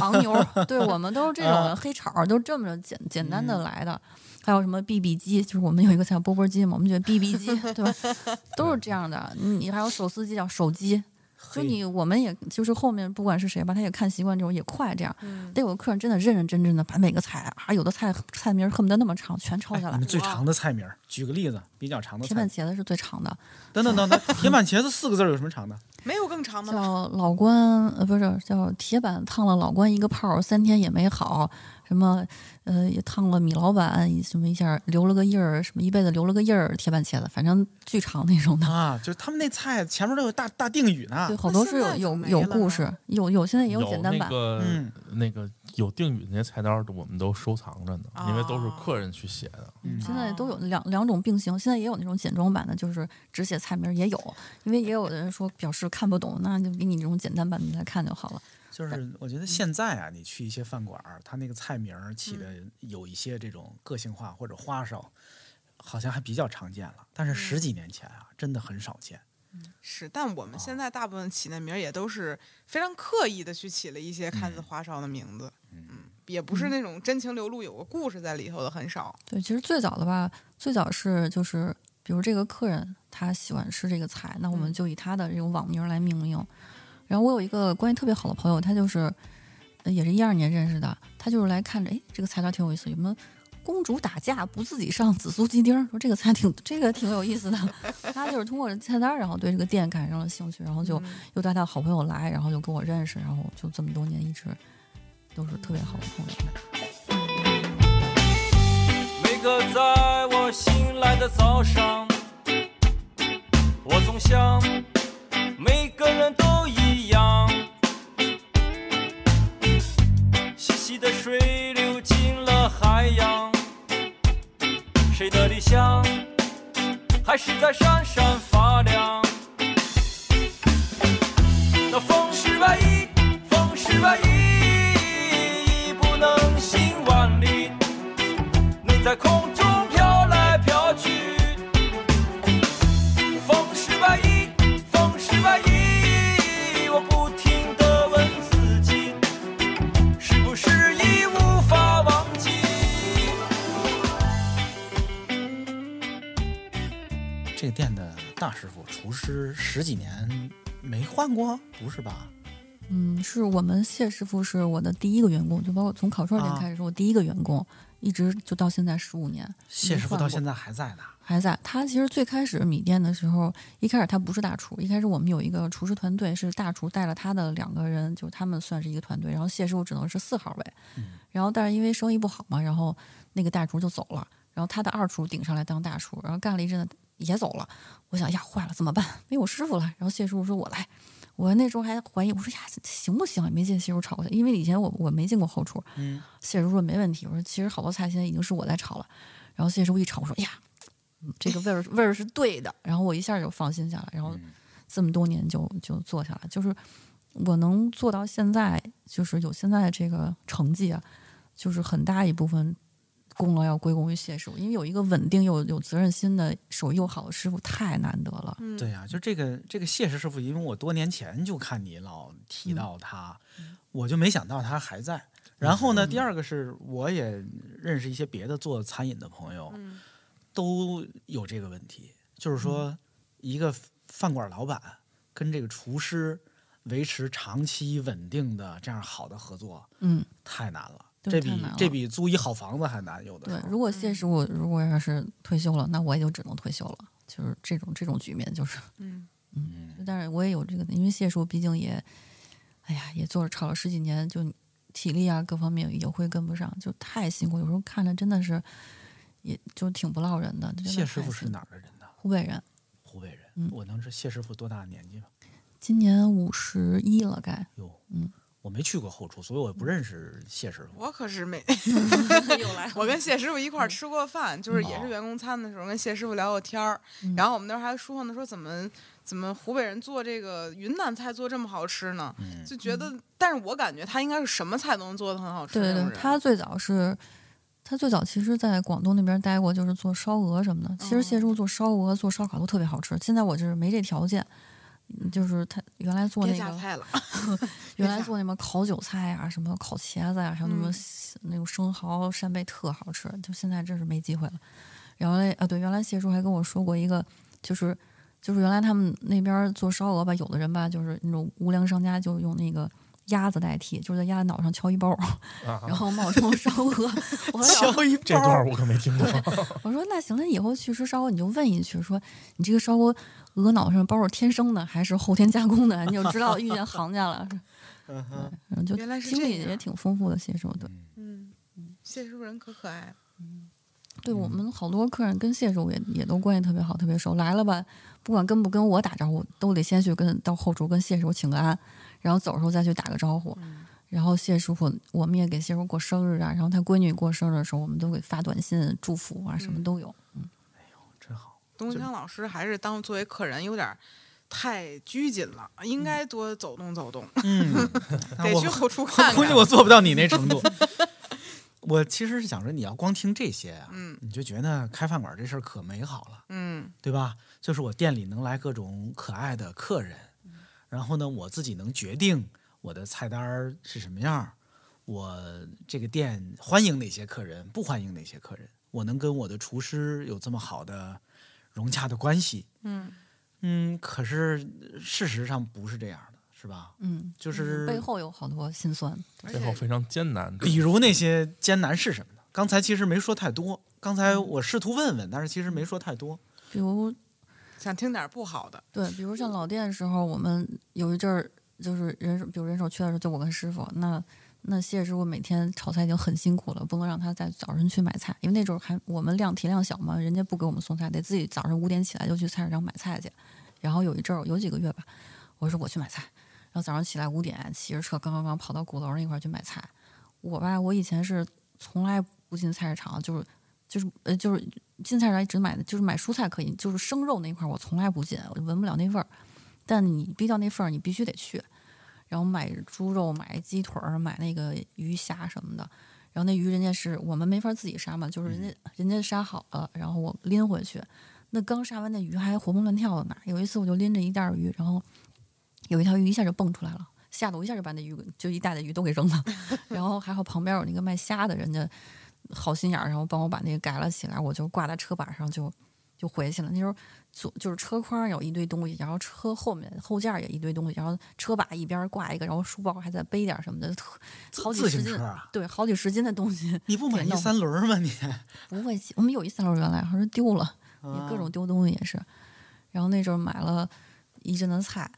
[SPEAKER 7] 昂牛，对我们都是这种黑炒儿，都这么着简简单的来的。还有什么 BB 鸡，就是我们有一个菜叫钵钵鸡嘛，我们觉得 BB 鸡对吧，都是这样的。你还有手撕鸡叫手鸡，就
[SPEAKER 5] 嘿
[SPEAKER 7] 你我们也就是后面不管是谁吧，他也看习惯这种也快这样。
[SPEAKER 6] 嗯
[SPEAKER 7] 得有的客人真的认认真真的把每个菜啊，有的菜菜名恨不得那么长，全抄下
[SPEAKER 5] 哎
[SPEAKER 7] 来
[SPEAKER 5] 你们。最长的菜名儿，举个例子，比较长的
[SPEAKER 7] 铁
[SPEAKER 5] 菜
[SPEAKER 7] 板。茄子是最长的，
[SPEAKER 5] 等等等等，铁板茄子四个字儿有什么长 的？
[SPEAKER 6] 没有更长的了。
[SPEAKER 7] 叫老关呃不是叫铁板烫了老关一个泡儿，三天也没好。什么呃也烫了米老板什么一下留了个印儿，什么一辈子留了个印儿。铁板茄子反正巨长那种的。
[SPEAKER 5] 啊，就是他们那菜前面都有大大定语呢
[SPEAKER 7] 对，。好多是
[SPEAKER 6] 现
[SPEAKER 7] 有
[SPEAKER 6] 在
[SPEAKER 7] 有
[SPEAKER 6] 怎么
[SPEAKER 7] 有
[SPEAKER 6] 没了
[SPEAKER 7] 故
[SPEAKER 6] 呢
[SPEAKER 7] 事，有有现在也有简单
[SPEAKER 8] 那
[SPEAKER 7] 版，
[SPEAKER 8] 个、
[SPEAKER 5] 嗯
[SPEAKER 8] 那个有定语的那些菜单儿，我们都收藏着呢，因为都是
[SPEAKER 6] 哦
[SPEAKER 8] 客人去写 的。
[SPEAKER 7] 现在都有两两种并行，现在也有那种简装版的，就是只写菜名儿也有，因为也有的人说表示看不懂，那就给你这种简单版的来看就好了。
[SPEAKER 5] 就是我
[SPEAKER 7] 嗯
[SPEAKER 5] 觉得现在啊，你去一些饭馆儿，它那个菜名儿起的有一些这种个性化或者花哨，好像还比较常见了。
[SPEAKER 7] 嗯
[SPEAKER 5] 但是十几年前啊，真的很少见。
[SPEAKER 6] 是，但我们现在大部分起那名儿也都是非常刻意的去起了一些看似花哨的名字，嗯，也不是那种真情流露有个故事在里头的很少。
[SPEAKER 7] 对，其实最早的吧，最早是就是比如这个客人他喜欢吃这个菜，那我们
[SPEAKER 6] 嗯
[SPEAKER 7] 就以他的这种网名儿来命名。然后我有一个关系特别好的朋友，他就是呃也是一二年认识的，他就是来看着，哎，这个菜单挺有意思，有没有？公主打架不自己上紫苏鸡丁儿，说这个菜挺 这个挺有意思的，他就是通过这菜单儿，然后对这个店感上了兴趣，然后就又带他的好朋友来，然后又跟我认识，然后就这么多年一直都是特别好的朋友。
[SPEAKER 2] 每个在我醒来的早上，我总想每个人都一样。细细的水流进了海洋，谁的理想还是在闪闪发亮？那风是万一，风是万一，不能行万里。你在空中飘来飘去。风是外衣，风是外衣，我不停地问自己，是不是已无法忘记？
[SPEAKER 5] 这个店的大师傅、厨师十几年没换过，不是吧？
[SPEAKER 7] 嗯，是我们谢师傅是我的第一个员工，就包括从烤串店
[SPEAKER 5] 啊
[SPEAKER 7] 开始是我第一个员工，一直就到现在十五年
[SPEAKER 5] 谢师傅到现在还在呢。
[SPEAKER 7] 还在。啊他其实最开始米店的时候，一开始他不是大厨，一开始我们有一个厨师团队是大厨带了他的两个人，就他们算是一个团队，然后谢师傅只能是四号位，然后但是因为生意不好嘛，然后那个大厨就走了，然后他的二厨顶上来当大厨，然后干了一阵子也走了。我想呀，坏了怎么办？没有师傅了。然后谢师傅说：“我来。”我那时候还怀疑，我说呀，行不行啊？没见谢师傅炒过，因为以前我我没进过后厨。嗯，谢师傅说没问题。我说其实好多菜现在已经是我在炒了。然后谢师傅一炒，我说哎呀，嗯这个味儿味儿是对的。然后我一下就放心下来，然后这么多年就就做下来，就是我能做到现在，就是有现在这个成绩啊，就是很大一部分功劳要归功于谢师傅，因为有一个稳定又有责任心的手艺又好的师傅太难得了。
[SPEAKER 6] 嗯
[SPEAKER 5] 对呀、啊就这个这个谢氏师傅，因为我多年前就看你老提
[SPEAKER 7] 嗯
[SPEAKER 5] 到他，我就没想到他还在。然后
[SPEAKER 7] 嗯
[SPEAKER 5] 呢，第二个是我也认识一些别的做餐饮的朋友，
[SPEAKER 6] 嗯
[SPEAKER 5] 都有这个问题，就是
[SPEAKER 7] 嗯
[SPEAKER 5] 说一个饭馆老板跟这个厨师维持长期稳定的这样好的合作
[SPEAKER 7] 嗯，
[SPEAKER 5] 太难了，
[SPEAKER 7] 对
[SPEAKER 5] 这
[SPEAKER 7] 太
[SPEAKER 5] 比
[SPEAKER 7] 难了
[SPEAKER 5] 这比租一好房子还难，有的
[SPEAKER 7] 对嗯
[SPEAKER 5] 时，候。
[SPEAKER 7] 如果谢师傅如果要是退休了，那我也就只能退休了，就是这种这种局面就是。
[SPEAKER 6] 嗯
[SPEAKER 7] 但是我也有这个，因为谢叔毕竟也，哎呀，也做了炒了十几年，就体力啊各方面也会跟不上，就太辛苦。有时候看着真的是，也就挺不落人的。真的
[SPEAKER 5] 谢师
[SPEAKER 7] 太
[SPEAKER 5] 傅是
[SPEAKER 7] 辛苦
[SPEAKER 5] 哪儿的人呢？
[SPEAKER 7] 湖北人，
[SPEAKER 5] 湖北人。
[SPEAKER 7] 嗯
[SPEAKER 5] 我能知谢师傅多大年纪吗？
[SPEAKER 7] 今年五十一了该。
[SPEAKER 5] 哟，
[SPEAKER 7] 嗯，
[SPEAKER 5] 我没去过后厨，所以我不认识谢师傅。
[SPEAKER 6] 我可是没，
[SPEAKER 7] 又来 嗯
[SPEAKER 6] 我跟谢师傅一块儿吃过饭，就是也
[SPEAKER 5] 哦
[SPEAKER 6] 是员工餐的时候跟谢师傅聊过天儿，
[SPEAKER 7] 嗯
[SPEAKER 6] 然后我们那儿还说呢，说怎么怎么湖北人做这个云南菜做这么好吃呢？
[SPEAKER 5] 嗯
[SPEAKER 6] 就觉得，但是我感觉他应该是什么菜都能做的很好吃。
[SPEAKER 7] 对
[SPEAKER 6] 那
[SPEAKER 7] 对
[SPEAKER 6] 种
[SPEAKER 7] 对，
[SPEAKER 6] 人
[SPEAKER 7] 他最早是，他最早其实，在广东那边待过，就是做烧鹅什么的。其实
[SPEAKER 6] 哦
[SPEAKER 7] 谢师傅做烧鹅、做烧烤都特别好吃。现在我就是没这条件，嗯就是他原来做那
[SPEAKER 6] 别下
[SPEAKER 7] 个。
[SPEAKER 6] 菜 了，别
[SPEAKER 7] 原来
[SPEAKER 6] 下
[SPEAKER 7] 做那么烤韭菜啊，什么烤茄子呀、还有那么
[SPEAKER 6] 嗯
[SPEAKER 7] 西那种生蚝、扇贝特好吃，就现在真是没机会了。然后嘞，啊对，原来谢叔还跟我说过一个，就是就是原来他们那边做烧鹅吧，有的人吧就是那种无良商家就用那个。鸭子代替，就是在鸭子脑上敲一包，然后冒充烧鹅。 我说
[SPEAKER 5] 敲一
[SPEAKER 8] 啊这
[SPEAKER 5] 包
[SPEAKER 8] 段
[SPEAKER 5] 儿
[SPEAKER 8] 儿我可没听过。
[SPEAKER 7] 我说那行，那以后去吃烧鹅你就问一句，说你这个烧鹅鹅脑上包是天生的还是后天加工的，你就知道遇见行家了。嗯哼，就
[SPEAKER 6] 原来是
[SPEAKER 7] 经
[SPEAKER 6] 这
[SPEAKER 7] 历也
[SPEAKER 6] 样
[SPEAKER 7] 挺丰富的，谢师傅。对，
[SPEAKER 6] 嗯，谢师傅人可可爱了。
[SPEAKER 7] 对我们好多客人跟谢师傅也也都关系特别好，特别熟。来了吧，不管跟不跟我打招呼，都得先去跟到后厨跟谢师傅请个安，然后走的时候再去打个招呼。
[SPEAKER 6] 嗯
[SPEAKER 7] 然后谢师傅，我们也给谢师傅过生日啊，然后他闺女过生日的时候，我们都给发短信祝福啊，什
[SPEAKER 6] 嗯
[SPEAKER 7] 么都有。
[SPEAKER 5] 真好。
[SPEAKER 6] 东京老师还是当作为客人有点儿太拘谨了，应该多走动走动，
[SPEAKER 5] 嗯，那
[SPEAKER 6] 得
[SPEAKER 5] 我
[SPEAKER 6] 去后厨看
[SPEAKER 5] 估计
[SPEAKER 6] 看。
[SPEAKER 5] 我做不到你那 程度。我其实是想说，你要光听这些啊，
[SPEAKER 6] 嗯
[SPEAKER 5] 你就觉得开饭馆这事儿可美好了，
[SPEAKER 6] 嗯
[SPEAKER 5] 对吧？就是我店里能来各种可爱的客人，然后呢，我自己能决定我的菜单儿是什么样儿，我这个店欢迎哪些客人，不欢迎哪些客人，我能跟我的厨师有这么好的融洽的关系。
[SPEAKER 6] 嗯，
[SPEAKER 5] 嗯，可是呃事实上不是这样的，是吧？
[SPEAKER 7] 嗯，
[SPEAKER 5] 就是
[SPEAKER 7] 背后有好多辛酸。
[SPEAKER 6] 而
[SPEAKER 8] 最后
[SPEAKER 6] 且
[SPEAKER 8] 非常艰难，
[SPEAKER 5] 比如那些艰难是什么呢？刚才其实没说太多，刚才我试图问问，但是其实没说太多。
[SPEAKER 7] 比如
[SPEAKER 6] 想听点儿不好的，
[SPEAKER 7] 对，比如像老店的时候，我们有一阵儿就是人手，比如人手缺的时候，就我跟师傅，那那谢师傅每天炒菜已经很辛苦了，不能让他在早晨去买菜，因为那阵儿还我们量体量小嘛，人家不给我们送菜，得自己早上五点起来就去菜市场买菜去。然后有一阵儿有几个月吧，我说我去买菜，然后早上起来五点骑着车刚刚刚跑到鼓楼那块儿去买菜。我吧，我以前是从来不进菜市场，就是就是呃就是进菜市场也只买的就是买蔬菜可以，就是生肉那一块儿我从来不进，我就闻不了那味儿。但你逼到那份儿，你必须得去。然后买猪肉、买鸡腿儿、买那个鱼虾什么的。然后那鱼人家是我们没法自己杀嘛，就是人家、人家杀好了，然后我拎回去。那刚杀完那鱼还活蹦乱跳的呢。有一次我就拎着一袋儿鱼，然后有一条鱼一下就蹦出来了，吓得我一下就把那鱼给就一袋的鱼都给扔 了。然后还好旁边有那个卖虾的人家好心眼儿，然后帮我把那个改了起来，我就挂在车把上就就回去了。那时候左就是车筐有一堆东西，然后车后面后架也一堆东西，然后车把一边挂一个，然后书包还在背点儿什么的，就特
[SPEAKER 5] 自
[SPEAKER 7] 好几
[SPEAKER 5] 自
[SPEAKER 7] 十
[SPEAKER 5] 行
[SPEAKER 7] 斤，
[SPEAKER 5] 车啊
[SPEAKER 7] 对，好几十斤的东西。
[SPEAKER 5] 你不买一三轮儿吗？你
[SPEAKER 7] 不会骑，我们有一三轮原来好像丢了，也各种丢东西也是。然后那阵儿买了一阵的菜，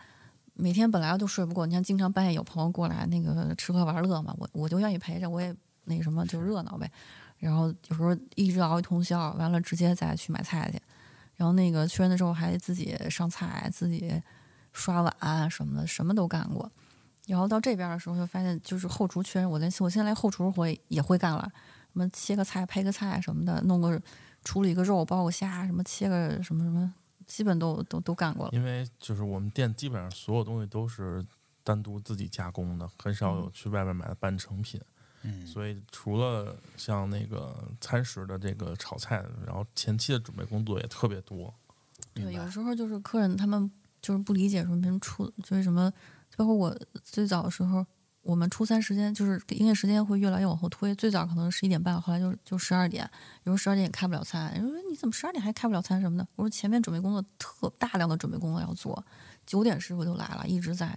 [SPEAKER 7] 每天本来就睡不过，你看经常半夜有朋友过来那个吃喝玩乐嘛，我我就愿意陪着，我也那什么就热闹呗。然后有时候一直熬一通宵，完了直接再去买菜去。然后那个缺人的时候还自己上菜，自己刷碗啊什么的，什么都干过。然后到这边的时候就发现，就是后厨缺人，我连我现在连后厨活也会干了。什么切个菜、配个菜什么的，弄个处理个肉、包个虾，什么切个什么什么，基本都都都干过了。
[SPEAKER 8] 因为就是我们店基本
[SPEAKER 7] 嗯
[SPEAKER 8] 上所有东西都是单独自己加工的，很少有去外面买的半成品。
[SPEAKER 5] 嗯
[SPEAKER 8] 所以除了像那个餐食的这个炒菜，然后前期的准备工作也特别多。
[SPEAKER 7] 对，
[SPEAKER 5] 明白
[SPEAKER 7] 有时候就是客人他们就是不理解说为什么初就是什么，包括我最早的时候，我们初三时间就是营业时间会越来越往后推，最早可能十一点半，后来就就十二点，有时候十二点也开不了餐。人说你怎么十二点还开不了餐什么的？我说前面准备工作特大量的准备工作要做，九点师傅就来了，一直在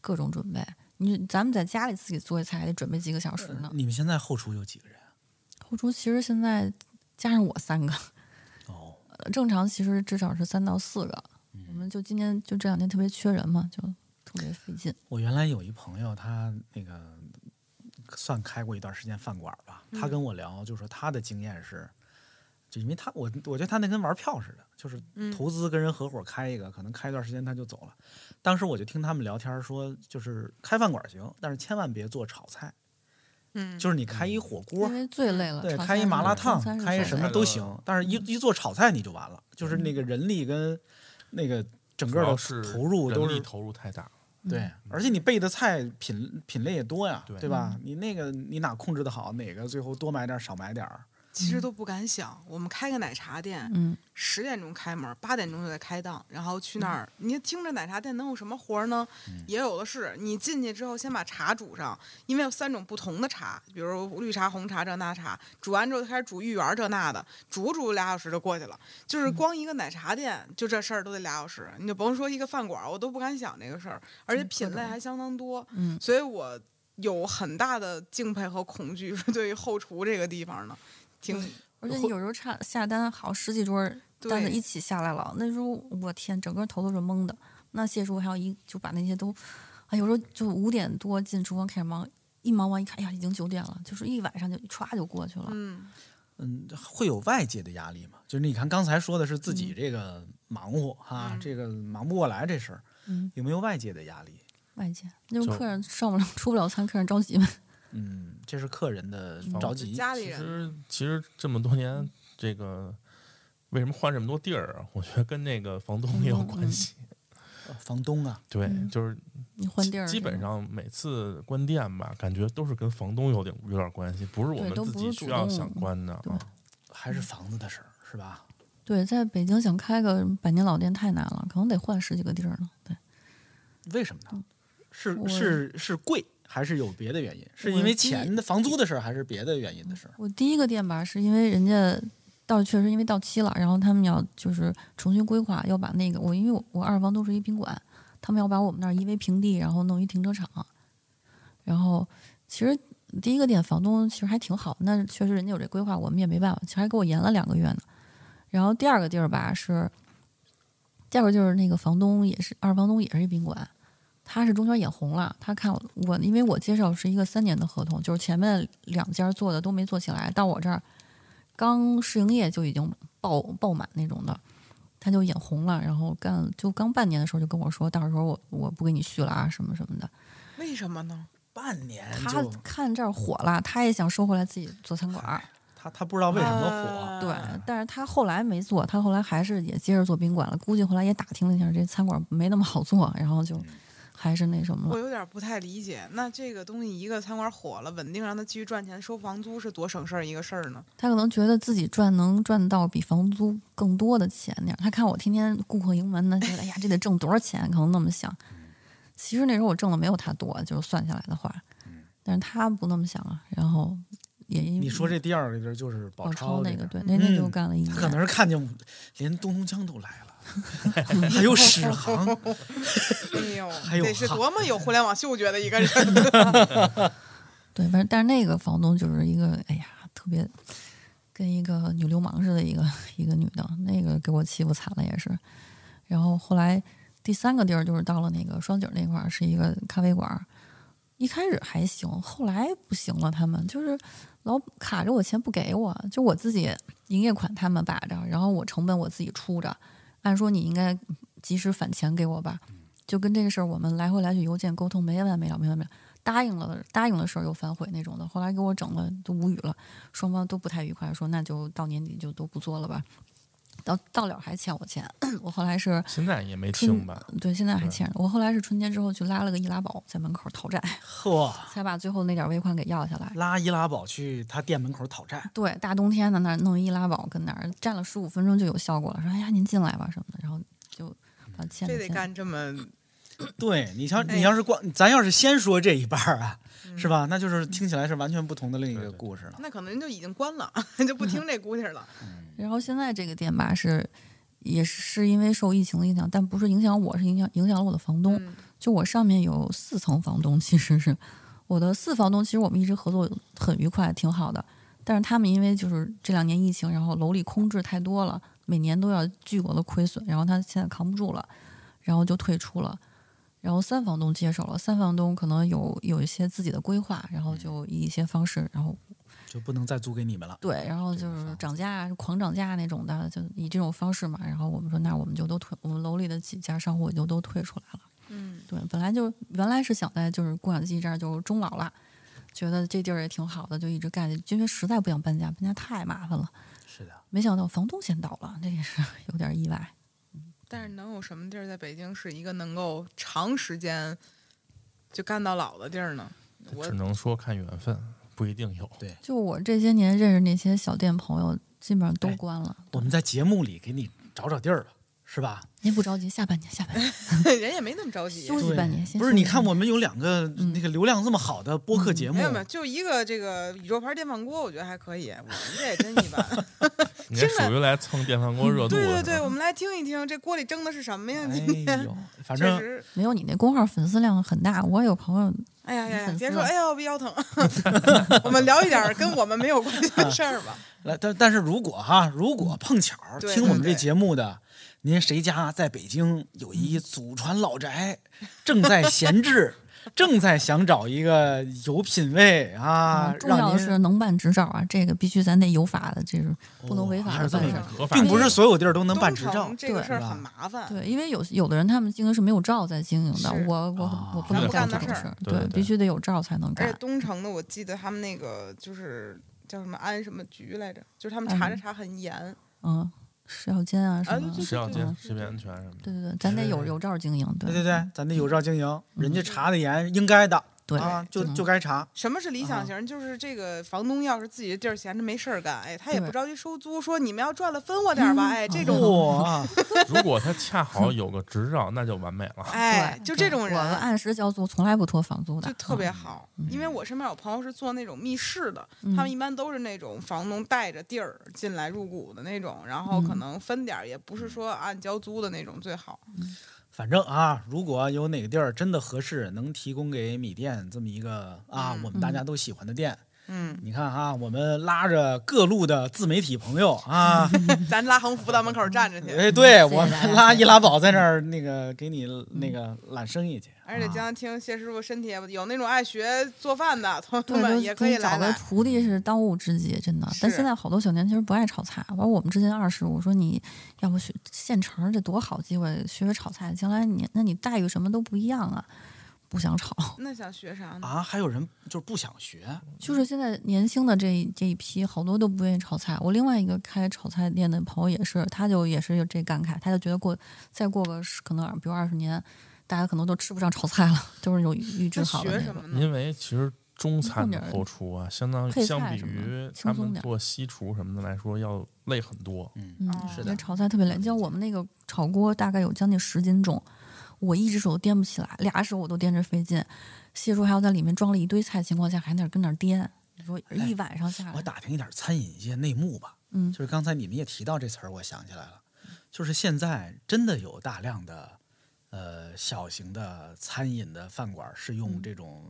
[SPEAKER 7] 各种准备。你咱们在家里自己做一菜还得准备几个小时呢。
[SPEAKER 5] 你们现在后厨有几个人？啊
[SPEAKER 7] 后厨其实现在加上我三个，
[SPEAKER 5] 哦，
[SPEAKER 7] 呃正常其实至少是三到四个。
[SPEAKER 5] 嗯
[SPEAKER 7] 我们就今年就这两天特别缺人嘛，就特别费劲。
[SPEAKER 5] 我原来有一朋友，他那个算开过一段时间饭馆吧，
[SPEAKER 7] 嗯
[SPEAKER 5] 他跟我聊，就说他的经验是，就因为他我我觉得他那跟玩票似的，就是
[SPEAKER 7] 嗯
[SPEAKER 5] 投资跟人合伙开一个，可能开一段时间他就走了。当时我就听他们聊天说，就是开饭馆行，但是千万别做炒菜，
[SPEAKER 6] 嗯，
[SPEAKER 5] 就是你开一火锅
[SPEAKER 7] 因。为最累了。
[SPEAKER 5] 对，
[SPEAKER 7] 炒
[SPEAKER 5] 开一
[SPEAKER 7] 菜嗯
[SPEAKER 5] 麻
[SPEAKER 7] 是
[SPEAKER 5] 辣
[SPEAKER 7] 中
[SPEAKER 5] 烫
[SPEAKER 7] 餐，是
[SPEAKER 5] 开一
[SPEAKER 7] 最
[SPEAKER 5] 什
[SPEAKER 7] 累
[SPEAKER 5] 么
[SPEAKER 7] 的
[SPEAKER 5] 都行，但是一一做炒菜你就完了，就是那个人力跟那个整个
[SPEAKER 8] 嗯主
[SPEAKER 5] 的
[SPEAKER 8] 要是
[SPEAKER 5] 投入都
[SPEAKER 8] 人
[SPEAKER 5] 是
[SPEAKER 8] 力投入太大，
[SPEAKER 5] 对，而且你备的菜品品类也多呀，
[SPEAKER 8] 对
[SPEAKER 5] 吧？你那个你哪控制的好，哪个最后多买点儿少买点儿，
[SPEAKER 6] 其实都不敢想，我们开个奶茶店，
[SPEAKER 7] 嗯，
[SPEAKER 6] 十点钟开门，八点钟就得开档，然后
[SPEAKER 8] 嗯
[SPEAKER 6] 去那儿，你听着奶茶店能有什么活儿呢？也有的是。你进去之后，先把茶煮上，因为有三种不同的茶，比如绿茶、红茶这那茶，煮完之后就开始煮芋圆儿这那的，煮煮俩小时就过去了。就是
[SPEAKER 8] 嗯
[SPEAKER 6] 光一个奶茶店，就这事儿都得俩小时，你就甭说一个饭馆儿，我都不敢想这个事儿，而
[SPEAKER 8] 嗯
[SPEAKER 6] 且品类还相当多，
[SPEAKER 7] 嗯
[SPEAKER 6] 所以我有很大的敬佩和恐惧， 是对于后厨这个地方呢，挺。
[SPEAKER 7] 而且你有时候差下单好十几桌儿单子
[SPEAKER 6] 对
[SPEAKER 7] 一起下来了，那时候我天，整个头都是懵的。那谢师傅还有一就把那些都，啊，有时候就五点多进厨房开始忙，一忙完一看，哎呀，已经九点了，就是一晚上就歘就过去了。
[SPEAKER 6] 嗯，
[SPEAKER 5] 嗯，会有外界的压力嘛？就是你看刚才说的是自己这个忙活哈，
[SPEAKER 6] 嗯
[SPEAKER 5] 这个忙不过来这事儿，
[SPEAKER 7] 嗯
[SPEAKER 5] 有没有外界的压力？
[SPEAKER 7] 外界就是
[SPEAKER 8] 就
[SPEAKER 7] 客人上不了出不了餐，客人着急嘛。
[SPEAKER 5] 嗯，这是客人的
[SPEAKER 8] 嗯
[SPEAKER 5] 着
[SPEAKER 8] 就
[SPEAKER 5] 急，
[SPEAKER 6] 家里
[SPEAKER 8] 其
[SPEAKER 6] 人
[SPEAKER 8] 实其实这么多年，这个为什么换这么多地儿啊？我觉得跟那个房东也有
[SPEAKER 7] 嗯
[SPEAKER 8] 关
[SPEAKER 7] 嗯
[SPEAKER 8] 系。
[SPEAKER 5] 呃房东啊，
[SPEAKER 8] 对，
[SPEAKER 7] 嗯
[SPEAKER 8] 就是
[SPEAKER 7] 你换地儿
[SPEAKER 8] 基
[SPEAKER 7] 是
[SPEAKER 8] 本
[SPEAKER 7] 吗
[SPEAKER 8] 上每次关店吧，感觉都是跟房东有点有点关系，不是我
[SPEAKER 7] 对
[SPEAKER 8] 们
[SPEAKER 7] 都
[SPEAKER 8] 自
[SPEAKER 7] 不
[SPEAKER 8] 己
[SPEAKER 7] 是主
[SPEAKER 8] 需要
[SPEAKER 7] 动
[SPEAKER 8] 想关的
[SPEAKER 7] 对
[SPEAKER 8] 啊。
[SPEAKER 5] 还是房子的事儿是吧？
[SPEAKER 7] 对，在北京想开个百年老店太难了，可能得换十几个地儿呢。对，
[SPEAKER 5] 为什么呢？是
[SPEAKER 7] 我
[SPEAKER 5] 是是贵，还是有别的原因？是因
[SPEAKER 7] 我嗯
[SPEAKER 5] 为
[SPEAKER 7] 第一
[SPEAKER 5] 钱的房租的事儿，还是别的原因的事儿？
[SPEAKER 7] 我第一个店吧，是因为人家到确实因为到期了，然后他们要就是重新规划，要把那个我因为我我二房东是一宾馆，他们要把我们那儿夷为平地，然后弄一停车场。然后其实第一个店房东其实还挺好，那确实人家有这规划，我们也没办法，其实还给我延了两个月呢。然后第二个地儿吧是，第二个就是那个房东也是二房东也是一宾馆，他是中间眼红了，他看我我因为我介绍是一个三年的合同，就是前面两家做的都没做起来，到我这儿刚试营业就已经爆爆满那种的，他就眼红了，然后干就刚半年的时候就跟我说，到时候我我不给你续了啊什么什么的，
[SPEAKER 6] 为什么呢？
[SPEAKER 5] 半年
[SPEAKER 7] 他
[SPEAKER 5] 就
[SPEAKER 7] 看这儿火了，他也想收回来自己做餐馆儿。
[SPEAKER 5] 他他不知道为什么火，
[SPEAKER 6] 啊
[SPEAKER 7] 对，但是他后来没做，他后来还是也接着做宾馆了。估计后来也打听了一下，这餐馆没那么好做，然后就还是那什么
[SPEAKER 6] 我
[SPEAKER 7] 了。
[SPEAKER 6] 有点不太理解，那这个东西一个餐馆火了，稳定让它继续赚钱，收房租是多省事儿一个事儿呢？
[SPEAKER 7] 他可能觉得自己赚能赚到比房租更多的钱那样，他看我天天顾客盈门呢，觉得哎呀这得挣多少钱，可能那么想。
[SPEAKER 5] 嗯
[SPEAKER 7] 其实那时候我挣的没有他多，就是算下来的话，但是他不那么想啊。然后也因为
[SPEAKER 5] 嗯你说这第二个地儿就是宝
[SPEAKER 7] 宝
[SPEAKER 5] 钞
[SPEAKER 7] 超
[SPEAKER 5] 这
[SPEAKER 7] 那个，
[SPEAKER 5] 地儿
[SPEAKER 7] 对，那那就
[SPEAKER 5] 嗯
[SPEAKER 7] 干了一年。
[SPEAKER 5] 他可能是看见我连东东江都来了，还有史航，
[SPEAKER 6] 哎呦，
[SPEAKER 5] 有啊
[SPEAKER 6] 得是
[SPEAKER 5] 哈
[SPEAKER 6] 多么有互联网嗅觉的一个人！
[SPEAKER 7] 对，反正但是那个房东就是一个，哎呀，特别跟一个女流氓似的，一个一个女的，那个给我欺负惨了也是。然后后来第三个地儿就是到了那个双井那块儿，是一个咖啡馆儿。一开始还行，后来不行了，他们就是老卡着我钱不给我，就我自己营业款他们把着，然后我成本我自己出着。按说你应该及时返钱给我吧，就跟这个事儿我们来回来去邮件沟通没完没了，没完没了。答应了答应了事儿又反悔那种的，后来给我整的都无语了，双方都不太愉快，说那就到年底就都不做了吧。到到了还欠我钱。 我后来是
[SPEAKER 8] 现在也没
[SPEAKER 7] 春
[SPEAKER 8] 清吧？
[SPEAKER 7] 对，现在还
[SPEAKER 8] 对
[SPEAKER 7] 欠着。我后来是春节之后去拉了个易拉宝，在门口讨债，
[SPEAKER 5] 呵，
[SPEAKER 7] 才把最后那点尾款给要下
[SPEAKER 6] 嗯
[SPEAKER 7] 来。
[SPEAKER 5] 拉伊拉宝去他店门口讨债，
[SPEAKER 7] 对，大冬天的那儿弄易拉宝跟那儿站了十五分钟就有效果了，说哎呀您进来吧什么的，然后就把欠
[SPEAKER 6] 嗯这
[SPEAKER 7] 的
[SPEAKER 6] 得
[SPEAKER 7] 钱。
[SPEAKER 6] 干这么
[SPEAKER 5] 对你像
[SPEAKER 6] 哎
[SPEAKER 5] 你要是光，咱要是先说这一半儿啊，是吧？那就是听起来是完全不同的另一个故事了。
[SPEAKER 6] 那可能就已经关了， 就不听这姑娘了。
[SPEAKER 7] 然后现在这个店吧是也是因为受疫情的影响，但不是影响我，是影响影响了我的房东。
[SPEAKER 6] 嗯
[SPEAKER 7] 就我上面有四层房东，其实是我的四房东，其实我们一直合作很愉快，挺好的。但是他们因为就是这两年疫情，然后楼里空置太多了，每年都要巨额的亏损，然后他现在扛不住了，然后就退出了。然后三房东接手了，三房东可能有有一些自己的规划，然后就以一些方式，然后
[SPEAKER 5] 就不能再租给你们了。
[SPEAKER 7] 对，然后就是涨价，狂涨价那种的，就以这种方式嘛。然后我们说，那我们就都退，我们楼里的几家商户就都退出来了。
[SPEAKER 6] 嗯，
[SPEAKER 7] 对，本来就原来是想在就是共享记忆这儿就终老了，觉得这地儿也挺好的，就一直干下去，因为实在不想搬家，搬家太麻烦了。
[SPEAKER 5] 是的，
[SPEAKER 7] 没想到房东先倒了，这也是 有点意外。
[SPEAKER 6] 但是能有什么地儿在北京是一个能够长时间就干到老的地儿呢？我
[SPEAKER 8] 只能说看缘分，不一定有。
[SPEAKER 5] 对
[SPEAKER 7] 就我这些年认识那些小店朋友，基本上都
[SPEAKER 5] 哎
[SPEAKER 7] 关了。
[SPEAKER 5] 我们在节目里给你找找地儿吧，是吧？
[SPEAKER 7] 您不着急，下半年，下半 年
[SPEAKER 6] 人也没那么着急，
[SPEAKER 7] 休息半年，先
[SPEAKER 5] 不是，
[SPEAKER 7] 休息
[SPEAKER 5] 你看
[SPEAKER 7] 半年
[SPEAKER 5] 我们有两个那个流量这么好的播客节目
[SPEAKER 6] 没，有没有，就一个这个宇宙牌电饭锅，我觉得还可以。我们这也真一般。
[SPEAKER 8] 你这
[SPEAKER 6] 听着
[SPEAKER 8] 属于来蹭电饭锅热度
[SPEAKER 6] 对
[SPEAKER 8] 的
[SPEAKER 6] 对
[SPEAKER 8] 是吧
[SPEAKER 6] 对，我们来听一听这锅里蒸的是什么呀？今
[SPEAKER 5] 哎
[SPEAKER 6] 天
[SPEAKER 5] 呦，反
[SPEAKER 6] 确
[SPEAKER 5] 正
[SPEAKER 6] 实，
[SPEAKER 7] 没有你那公号粉丝量很大，我有朋友
[SPEAKER 6] 哎呀呀呀
[SPEAKER 7] 粉，丝啊
[SPEAKER 6] 别说，
[SPEAKER 7] 了
[SPEAKER 6] 哎呦，我 腰疼。我们聊一点儿跟我们没有关系的事儿吧。
[SPEAKER 5] 来，但但是如果哈，如
[SPEAKER 7] 嗯
[SPEAKER 5] 果碰巧儿
[SPEAKER 6] 对
[SPEAKER 5] 听我们
[SPEAKER 6] 对
[SPEAKER 5] 这
[SPEAKER 6] 对
[SPEAKER 5] 节目的，您谁家在北京有
[SPEAKER 7] 嗯
[SPEAKER 5] 一祖传老宅，正在闲置，正在想找一个有品位啊
[SPEAKER 7] 嗯，重
[SPEAKER 5] 让
[SPEAKER 7] 要
[SPEAKER 5] 您
[SPEAKER 7] 是能办执照啊，这个必须咱得有法的，这种不能
[SPEAKER 5] 哦
[SPEAKER 7] 违
[SPEAKER 5] 还
[SPEAKER 7] 法
[SPEAKER 5] 是
[SPEAKER 7] 的
[SPEAKER 5] 这么
[SPEAKER 7] 办
[SPEAKER 5] 一
[SPEAKER 7] 事
[SPEAKER 5] 个
[SPEAKER 7] 儿。
[SPEAKER 8] 合法
[SPEAKER 5] 并不是所有地儿都 能办
[SPEAKER 6] 东
[SPEAKER 5] 执照
[SPEAKER 6] 城，这个
[SPEAKER 7] 对
[SPEAKER 6] 事儿
[SPEAKER 5] 是吧
[SPEAKER 6] 很麻烦。
[SPEAKER 7] 对，因为有有的人他们经营是没有照在经营的，
[SPEAKER 6] 是
[SPEAKER 7] 我我
[SPEAKER 5] 啊
[SPEAKER 7] 我不
[SPEAKER 8] 咱
[SPEAKER 7] 能
[SPEAKER 8] 不
[SPEAKER 7] 干
[SPEAKER 8] 干
[SPEAKER 7] 这
[SPEAKER 8] 的
[SPEAKER 7] 种
[SPEAKER 8] 事
[SPEAKER 7] 事
[SPEAKER 8] 儿
[SPEAKER 7] 儿，
[SPEAKER 8] 对对
[SPEAKER 7] 必须得有照才能
[SPEAKER 6] 而且
[SPEAKER 7] 干。
[SPEAKER 6] 东城的，我记得他们那个就是叫什么安什么局来着，就是他们查着查很严。
[SPEAKER 7] 嗯，食药监啊
[SPEAKER 6] 啊
[SPEAKER 7] 什么
[SPEAKER 6] 对，对
[SPEAKER 8] 食药
[SPEAKER 6] 对
[SPEAKER 8] 监
[SPEAKER 7] 嗯、
[SPEAKER 8] 食品安全什么的。
[SPEAKER 7] 对对对，咱得有
[SPEAKER 5] 是
[SPEAKER 7] 有照经营，对
[SPEAKER 5] 对对对，咱得有照经营，人家
[SPEAKER 6] 嗯
[SPEAKER 5] 查的严，应该的
[SPEAKER 7] 嗯对
[SPEAKER 5] 啊，就
[SPEAKER 7] 嗯
[SPEAKER 5] 就该查。
[SPEAKER 6] 什么是理
[SPEAKER 5] 啊
[SPEAKER 6] 想型？就是这个房东要是自己的地儿闲着没事儿干，哎，他也
[SPEAKER 7] 对嗯
[SPEAKER 6] 不着急收租，说你们要赚了分我点儿吧，哎，这种，
[SPEAKER 5] 哇，
[SPEAKER 8] 如果他恰好有个执照，那就完美了。
[SPEAKER 6] 哎，
[SPEAKER 7] 对
[SPEAKER 6] 就这种
[SPEAKER 7] 我们
[SPEAKER 6] 人。
[SPEAKER 7] 按时交租，从来不拖房租的，
[SPEAKER 6] 就特别
[SPEAKER 7] 嗯
[SPEAKER 6] 好，因为我身边有朋友是做那种密室的，
[SPEAKER 7] 嗯
[SPEAKER 6] 他们一般都是那种房东带着地儿进来入股的那种，然后可
[SPEAKER 7] 嗯
[SPEAKER 6] 能分点儿，也不是说按交租的那种最好。
[SPEAKER 5] 反正啊，如果有哪个地儿真的合适，能提供给米店这么一个啊
[SPEAKER 6] 嗯，
[SPEAKER 5] 我们大家都喜欢的店，
[SPEAKER 6] 嗯，
[SPEAKER 5] 你看啊，我们拉着各路的自媒体朋友 啊，
[SPEAKER 6] 咱拉横幅到门口站着去，
[SPEAKER 5] 哎，对
[SPEAKER 7] 谢谢
[SPEAKER 5] 我
[SPEAKER 7] 大家
[SPEAKER 5] 们拉易拉宝在那儿那个给你那个揽生意去，
[SPEAKER 6] 而且经常听谢师傅身体也不有那种爱学做饭的同学
[SPEAKER 7] 对，
[SPEAKER 6] 们
[SPEAKER 7] 就
[SPEAKER 6] 也可
[SPEAKER 7] 可
[SPEAKER 6] 以来
[SPEAKER 7] 找个
[SPEAKER 6] 来。
[SPEAKER 7] 徒弟是当务之急，真的。但
[SPEAKER 6] 是
[SPEAKER 7] 现在好多小年轻人不爱炒菜，完我们之前二十，我说你要不学现成儿，这多好机会，学学炒菜，将来你那你待遇什么都不一样啊。不想炒，
[SPEAKER 6] 那想学啥呢？
[SPEAKER 5] 啊，还有人就是不想学，
[SPEAKER 7] 就是现在年轻的这一这一批，好多都不愿意炒菜。我另外一个开炒菜店的朋友也是，他就也是有这感慨，他就觉得过再过个十可能比如二十年，大家可能都吃不上炒菜了， 都是有预制
[SPEAKER 6] 那
[SPEAKER 7] 好的
[SPEAKER 6] 学
[SPEAKER 7] 那
[SPEAKER 6] 什么
[SPEAKER 7] 种。
[SPEAKER 6] 呢？
[SPEAKER 8] 因为其实中餐的后厨啊，相当
[SPEAKER 7] 配菜
[SPEAKER 8] 相比
[SPEAKER 7] 什么的
[SPEAKER 8] 于
[SPEAKER 7] 轻
[SPEAKER 8] 他
[SPEAKER 7] 松
[SPEAKER 8] 们
[SPEAKER 7] 点儿
[SPEAKER 8] 做西厨什么的来说，要累很多。
[SPEAKER 5] 嗯，
[SPEAKER 7] 嗯
[SPEAKER 6] 哦，
[SPEAKER 5] 是
[SPEAKER 7] 因为
[SPEAKER 5] 的，
[SPEAKER 7] 炒菜特别累，像我们那个炒锅大概有将近十斤重，我一只手都掂不起来，俩手我都掂着费劲。谢叔还要在里面装了一堆菜情况下，还在那儿跟那儿掂，你说一晚上下来，
[SPEAKER 5] 我打听一点餐饮界内幕吧，
[SPEAKER 7] 嗯
[SPEAKER 5] 就是刚才你们也提到这词儿，我想起来了，就是现在真的有大量的呃小型的餐饮的饭馆是用
[SPEAKER 7] 嗯
[SPEAKER 5] 这种。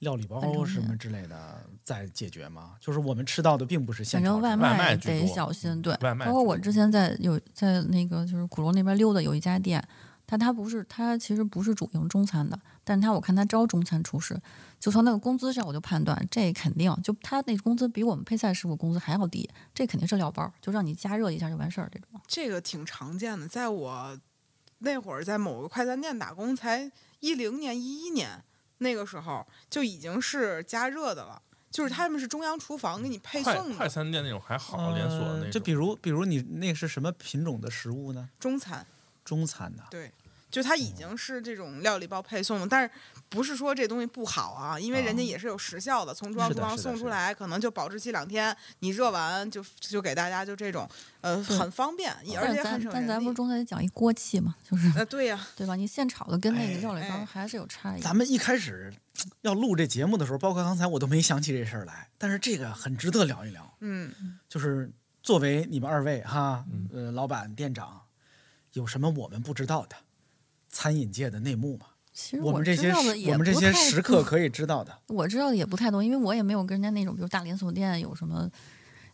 [SPEAKER 5] 料理
[SPEAKER 7] 反
[SPEAKER 5] 包
[SPEAKER 7] 正
[SPEAKER 5] 什么之类的在解决吗？就是我们吃到的并不是现
[SPEAKER 7] 反正
[SPEAKER 5] 成
[SPEAKER 7] 外
[SPEAKER 5] 的
[SPEAKER 8] 外卖居
[SPEAKER 7] 得
[SPEAKER 8] 多
[SPEAKER 7] 小
[SPEAKER 5] 嗯
[SPEAKER 7] 心，对，
[SPEAKER 8] 外卖
[SPEAKER 7] 包括
[SPEAKER 8] 居
[SPEAKER 7] 我
[SPEAKER 8] 多
[SPEAKER 7] 之前在有在那个就是鼓楼那边溜达，有一家店，但他不是他其实不是主营中餐的，但是他我看他招中餐厨师，就从那个工资上我就判断这肯定就他那工资比我们配菜师傅工资还要低，这肯定是料包，就让你加热一下就完事儿这种。
[SPEAKER 6] 这个挺常见的，在我那会儿在某个快餐店打工，才一零年、一一年那个时候就已经是加热的了。就是
[SPEAKER 5] 嗯
[SPEAKER 6] 他们是中央厨房给你配
[SPEAKER 8] 快
[SPEAKER 6] 送
[SPEAKER 8] 快
[SPEAKER 6] 的
[SPEAKER 8] 餐店那种还好，连锁的那
[SPEAKER 5] 呃就
[SPEAKER 8] 种
[SPEAKER 5] 比如，比如你那是什么品种的食物呢？
[SPEAKER 6] 中餐，
[SPEAKER 5] 中餐呐、
[SPEAKER 6] 对。就它
[SPEAKER 5] 哦
[SPEAKER 6] 已经是这种料理包配送的，但是不是说这东西不好啊？因为人家也是有时效的，从中
[SPEAKER 5] 哦
[SPEAKER 6] 央
[SPEAKER 5] 是
[SPEAKER 6] 厨
[SPEAKER 5] 的
[SPEAKER 6] 房
[SPEAKER 5] 是的
[SPEAKER 6] 送
[SPEAKER 5] 是
[SPEAKER 6] 出
[SPEAKER 5] 的
[SPEAKER 6] 来，可能就保质期两天，你热完就就给大家就这种，呃，
[SPEAKER 7] 对
[SPEAKER 6] 很方
[SPEAKER 5] 哦
[SPEAKER 6] 便，也而
[SPEAKER 7] 但
[SPEAKER 6] 且
[SPEAKER 7] 是
[SPEAKER 6] 很
[SPEAKER 7] 咱
[SPEAKER 6] 省
[SPEAKER 7] 但咱不是
[SPEAKER 6] 人力。
[SPEAKER 7] 中间讲一锅气嘛， 就是
[SPEAKER 6] 呃，对呀、
[SPEAKER 7] 对吧？你现炒的跟那个肉里
[SPEAKER 6] 哎
[SPEAKER 7] 边还是有差异。
[SPEAKER 5] 咱们一开始要录这节目的时候，包括刚才我都没想起这事儿来，但是这个很值得聊一聊。
[SPEAKER 6] 嗯，
[SPEAKER 5] 就是作为你们二位哈
[SPEAKER 8] 嗯，
[SPEAKER 5] 呃，老板、店长，有什么我们不知道的餐饮界的内幕吗？
[SPEAKER 7] 其实
[SPEAKER 5] 我们这
[SPEAKER 7] 知
[SPEAKER 5] 些
[SPEAKER 7] 道的
[SPEAKER 5] 食
[SPEAKER 7] 也
[SPEAKER 5] 我们这
[SPEAKER 7] 不
[SPEAKER 5] 些
[SPEAKER 7] 太
[SPEAKER 5] 食客
[SPEAKER 7] 多
[SPEAKER 5] 可以知 道的，
[SPEAKER 7] 我知道的也不太多，因为我也没有跟人家那种，比如大连锁店有什么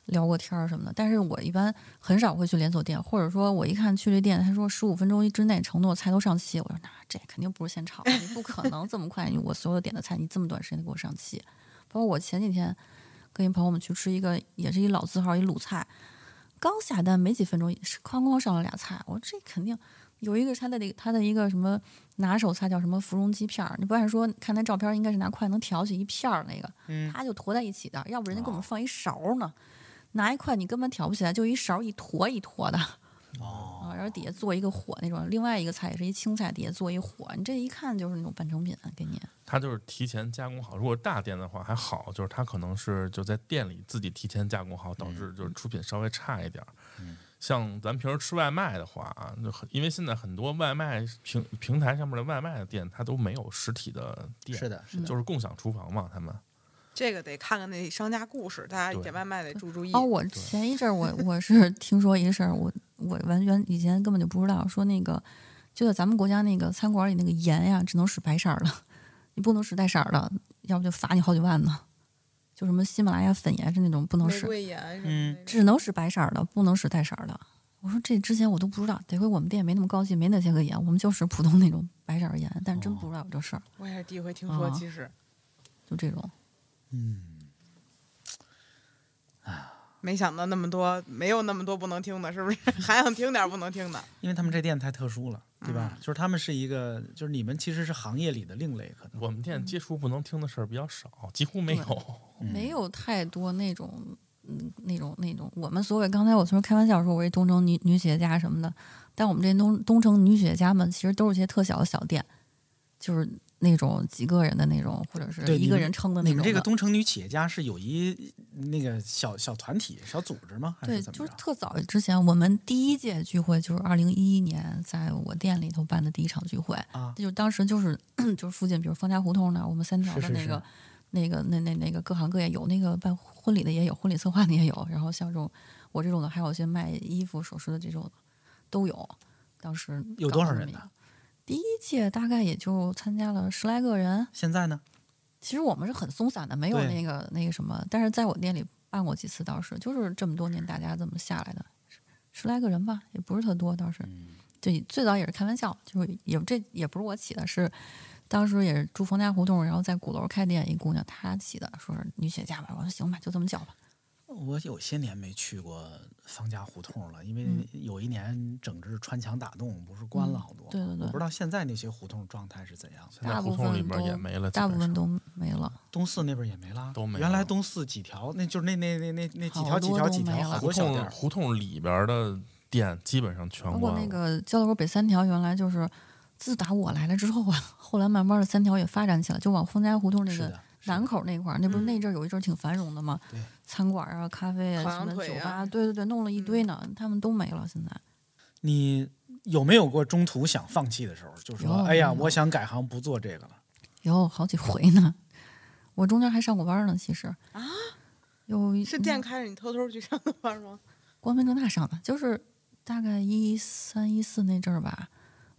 [SPEAKER 7] 聊过天儿什么的。但是我一般很少会去连锁店，或者说我一看去这店，他说十五分钟之内承诺菜都上齐，我说那这肯定不是现炒的，你不可能这么快，你我所有点的菜你这么短时间就给我上齐。包括我前几天跟一朋友们去吃一个，也是一老字号一鲁菜，刚下单没几分钟，哐哐上了俩菜，我说这肯定有一个是他的那个他的一个什么拿手菜叫什么芙蓉鸡片儿，你不按说看那照片儿应该是拿筷能挑起一片儿那个，他就坨在一起的，要不人家给我们放一勺儿呢，拿一筷你根本挑不起来，就一勺儿一坨一坨的。哦，然后底下做一个火那种，另外一个菜也是一青菜，底下做一火，你这一看就是那种半成品啊给你。
[SPEAKER 8] 它就是提前加工好。如果大店的话还好，就是它可能是就在店里自己提前加工好，导致
[SPEAKER 5] 嗯
[SPEAKER 8] 就是出品稍微差一点儿。像咱平时吃外卖的话啊，就很因为现在很多外卖平平台上面的外卖的店，它都没有实体的店，
[SPEAKER 5] 是的，是的。
[SPEAKER 8] 就是共享厨房嘛，他们
[SPEAKER 6] 这个得看看那商家故事，大家
[SPEAKER 8] 对
[SPEAKER 6] 点外卖得注注意。
[SPEAKER 7] 哦，我前一 阵儿我我是听说一个事儿，我我完全以前根本就不知道，说那个就在咱们国家那个餐馆里那个盐呀，只能使白色儿的， 你不能使带色儿的，要不就罚你好几万呢。就什么喜马拉雅粉盐是那种不能
[SPEAKER 6] 玫
[SPEAKER 7] 使，
[SPEAKER 6] 瑰盐什么的，
[SPEAKER 7] 只能使白色儿的，不能使带色儿的。我说这之前我都不知道，得亏我们店没那么高级，没那些个盐，我们就使普通那种白色儿盐，但是真
[SPEAKER 6] 哦
[SPEAKER 7] 不知道有这事儿，
[SPEAKER 6] 我也是第一回听说，
[SPEAKER 7] 啊
[SPEAKER 6] 其实
[SPEAKER 7] 就这种。
[SPEAKER 6] 没想到那么多，没有那么多不能听的，是不是？ 还想听点不能听的？
[SPEAKER 5] 因为他们这店太特殊了，对吧？
[SPEAKER 7] 嗯
[SPEAKER 5] 就是他们是一个，就是你们其实是行业里的另类，可能
[SPEAKER 8] 我们
[SPEAKER 7] 嗯
[SPEAKER 8] 店接触不能听的事儿比较少，几乎没有。
[SPEAKER 5] 嗯
[SPEAKER 7] 没有太多那种，嗯，那种那种。我们所谓刚才我说开玩笑说，我是东城女女企业家什么的，但我们这些东东城女企业家们其实都是些特小的小店，就是那种几个人的那种，或者是
[SPEAKER 5] 对
[SPEAKER 7] 一
[SPEAKER 5] 你
[SPEAKER 7] 个
[SPEAKER 5] 们
[SPEAKER 7] 人撑的那
[SPEAKER 5] 你
[SPEAKER 7] 种的。
[SPEAKER 5] 们这个东城女企业家是有一那个小小团体、小组织吗？还
[SPEAKER 7] 对，
[SPEAKER 5] 是怎
[SPEAKER 7] 就
[SPEAKER 5] 么
[SPEAKER 7] 是
[SPEAKER 5] 着？
[SPEAKER 7] 特早之前，我们第一届聚会就是二零一一年在我店里头办的第一场聚会
[SPEAKER 5] 啊
[SPEAKER 7] 就当时就是 就是附近，比如方家胡同呢，我们三条
[SPEAKER 5] 是
[SPEAKER 7] 的
[SPEAKER 5] 是
[SPEAKER 7] 那
[SPEAKER 5] 是
[SPEAKER 7] 个那个那那那个各行各业有那个办婚礼的也有，婚礼策划的也有，然后像这种我这种的，还有一些卖衣服首饰的这种的都有。当时
[SPEAKER 5] 有
[SPEAKER 7] 搞
[SPEAKER 5] 多
[SPEAKER 7] 了
[SPEAKER 5] 少
[SPEAKER 7] 这么
[SPEAKER 5] 人
[SPEAKER 7] 一
[SPEAKER 5] 呢
[SPEAKER 7] 个？第一届大概也就参加了十来个人，
[SPEAKER 5] 现在呢？
[SPEAKER 7] 其实我们是很松散的，没有
[SPEAKER 5] 对
[SPEAKER 7] 那个那个什么，但是在我店里办过几次，倒是就是这么多年大家这么下来的，十十来个人吧，也不是特多，倒是。
[SPEAKER 8] 嗯
[SPEAKER 7] 对，最早也是开玩笑，就是也这也不是我起的，是当时也是住冯家胡同，然后在鼓楼开店一姑娘她起的，说是女企业家吧，我说行吧，就这么叫吧。
[SPEAKER 5] 我有些年没去过方家胡同了，因为
[SPEAKER 7] 嗯
[SPEAKER 5] 有一年整治穿墙打洞，不是关了好多吗、
[SPEAKER 7] 对对对
[SPEAKER 5] 我不知道现在那些胡同状态是怎样的。
[SPEAKER 8] 现在
[SPEAKER 7] 大
[SPEAKER 8] 胡
[SPEAKER 7] 部
[SPEAKER 8] 同里
[SPEAKER 7] 分
[SPEAKER 8] 边也
[SPEAKER 7] 都
[SPEAKER 8] 没了，基
[SPEAKER 7] 大部
[SPEAKER 8] 本
[SPEAKER 7] 分
[SPEAKER 8] 上
[SPEAKER 7] 都没了，
[SPEAKER 5] 东四那边也没了，
[SPEAKER 8] 都没
[SPEAKER 5] 原来
[SPEAKER 8] 了
[SPEAKER 5] 东四几条，那就是那那那那那几条
[SPEAKER 7] 好
[SPEAKER 5] 几
[SPEAKER 7] 多
[SPEAKER 5] 条
[SPEAKER 7] 都
[SPEAKER 5] 几条
[SPEAKER 7] 没
[SPEAKER 5] 好
[SPEAKER 7] 了
[SPEAKER 5] 多
[SPEAKER 8] 胡
[SPEAKER 5] 小店
[SPEAKER 8] 同
[SPEAKER 5] 儿。
[SPEAKER 8] 胡同里边的店基本上全
[SPEAKER 7] 包括
[SPEAKER 8] 关
[SPEAKER 7] 那
[SPEAKER 8] 了。
[SPEAKER 7] 个交道口北三条，原来就是自打我来了之后啊，后来慢慢的三条也发展起来，就往冯家胡同那
[SPEAKER 5] 是
[SPEAKER 7] 个
[SPEAKER 5] 的，是
[SPEAKER 7] 南
[SPEAKER 5] 的
[SPEAKER 7] 口那块儿，那不是
[SPEAKER 6] 嗯
[SPEAKER 7] 那阵儿有一阵儿挺繁荣的嘛，
[SPEAKER 5] 对
[SPEAKER 7] 餐馆啊、咖啡啊、
[SPEAKER 6] 烤
[SPEAKER 7] 什
[SPEAKER 6] 羊
[SPEAKER 7] 么
[SPEAKER 6] 腿
[SPEAKER 7] 酒吧，
[SPEAKER 6] 啊
[SPEAKER 7] 对对对，弄了一堆呢，他们都没了。现在
[SPEAKER 5] 你有没有过中途想放弃的时候？就说，
[SPEAKER 7] 有
[SPEAKER 5] 哎呀，
[SPEAKER 7] 有
[SPEAKER 5] 我想改行不做这个了。
[SPEAKER 7] 有好几回呢，我中间还上过班儿呢，其实啊，有一
[SPEAKER 6] 是店开着你偷偷去上的班吗？
[SPEAKER 7] 光明正大上的，就是大概一三一四那阵儿吧。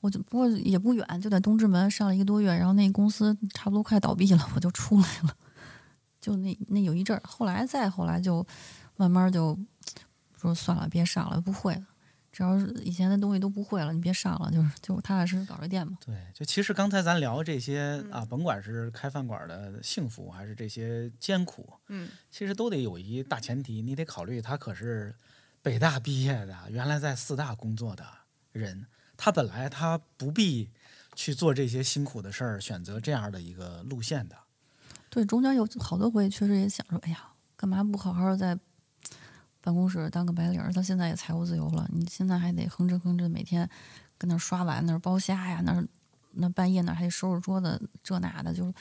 [SPEAKER 7] 我就不过也不远，就在东直门上了一个多月，然后那公司差不多快倒闭了，我就出来了。就那那有一阵儿，后来再后来就慢慢就说算了，别上了，不会了。只要是以前的东西都不会了，你别上了，就是就踏踏实实搞这店吧。
[SPEAKER 5] 对，就其实刚才咱聊这些啊，甭管是开饭馆的幸福，还是这些艰苦，
[SPEAKER 6] 嗯，
[SPEAKER 5] 其实都得有一大前提，你得考虑他可是北大毕业的，原来在四大工作的人，他本来他不必去做这些辛苦的事儿，选择这样的一个路线的。
[SPEAKER 7] 对，中间有好多回确实也想说，哎呀，干嘛不好好在办公室当个白领儿？到现在也财务自由了，你现在还得哼哧哼哧每天跟那儿刷碗、那儿剥虾呀、那儿那半夜那儿还得收拾桌子，这那的，就是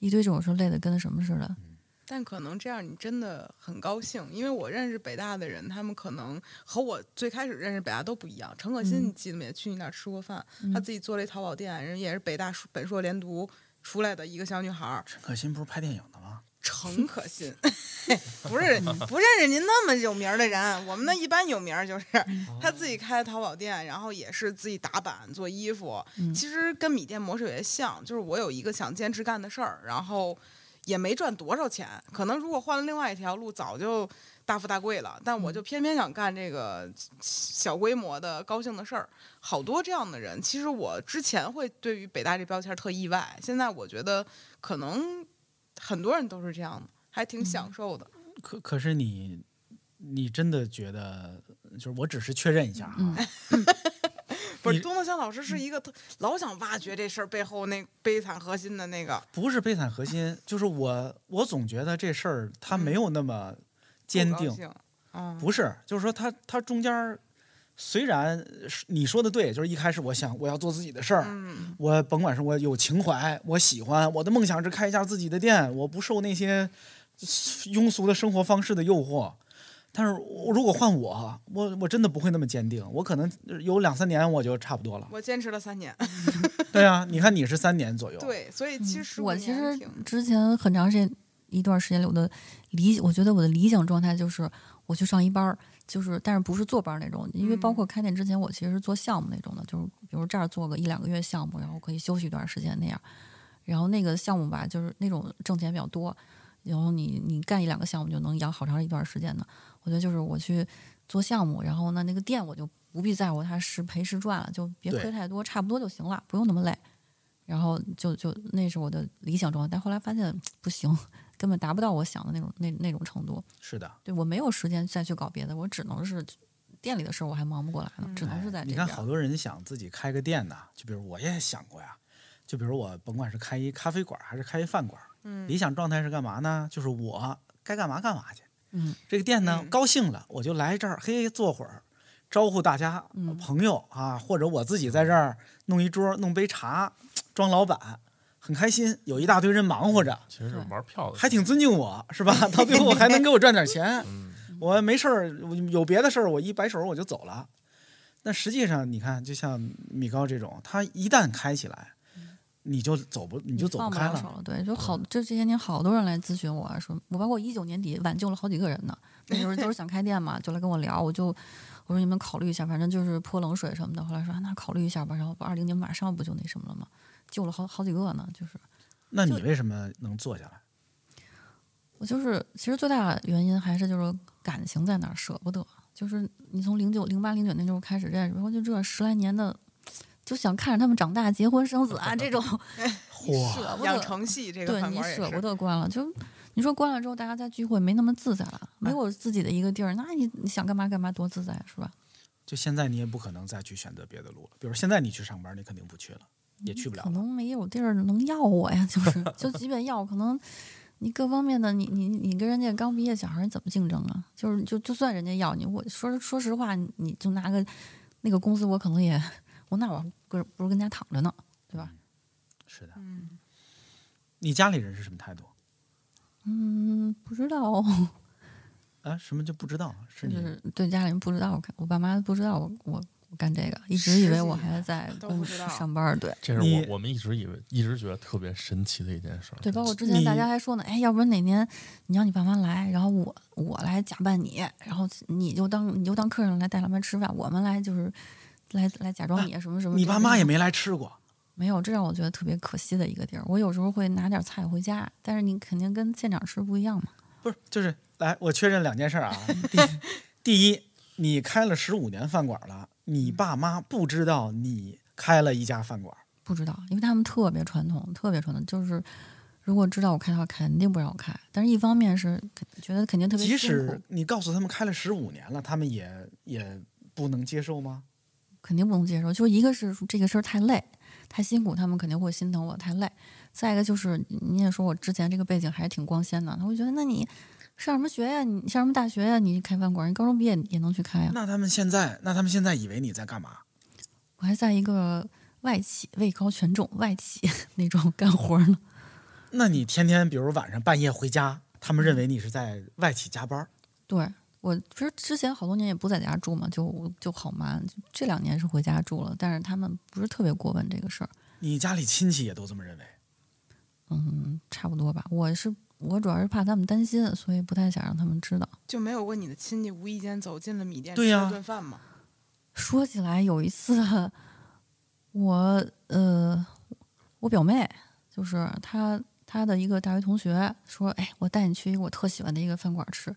[SPEAKER 7] 一堆这种事儿，累得跟什么似的。
[SPEAKER 6] 但可能这样你真的很高兴，因为我认识北大的人，他们可能和我最开始认识北大都不一样。陈可辛，
[SPEAKER 7] 嗯
[SPEAKER 6] 你记得没？去你那儿吃过饭，他自己做了一淘宝店，人也是北大硕本硕连读出来的一个小女孩儿。
[SPEAKER 5] 陈可辛不是拍电影的吗？
[SPEAKER 6] 陈可辛， 不是不认识您那么有名儿的人，我们那一般有名儿就是他自己开淘宝店，然后也是自己打版做衣服，其实跟米店魔术也像，就是我有一个想坚持干的事儿，然后也没赚多少钱，可能如果换了另外一条路，早就大富大贵了，但我就偏偏想干这个小规模的高兴的事儿，好多这样的人，其实我之前会对于北大这标签儿特意外，现在我觉得可能。很多人都是这样的，还挺
[SPEAKER 5] 嗯
[SPEAKER 6] 享受的。
[SPEAKER 5] 可可是你，你真的觉得，就是我只是确认一下啊，
[SPEAKER 7] 嗯
[SPEAKER 6] 不是
[SPEAKER 5] 你嗯
[SPEAKER 6] 东东香老师是一个特老想挖掘这事儿背后那悲惨核心的那个，
[SPEAKER 5] 不是悲惨核心，就是我，我总觉得这事儿它没有那么坚定，
[SPEAKER 6] 嗯，
[SPEAKER 5] 不是，就是说它它中间儿虽然是你说的对，就是一开始我想我要做自己的事儿，
[SPEAKER 6] 嗯，
[SPEAKER 5] 我甭管是我有情怀，我喜欢，我的梦想是开一家自己的店，我不受那些庸俗的生活方式的诱惑。但是我如果换我，我我真的不会那么坚定，我可能有两三年我就差不 多了。
[SPEAKER 6] 我坚持了三年，
[SPEAKER 5] 对啊，你看你是三年左右，
[SPEAKER 6] 对，所以其实
[SPEAKER 7] 嗯我其实
[SPEAKER 6] 挺
[SPEAKER 7] 之前很长时间一段时间里，我的理我觉得我的理想状态就是我去上一班儿，就是但是不是坐班儿那种，因为包括
[SPEAKER 6] 嗯
[SPEAKER 7] 开店之前，我其实是做项目那种的，就是比如这儿做个一两个月项目，然后可以休息一段时间那样。然后那个项目吧，就是那种挣钱比较多，然后你你干一两个项目就能养好长一段时间的。我觉得就是我去做项目，然后呢那个店我就不必在乎它是赔是赚了，就别亏
[SPEAKER 5] 对
[SPEAKER 7] 太多，差不多就行了，不用那么累。然后就就那是我的理想状态，但后来发现不行， 根本达不到我想的那种那那种程度。
[SPEAKER 5] 是的。
[SPEAKER 7] 对我没有时间再去搞别的，我只能是店里的事儿我还忙不过来呢，只能是在
[SPEAKER 5] 哎
[SPEAKER 7] 这
[SPEAKER 5] 你
[SPEAKER 7] 边
[SPEAKER 5] 看，。好多人想自己开个店呢，就比如我也想过呀，就比如我甭管是开一咖啡馆还是开一饭馆，
[SPEAKER 6] 嗯
[SPEAKER 7] 嗯
[SPEAKER 5] 理想状态是干嘛呢？就是我该干嘛干嘛去。
[SPEAKER 7] 嗯，
[SPEAKER 5] 这个店呢，
[SPEAKER 6] 嗯
[SPEAKER 5] 高兴了我就来这儿，嘿，坐会儿，招呼大家、
[SPEAKER 7] 嗯
[SPEAKER 5] 朋友啊，或者我自己在这儿弄一桌，弄杯茶，装老板，很开心。有一大堆人忙活着，
[SPEAKER 8] 其实是
[SPEAKER 7] 对
[SPEAKER 8] 玩票的，
[SPEAKER 5] 还挺尊敬我是吧？到最后还能给我赚点钱，
[SPEAKER 8] 嗯
[SPEAKER 5] 我没事儿，我有别的事儿，我一摆手我就走了。那实际上，你看，就像米高这种，他一旦开起来，你就走不，你就走
[SPEAKER 7] 放
[SPEAKER 5] 不
[SPEAKER 7] 不
[SPEAKER 5] 开
[SPEAKER 7] 了手
[SPEAKER 5] 了。嗯
[SPEAKER 7] 了，对，就好，这这些年好多人来咨询我啊说，我包括一九年底挽救了好几个人呢，那时候都是想开店嘛，就来跟我聊，我就我说你们考虑一下，反正就是泼冷水什么的。后来说、啊那考虑一下吧，然后二零年马上不就那什么了吗？救了好好几个呢，就是
[SPEAKER 5] 那你为什么能坐下来？
[SPEAKER 7] 我就是，其实最大的原因还是就是感情在哪儿舍不得，就是你从零九、零八、零九那时候开始认识，然后就这十来年的，就想看着他们长大、结婚生子啊，这种
[SPEAKER 5] 嚯，
[SPEAKER 7] 舍不
[SPEAKER 6] 养
[SPEAKER 7] 得，
[SPEAKER 6] 成系这个
[SPEAKER 7] 对
[SPEAKER 6] 饭
[SPEAKER 7] 你
[SPEAKER 6] 馆也
[SPEAKER 7] 舍不
[SPEAKER 6] 是。
[SPEAKER 7] 得关了，就你说关了之后，大家在聚会没那么自在了，
[SPEAKER 6] 哎
[SPEAKER 7] 没有自己的一个地儿，那你你想干嘛干嘛多自在啊是吧？
[SPEAKER 5] 就现在你也不可能再去选择别的路了。比如现在你去上班，你肯定不去了，也去不了
[SPEAKER 7] 嗯可
[SPEAKER 5] 了。
[SPEAKER 7] 能没有地儿能要我呀，就是就即便要，可能你各方面的，你你你跟人家刚毕业小孩儿你怎么竞争啊？就是就就算人家要你，我说说实话，你你就拿个那个工资，我可能也我那我不不如跟家躺着呢，对吧？
[SPEAKER 5] 是的，
[SPEAKER 6] 嗯，
[SPEAKER 5] 你家里人是什么态度
[SPEAKER 7] 嗯，不知道，
[SPEAKER 5] 啊？什么就不知道？是
[SPEAKER 7] 就
[SPEAKER 5] 你
[SPEAKER 7] 是对家里人不知道，我看我爸妈不知道我我我干这个，一直以为我还在
[SPEAKER 6] 都
[SPEAKER 7] 公
[SPEAKER 6] 不
[SPEAKER 7] 司
[SPEAKER 6] 知道
[SPEAKER 7] 上班儿，对。
[SPEAKER 8] 这是
[SPEAKER 5] 你
[SPEAKER 8] 我我们一直以为一直觉得特别神奇的一件事儿。
[SPEAKER 7] 对，包括之前大
[SPEAKER 5] 你
[SPEAKER 7] 家还说呢，哎，要不然哪年你让你爸妈来，然后我我来假扮你，然后你就当你就当客人来带他们吃饭，我们来就是来来假装你什么什么。
[SPEAKER 5] 啊你爸妈也没来吃过，
[SPEAKER 7] 没有，这让我觉得特别可惜的一个地儿。我有时候会拿点菜回家，但是你肯定跟现场吃不一样嘛。
[SPEAKER 5] 不是，就是来，我确认两件事 儿啊。第第一，你开了十五年饭馆了，你爸妈不知道你开了一家饭馆，
[SPEAKER 7] 不知道，因为他们特别传统，特别传统，就是如果知道我开的话，肯定不让我开。但是一方面是觉得肯定特别
[SPEAKER 5] 即
[SPEAKER 7] 辛苦
[SPEAKER 5] 使，你告诉他们开了十五年了，他们也也不能接受吗？
[SPEAKER 7] 肯定不能接受。就一个是这个事儿太累，太辛苦，他们肯定会心疼我太累；再一个就是你也说我之前这个背景还是挺光鲜的，他会觉得那你上什么学呀？你上什么大学呀？你开饭馆，你高中毕业也能去开啊呀？
[SPEAKER 5] 那他们现在，那他们现在以为你在干嘛？
[SPEAKER 7] 我还在一个外企，位高权重外企 那种干活呢。
[SPEAKER 5] 那你天天比如晚上半夜回家，他们认为你是在外企加班儿。
[SPEAKER 7] 对我不是之前好多年也不在家住嘛，就就好忙。这两年是回家住了，但是他们不是特别过问这个事儿。
[SPEAKER 5] 你家里亲戚也都这么认为。
[SPEAKER 7] 嗯，差不多吧。我是我主要是怕他们担心，所以不太想让他们知道。
[SPEAKER 6] 就没有过你的亲戚无意间走进了米店
[SPEAKER 5] 对
[SPEAKER 6] 吃
[SPEAKER 5] 呀
[SPEAKER 6] 了顿饭吗？
[SPEAKER 7] 说起来，有一次，我呃，我表妹就是她她的一个大学同学说，哎，我带你去一个我特喜欢的一个饭馆吃。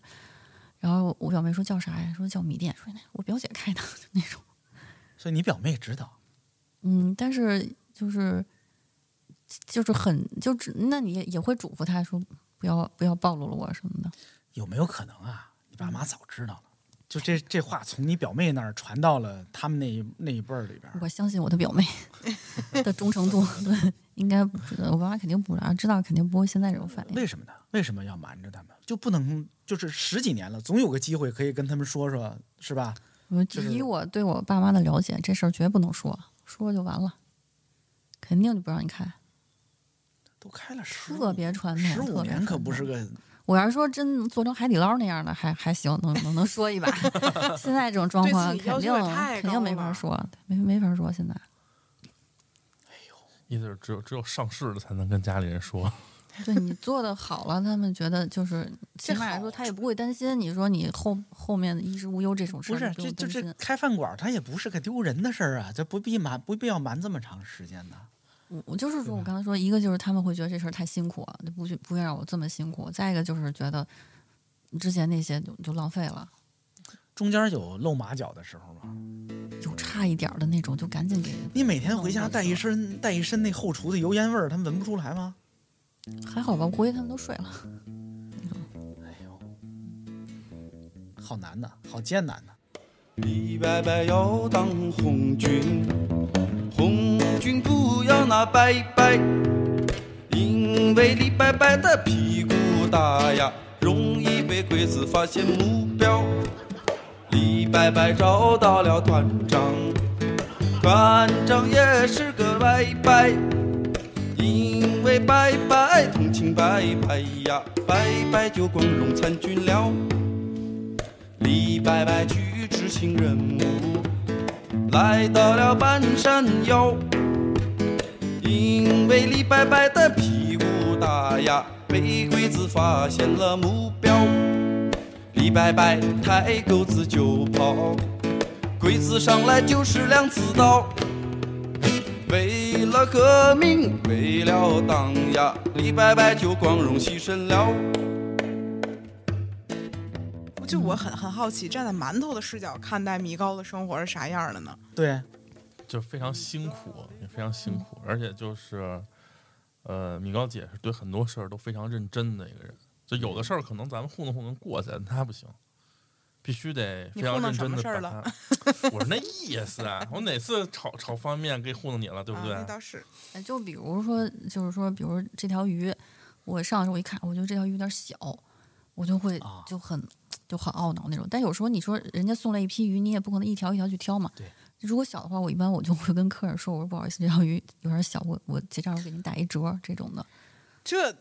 [SPEAKER 7] 然后我表妹说叫啥呀？说叫米店。说那我表姐开的 就那种。
[SPEAKER 5] 所以你表妹知道，
[SPEAKER 7] 嗯，但是就是就是很就只那你也也会嘱咐她说不要不要暴露了我什么的。
[SPEAKER 5] 有没有可能啊？你爸
[SPEAKER 7] 嗯
[SPEAKER 5] 妈早知道了，就这这话从你表妹那儿传到了他们那一那一辈儿里边儿。
[SPEAKER 7] 我相信我的 表妹的忠诚度，对，应该不知道，我爸妈肯定不知道，知道肯定不会现在这种反应。
[SPEAKER 5] 为什么呢？为什么要瞒着他们？就不能就是十几年了，总有个机会可以跟他们说说，是吧？
[SPEAKER 7] 我
[SPEAKER 5] 就是
[SPEAKER 7] 以我对我爸妈的了解，这事儿绝不能说，说就完了，肯定就不让你开。
[SPEAKER 5] 都开了十
[SPEAKER 7] 特别传统
[SPEAKER 5] 十
[SPEAKER 7] 特
[SPEAKER 5] 五
[SPEAKER 7] 别
[SPEAKER 5] 年，可
[SPEAKER 7] 传
[SPEAKER 5] 不
[SPEAKER 7] 统
[SPEAKER 5] 是个
[SPEAKER 7] 我要是说真做成海底捞那样的，还还行，能能能 说一把。现在这种状
[SPEAKER 6] 对自
[SPEAKER 7] 况，
[SPEAKER 6] 己要
[SPEAKER 7] 肯定
[SPEAKER 6] 求也太
[SPEAKER 7] 肯
[SPEAKER 6] 高
[SPEAKER 7] 定没法
[SPEAKER 6] 了
[SPEAKER 7] 说，没没法说。现在
[SPEAKER 8] 意思是只有只有上市了才能跟家里人说。
[SPEAKER 7] 对你做的好了，他们觉得就是起
[SPEAKER 5] 这
[SPEAKER 7] 码来
[SPEAKER 5] 好
[SPEAKER 7] 说，他也不会担心你说你后后面的衣食无忧这种事
[SPEAKER 5] 不
[SPEAKER 7] 儿，
[SPEAKER 5] 是
[SPEAKER 7] 你
[SPEAKER 5] 这
[SPEAKER 7] 用
[SPEAKER 5] 就
[SPEAKER 7] 担
[SPEAKER 5] 这
[SPEAKER 7] 心。
[SPEAKER 5] 开饭馆儿，它也不是个丢人的事儿啊，这不必瞒不必要瞒这么长时间呢。
[SPEAKER 7] 我我就是说，我刚才说，一个就是他们会觉得这事儿太辛苦，就不去不愿让我这么辛苦；再一个就是觉得之前那些就就浪费了，
[SPEAKER 5] 中间有露马脚的时候吗？
[SPEAKER 7] 有差一点儿的那种就赶紧给。
[SPEAKER 5] 你每天回家带一身带一身那后厨的油烟味儿，他们闻不出来吗？
[SPEAKER 7] 还好吧，我估计他们都睡了。
[SPEAKER 5] 哎呦，好难呐，好艰难呐！
[SPEAKER 2] 李白白要当红军，红军不要那白白，因为李白白的屁股大呀，容易被鬼子发现目标。李白白找到了团长，团长也是个白白，因为白白同情白白呀，白白就光荣参军了。李白白去执行任务，来到了半山腰，因为李白白的屁股大呀，被鬼子发现了目标。李白白抬钩子就跑，鬼子上来就是两刺刀。为了革命，为了党呀，李白白就光荣牺牲了。
[SPEAKER 6] 我就我很很好奇，站在馒头的视角看待米糕的生活是啥样儿的呢？
[SPEAKER 5] 对，
[SPEAKER 8] 就非常辛苦，也非常辛苦，而且就是，呃，米高姐是对很多事儿都非常认真的一个人。就有的事儿可能咱们糊弄糊弄过去，但她不行，必须得非常认真
[SPEAKER 6] 你糊弄什么
[SPEAKER 8] 的
[SPEAKER 6] 事儿
[SPEAKER 8] 把
[SPEAKER 6] 了
[SPEAKER 8] 它。我是那意思啊，我哪次炒炒方便面给糊弄你了，对不对？
[SPEAKER 6] 啊，那倒是。
[SPEAKER 7] 哎就比如说，就是说，比如这条鱼，我上的时候我一看，我觉得这条鱼有点小，我就会
[SPEAKER 5] 啊
[SPEAKER 7] 就很就很懊恼那种。但有时候你说人家送来一批鱼，你也不可能一条一条去挑嘛。
[SPEAKER 5] 对。
[SPEAKER 7] 如果小的话，我一般我就会跟客人说，我说不好意思，这条鱼有点小，我我结账我给您打一折这种的。
[SPEAKER 6] 这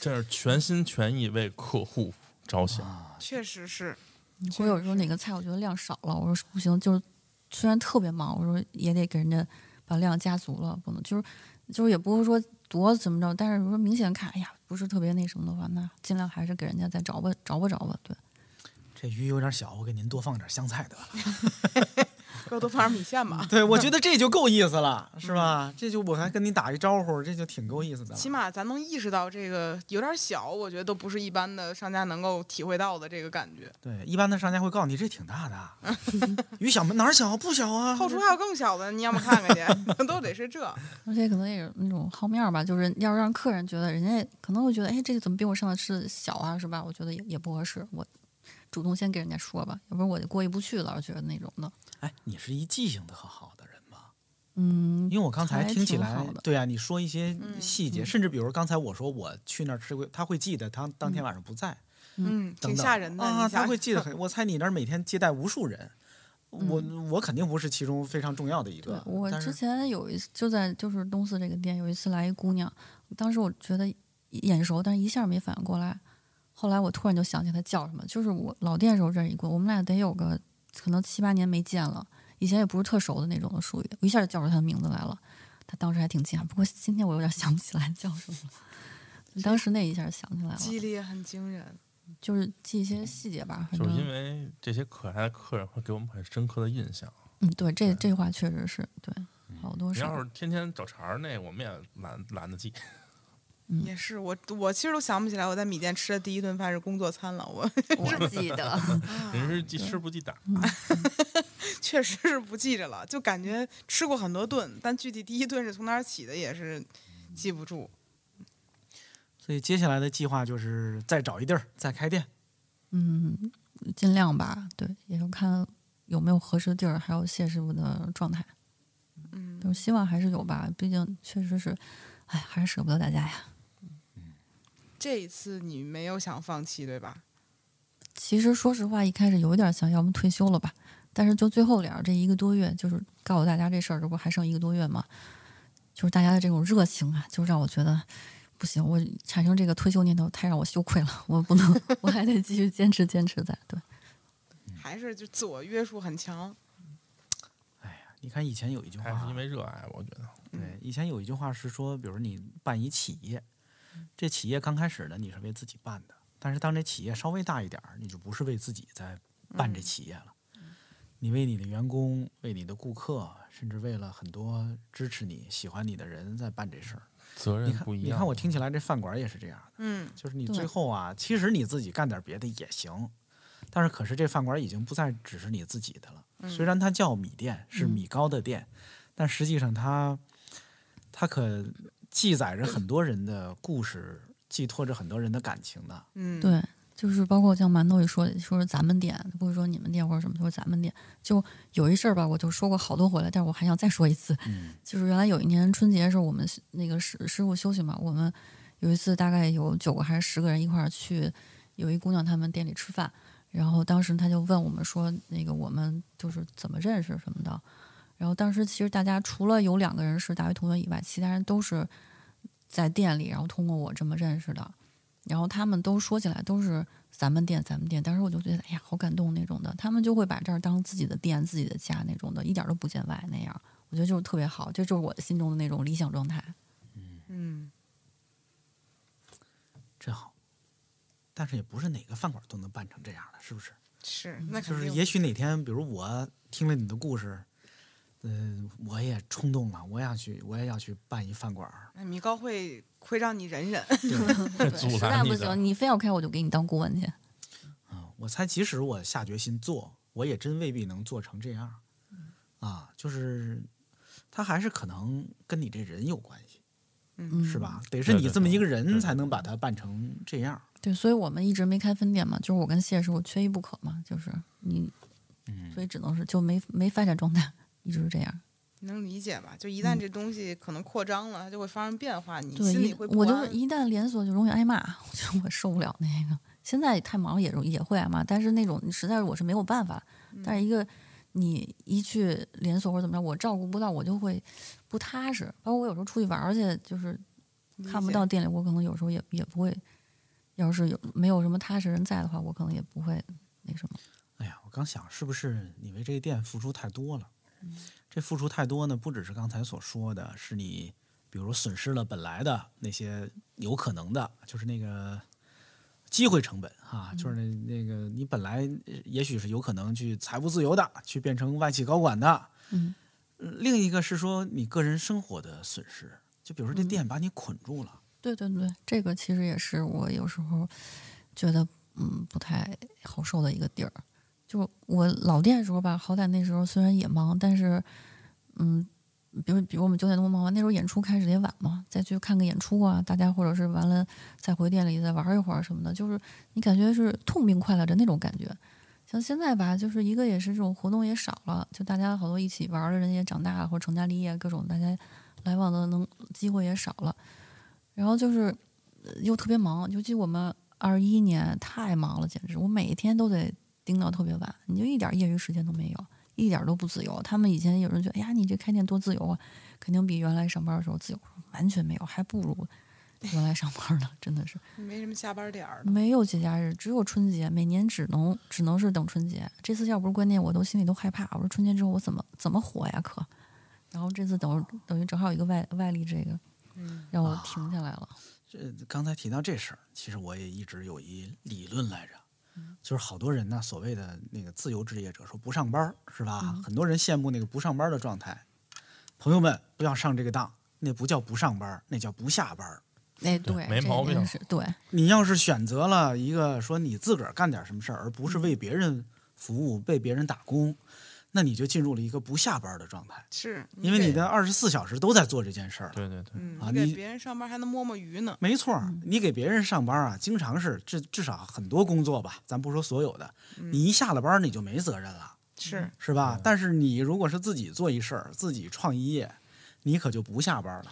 [SPEAKER 8] 这是全心全意为客户着想。
[SPEAKER 6] 确实是，
[SPEAKER 7] 你会有时候哪个菜我觉得量少了，我说不行，就是虽然特别忙，我说也得给人家把量加足了，不能就是就是也不会说多怎么着，但是如果明显看，哎呀，不是特别那什么的话，那尽量还是给人家再找吧找吧找吧，对，
[SPEAKER 5] 这鱼有点小，我给您多放点香菜得了。。
[SPEAKER 6] 给我多放点米线吧
[SPEAKER 5] 对，我觉得这就够意思了，是吧？这就我还跟你打一招呼，这就挺够意思的了。
[SPEAKER 6] 起码咱能意识到这个有点小，我觉得都不是一般的商家能够体会到的这个感觉。
[SPEAKER 5] 对，一般的商家会告诉你这挺大的，鱼小吗？哪儿小？不小啊。
[SPEAKER 6] 后厨还有更小的，你要么看看去，都得是这。
[SPEAKER 7] 而且可能也有那种好面儿吧，就是要让客人觉得人家可能会觉得，哎，这个怎么比我上次吃的小啊，是吧？我觉得也也不合适，我主动先给人家说吧，要不然我就过意不去了，我觉得那种的。
[SPEAKER 5] 哎，你是一记性特好的人吗？
[SPEAKER 7] 嗯，
[SPEAKER 5] 因为我刚才
[SPEAKER 7] 还
[SPEAKER 5] 听起
[SPEAKER 7] 挺
[SPEAKER 5] 来
[SPEAKER 7] 好的，
[SPEAKER 5] 对啊，你说一些细节，甚至比如刚才我说我去那儿吃过，他会记得他当天晚上不在，
[SPEAKER 6] 嗯，
[SPEAKER 5] 等等
[SPEAKER 6] 挺吓人的。
[SPEAKER 5] 啊，
[SPEAKER 6] 你
[SPEAKER 5] 他
[SPEAKER 6] 想
[SPEAKER 5] 会记得很。我猜你那儿每天接待无数人，我我肯定不是其中非常重要的一
[SPEAKER 7] 对
[SPEAKER 5] 个。
[SPEAKER 7] 我
[SPEAKER 5] 但
[SPEAKER 7] 之
[SPEAKER 5] 是
[SPEAKER 7] 前有一次就在就是东四这个店，有一次来一姑娘，当时我觉得眼熟，但是一下没反应过来。后来我突然就想起她叫什么，就是我老店时候认识一个，我们俩得有个可能七八年没见了，以前也不是特熟的那种的，属于我一下就叫出她的名字来了。她当时还挺惊讶，不过今天我有点想不起来叫什么了。当时那一下想起来
[SPEAKER 6] 记忆
[SPEAKER 7] 了，
[SPEAKER 6] 力很惊人。
[SPEAKER 7] 就是记一些细节吧，反
[SPEAKER 8] 就是因
[SPEAKER 7] 正
[SPEAKER 8] 为这些可爱的客人会给我们很深刻的印象。
[SPEAKER 7] 嗯，对，这这话确实是对，好多
[SPEAKER 8] 你
[SPEAKER 7] 事
[SPEAKER 8] 要
[SPEAKER 7] 儿，
[SPEAKER 8] 是天天找茬儿，那我们也懒懒得记。
[SPEAKER 7] 嗯
[SPEAKER 6] 也是我，我其实都想不起来我在米店吃的第一顿饭是工作餐了。我
[SPEAKER 7] 我记得。
[SPEAKER 8] 人是记吃不记打，
[SPEAKER 6] 确实是不记着了，就感觉吃过很多顿，但具体第一顿是从哪儿起的也是记不住。
[SPEAKER 5] 所以接下来的计划就是再找一地儿再开店。
[SPEAKER 7] 嗯，尽量吧。对，也要看有没有合适的地儿，还有谢师傅的状态。
[SPEAKER 6] 嗯，
[SPEAKER 7] 就希望还是有吧，毕竟确实是，哎，还是舍不得大家呀。
[SPEAKER 6] 这一次你没有想放弃对吧？
[SPEAKER 7] 其实说实话，一开始有点想要么退休了吧，但是就最后点儿这一个多月，就是告诉大家这事儿，这不还剩一个多月吗？就是大家的这种热情啊，就让我觉得不行，我产生这个退休念头太让我羞愧了，我不能， 我还得继续坚持坚持在。对，
[SPEAKER 5] 嗯
[SPEAKER 6] 还是就自我约束很强。
[SPEAKER 5] 你看以前有一句话，
[SPEAKER 8] 还是因为热爱，我觉得。
[SPEAKER 5] 对，以前有一句话是说，比如你办一企业，这企业刚开始呢，你是为自己办的，但是当这企业稍微大一点儿，你就不是为自己在办这企业了，你为你的员工、为你的顾客，甚至为了很多支持你、喜欢你的人在办这事儿。
[SPEAKER 8] 责
[SPEAKER 5] 你
[SPEAKER 8] 任
[SPEAKER 5] 看
[SPEAKER 8] 不，一
[SPEAKER 5] 你
[SPEAKER 8] 样。
[SPEAKER 5] 看我听起来这饭馆也是这样的，
[SPEAKER 6] 嗯，
[SPEAKER 5] 就是你
[SPEAKER 7] 对
[SPEAKER 5] 最后啊，其实你自己干点别的也行。但是，可是这饭馆已经不再只是你自己的了。虽然它叫米店，是米糕的店，但实际上它它可记载着很多人的故事，寄托着很多人的感情的。
[SPEAKER 6] 嗯，，
[SPEAKER 7] 对，就是包括像馒头也说，说是咱们店，不是说你们店或者什么，说咱们店。就有一事儿吧，我就说过好多回了，但是我还想再说一次。 就是原来有一年春节的时候，我们是那个师师傅休息嘛，我们有一次大概有九个还是十个人一块儿去，有一姑娘他们店里吃饭，然后当时她就问我们说，那个我们就是怎么认识什么的。然后当时其实大家除了有两个人是大学同学以外，其他人都是在店里，然后通过我这么认识的。然后他们都说起来都是咱们店，咱们店。当时我就觉得，哎呀，好感动那种的。他们就会把这儿当自己的店、自己的家那种的，一点都不见外那样。我觉得就是特别好，这就是我心中的那种理想状态。
[SPEAKER 6] 嗯，
[SPEAKER 5] 真好，但是也不是哪个饭馆都能办成这样的，是不是？
[SPEAKER 6] 是，
[SPEAKER 7] 嗯
[SPEAKER 6] 那
[SPEAKER 5] 就
[SPEAKER 6] 肯
[SPEAKER 5] 是
[SPEAKER 6] 定。
[SPEAKER 5] 也许哪天，比如我听了你的故事，嗯、我也冲动了，我想去，我也要去办一饭馆儿。
[SPEAKER 6] 那米糕会会让你忍 忍。
[SPEAKER 8] 阻
[SPEAKER 7] 实
[SPEAKER 8] 拦
[SPEAKER 7] 在
[SPEAKER 8] 你
[SPEAKER 7] 不
[SPEAKER 8] 的
[SPEAKER 7] 行，你非要开，我就给你当顾问去。
[SPEAKER 5] 我猜，即使我下决心做，我也真未必能做成这样。啊，就是他还是可能跟你这人有关系，
[SPEAKER 7] 嗯，
[SPEAKER 5] 是？吧？得是
[SPEAKER 8] 对对
[SPEAKER 5] 你这么一个
[SPEAKER 8] 对
[SPEAKER 5] 人
[SPEAKER 8] 对
[SPEAKER 5] 才能把它办成这样。
[SPEAKER 7] 对，所以我们一直没开分店嘛，就是我跟谢师傅缺一不可嘛，就是你，
[SPEAKER 5] 嗯
[SPEAKER 7] 所以只能是就没没发展状态，一直是这样。
[SPEAKER 6] 能理解吧？就一旦这东西可能扩张了，它就会发生变化，你
[SPEAKER 7] 嗯对，
[SPEAKER 6] 心
[SPEAKER 7] 一
[SPEAKER 6] 里会不
[SPEAKER 7] 我就
[SPEAKER 6] 安。
[SPEAKER 7] 一旦连锁就容易挨骂，我觉得我受不了那个。现在太忙了也容也会挨骂，但是那种实在是我是没有办法。
[SPEAKER 6] 嗯
[SPEAKER 7] 但是一个你一去连锁或者怎么着，我照顾不到，我就会不踏实。包括我有时候出去玩儿去，就是
[SPEAKER 6] 理
[SPEAKER 7] 看不
[SPEAKER 6] 解
[SPEAKER 7] 到店里，我可能有时候也也不会。要是有没有什么踏实人在的话，我可能也不会那什么。
[SPEAKER 5] 哎呀，我刚想，是不是你为这个店付出太多了？这付出太多呢，不只是刚才所说的，是你比如损失了本来的那些有可能的，就是那个机会成本哈、就是那那个你本来呃也许是有可能去财务自由的，去变成外企高管的，
[SPEAKER 7] 嗯
[SPEAKER 5] 呃，另一个是说你个人生活的损失，就比如说这店把你捆住了，
[SPEAKER 7] 对对对，这个其实也是我有时候觉得嗯不太好受的一个地儿。就我老店的时候吧，好歹那时候虽然也忙，但是嗯，比如比如我们九点多忙完，那时候演出开始也晚嘛，再去看个演出啊，大家或者是完了再回店里再玩一会儿什么的，就是你感觉是痛并快乐着那种感觉。像现在吧，就是一个也是这种活动也少了，就大家好多一起玩儿的人也长大了，或者成家立业，各种大家来往的能机会也少了。然后就是呃又特别忙，尤其我们二一年太忙了，简直我每天都得盯到特别晚，你就一点业余时间都没有，一点都不自由。他们以前有人觉得，哎呀，你这开店多自由啊，肯定比原来上班的时候自由，完全没有，还不如原来上班呢，真的是。
[SPEAKER 6] 没什么下班点儿呢。
[SPEAKER 7] 没有节假日，只有春节，每年只能只能是等春节。这次要不是关键，我都心里都害怕。我说春节之后我怎么怎么活呀？可，然后这次等等于正好有一个外外力，这个让我停下来了。
[SPEAKER 5] 这刚才提到这事儿，其实我也一直有一理论来着，就是好多人呢，所谓的那个自由职业者说不上班儿是吧？很多人羡慕那个不上班儿的状态。朋友们，不要上这个当，那不叫不上班儿，那叫不下班儿。
[SPEAKER 7] 哎，
[SPEAKER 8] 对
[SPEAKER 7] 对，
[SPEAKER 8] 没
[SPEAKER 7] 这
[SPEAKER 8] 毛
[SPEAKER 7] 真
[SPEAKER 8] 病
[SPEAKER 7] 是对，
[SPEAKER 5] 你要是选择了一个说你自个儿干点什么事儿，而不是为别人服务、为别人打工，那你就进入了一个不下班儿的状态，
[SPEAKER 6] 是
[SPEAKER 5] 因为
[SPEAKER 6] 给
[SPEAKER 5] 你的二十四小时都在做这件事儿了。
[SPEAKER 8] 对对对，
[SPEAKER 6] 嗯，
[SPEAKER 5] 啊
[SPEAKER 6] 你
[SPEAKER 5] 你
[SPEAKER 6] 给别人上班还能摸摸鱼呢。
[SPEAKER 5] 没错儿，你给别人上班啊，经常是至至少很多工作吧，咱不说所有的，你一下了班你就没责任了，
[SPEAKER 7] 嗯
[SPEAKER 6] 是，
[SPEAKER 5] 是吧？但是你如果是自己做一事儿，自己创一业，你可就不下班了。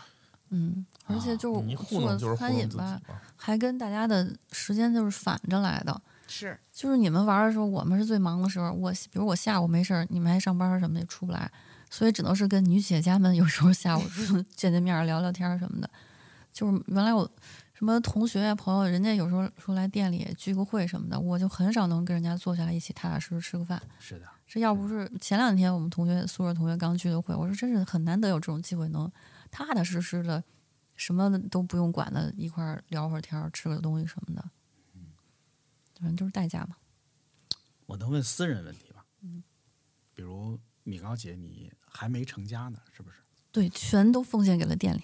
[SPEAKER 7] 嗯，而且就
[SPEAKER 8] 啊你
[SPEAKER 7] 是
[SPEAKER 8] 糊弄就
[SPEAKER 7] 做
[SPEAKER 8] 是糊
[SPEAKER 7] 餐
[SPEAKER 8] 弄
[SPEAKER 7] 饮
[SPEAKER 8] 自己
[SPEAKER 7] 吧
[SPEAKER 8] 嘛，。
[SPEAKER 7] 还跟大家的时间就是反着来的。
[SPEAKER 6] 是，
[SPEAKER 7] 就是你们玩儿的时候，我们是最忙的时候。我比如我下午没事儿，你们还上班儿什么的也出不来，所以只能是跟女企业家们有 时候下午见见面儿聊聊天儿什么的。就是原来我什么同学呀、朋友，人家有时候说来店里聚个会什么的，我就很少能跟人家坐下来一起踏踏实实吃个饭。
[SPEAKER 5] 是的，
[SPEAKER 7] 这要不是前两天我们同学宿舍同学刚聚的会，我说真是很难得有这种机会能踏踏实实的，什么都不用管的，一块儿聊会儿天儿，吃个东西什么的。反正就是代价嘛。
[SPEAKER 5] 我能问私人问题吧？比如米高姐，你还没成家呢，是不是？
[SPEAKER 7] 对，全都奉献给了店里。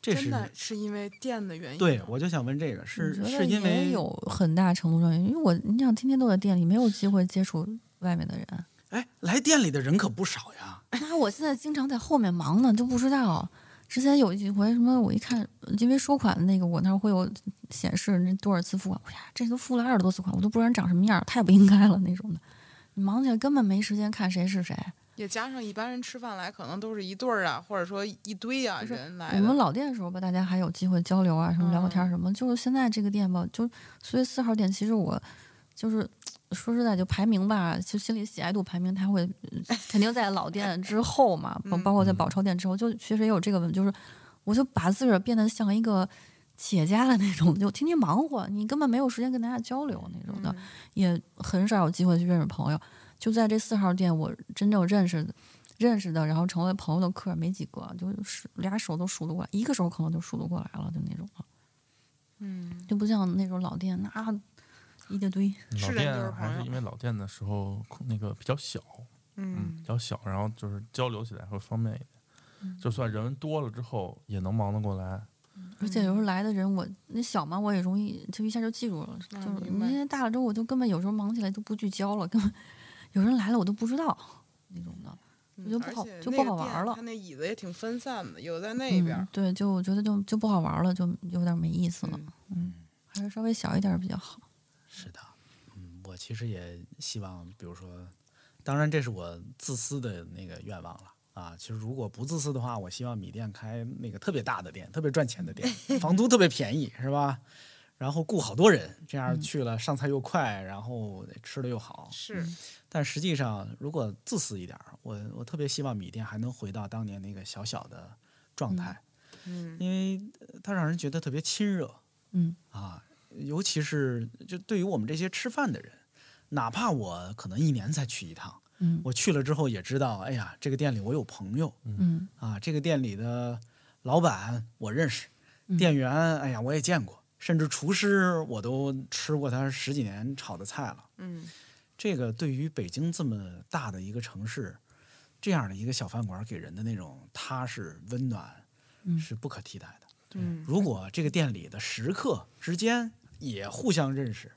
[SPEAKER 5] 这
[SPEAKER 6] 真
[SPEAKER 5] 是
[SPEAKER 6] 的是因为店的原因。
[SPEAKER 5] 对，我就想问这个，是
[SPEAKER 7] 我觉
[SPEAKER 5] 是
[SPEAKER 7] 得
[SPEAKER 5] 因
[SPEAKER 7] 也
[SPEAKER 5] 为
[SPEAKER 7] 有很大程度上原因，因为我你想天天都在店里，没有机会接触外面的人。
[SPEAKER 5] 哎，来店里的人可不少呀，
[SPEAKER 7] 哎那我现在经常在后面忙呢，都不知道。之前有一回什么，我一看，因为收款的那个我那儿会有显示那多少次付款，我说哎呀，这都付了二十多次款，我都不知道人长什么样儿，太不应该了那种的。你忙起来根本没时间看谁是谁。
[SPEAKER 6] 也加上一般人吃饭来，可能都是一对儿啊，或者说一堆啊
[SPEAKER 7] 是
[SPEAKER 6] 人来
[SPEAKER 7] 我们
[SPEAKER 6] 的。嗯
[SPEAKER 7] 老店的时候吧，大家还有机会交流啊，什么聊个天儿什么。就是现在这个店吧，就所以四号店，其实我就是说实在，就排名吧，就心里喜爱度排名，它会呃肯定在老店之后嘛，
[SPEAKER 6] 嗯
[SPEAKER 7] 包包括在宝钞店之后，就确实也有这个问，就是我就把自个儿变得像一个。企业家的那种，就天天忙活，你根本没有时间跟大家交流那
[SPEAKER 6] 嗯
[SPEAKER 7] 种的，也很少有机会去认识朋友。就在这四号店，我真正认识认识的，然后成为朋友的客人没几个，就是俩手都数得过来，一个手可能就数得过来了，就那种了。嗯，就不像那种老店，那一大堆。
[SPEAKER 8] 老
[SPEAKER 6] 是人就是
[SPEAKER 8] 店
[SPEAKER 6] 朋友
[SPEAKER 8] 还是因为老店的时候空那个比较小，嗯，比
[SPEAKER 6] 嗯，
[SPEAKER 8] 较小，然后就是交流起来会方便一点。就算人多了之后，也能忙得过来。
[SPEAKER 7] 而且有时候来的人，我那小嘛，我也容易就一下就记住了。
[SPEAKER 6] 啊
[SPEAKER 7] 就是
[SPEAKER 6] 明白
[SPEAKER 7] 你现在大了之后，我就根本有时候忙起来就不聚焦了，根本有人来了我都不知道那种的。
[SPEAKER 6] 嗯
[SPEAKER 7] 就不
[SPEAKER 6] 而
[SPEAKER 7] 好
[SPEAKER 6] 且
[SPEAKER 7] 就
[SPEAKER 6] 那
[SPEAKER 7] 不
[SPEAKER 6] 个
[SPEAKER 7] 好玩
[SPEAKER 6] 店
[SPEAKER 7] 了
[SPEAKER 6] 他那椅子也挺分散的，有在那边
[SPEAKER 7] 嗯
[SPEAKER 6] 儿，，
[SPEAKER 7] 对，就我觉得就就不好玩了，就有点没意思了。
[SPEAKER 6] 嗯
[SPEAKER 7] 还是稍微小一点比较好。
[SPEAKER 5] 是的，嗯，我其实也希望，比如说，当然这是我自私的那个愿望了啊。其实如果不自私的话，我希望米店开那个特别大的店，特别赚钱的店，房租特别便宜，是吧？然后雇好多人，这样去了上菜又快，然后吃的又好。
[SPEAKER 6] 是
[SPEAKER 5] 但实际上，如果自私一点儿，我我特别希望米店还能回到当年那个小小的状态，
[SPEAKER 6] 嗯
[SPEAKER 5] 因为呃它让人觉得特别亲热。
[SPEAKER 7] 嗯
[SPEAKER 5] 啊，尤其是就对于我们这些吃饭的人，哪怕我可能一年才去一趟，
[SPEAKER 7] 嗯
[SPEAKER 5] 我去了之后也知道，哎呀，这个店里我有朋友
[SPEAKER 7] 嗯
[SPEAKER 5] 啊，这个店里的老板我认识，
[SPEAKER 7] 嗯
[SPEAKER 5] 店员哎呀我也见过，甚至厨师我都吃过他十几年炒的菜了。
[SPEAKER 6] 嗯，
[SPEAKER 5] 这个对于北京这么大的一个城市，这样的一个小饭馆给人的那种踏实温暖，
[SPEAKER 7] 嗯
[SPEAKER 5] 是不可替代的。
[SPEAKER 6] 嗯
[SPEAKER 5] 如果这个店里的食客之间也互相认识，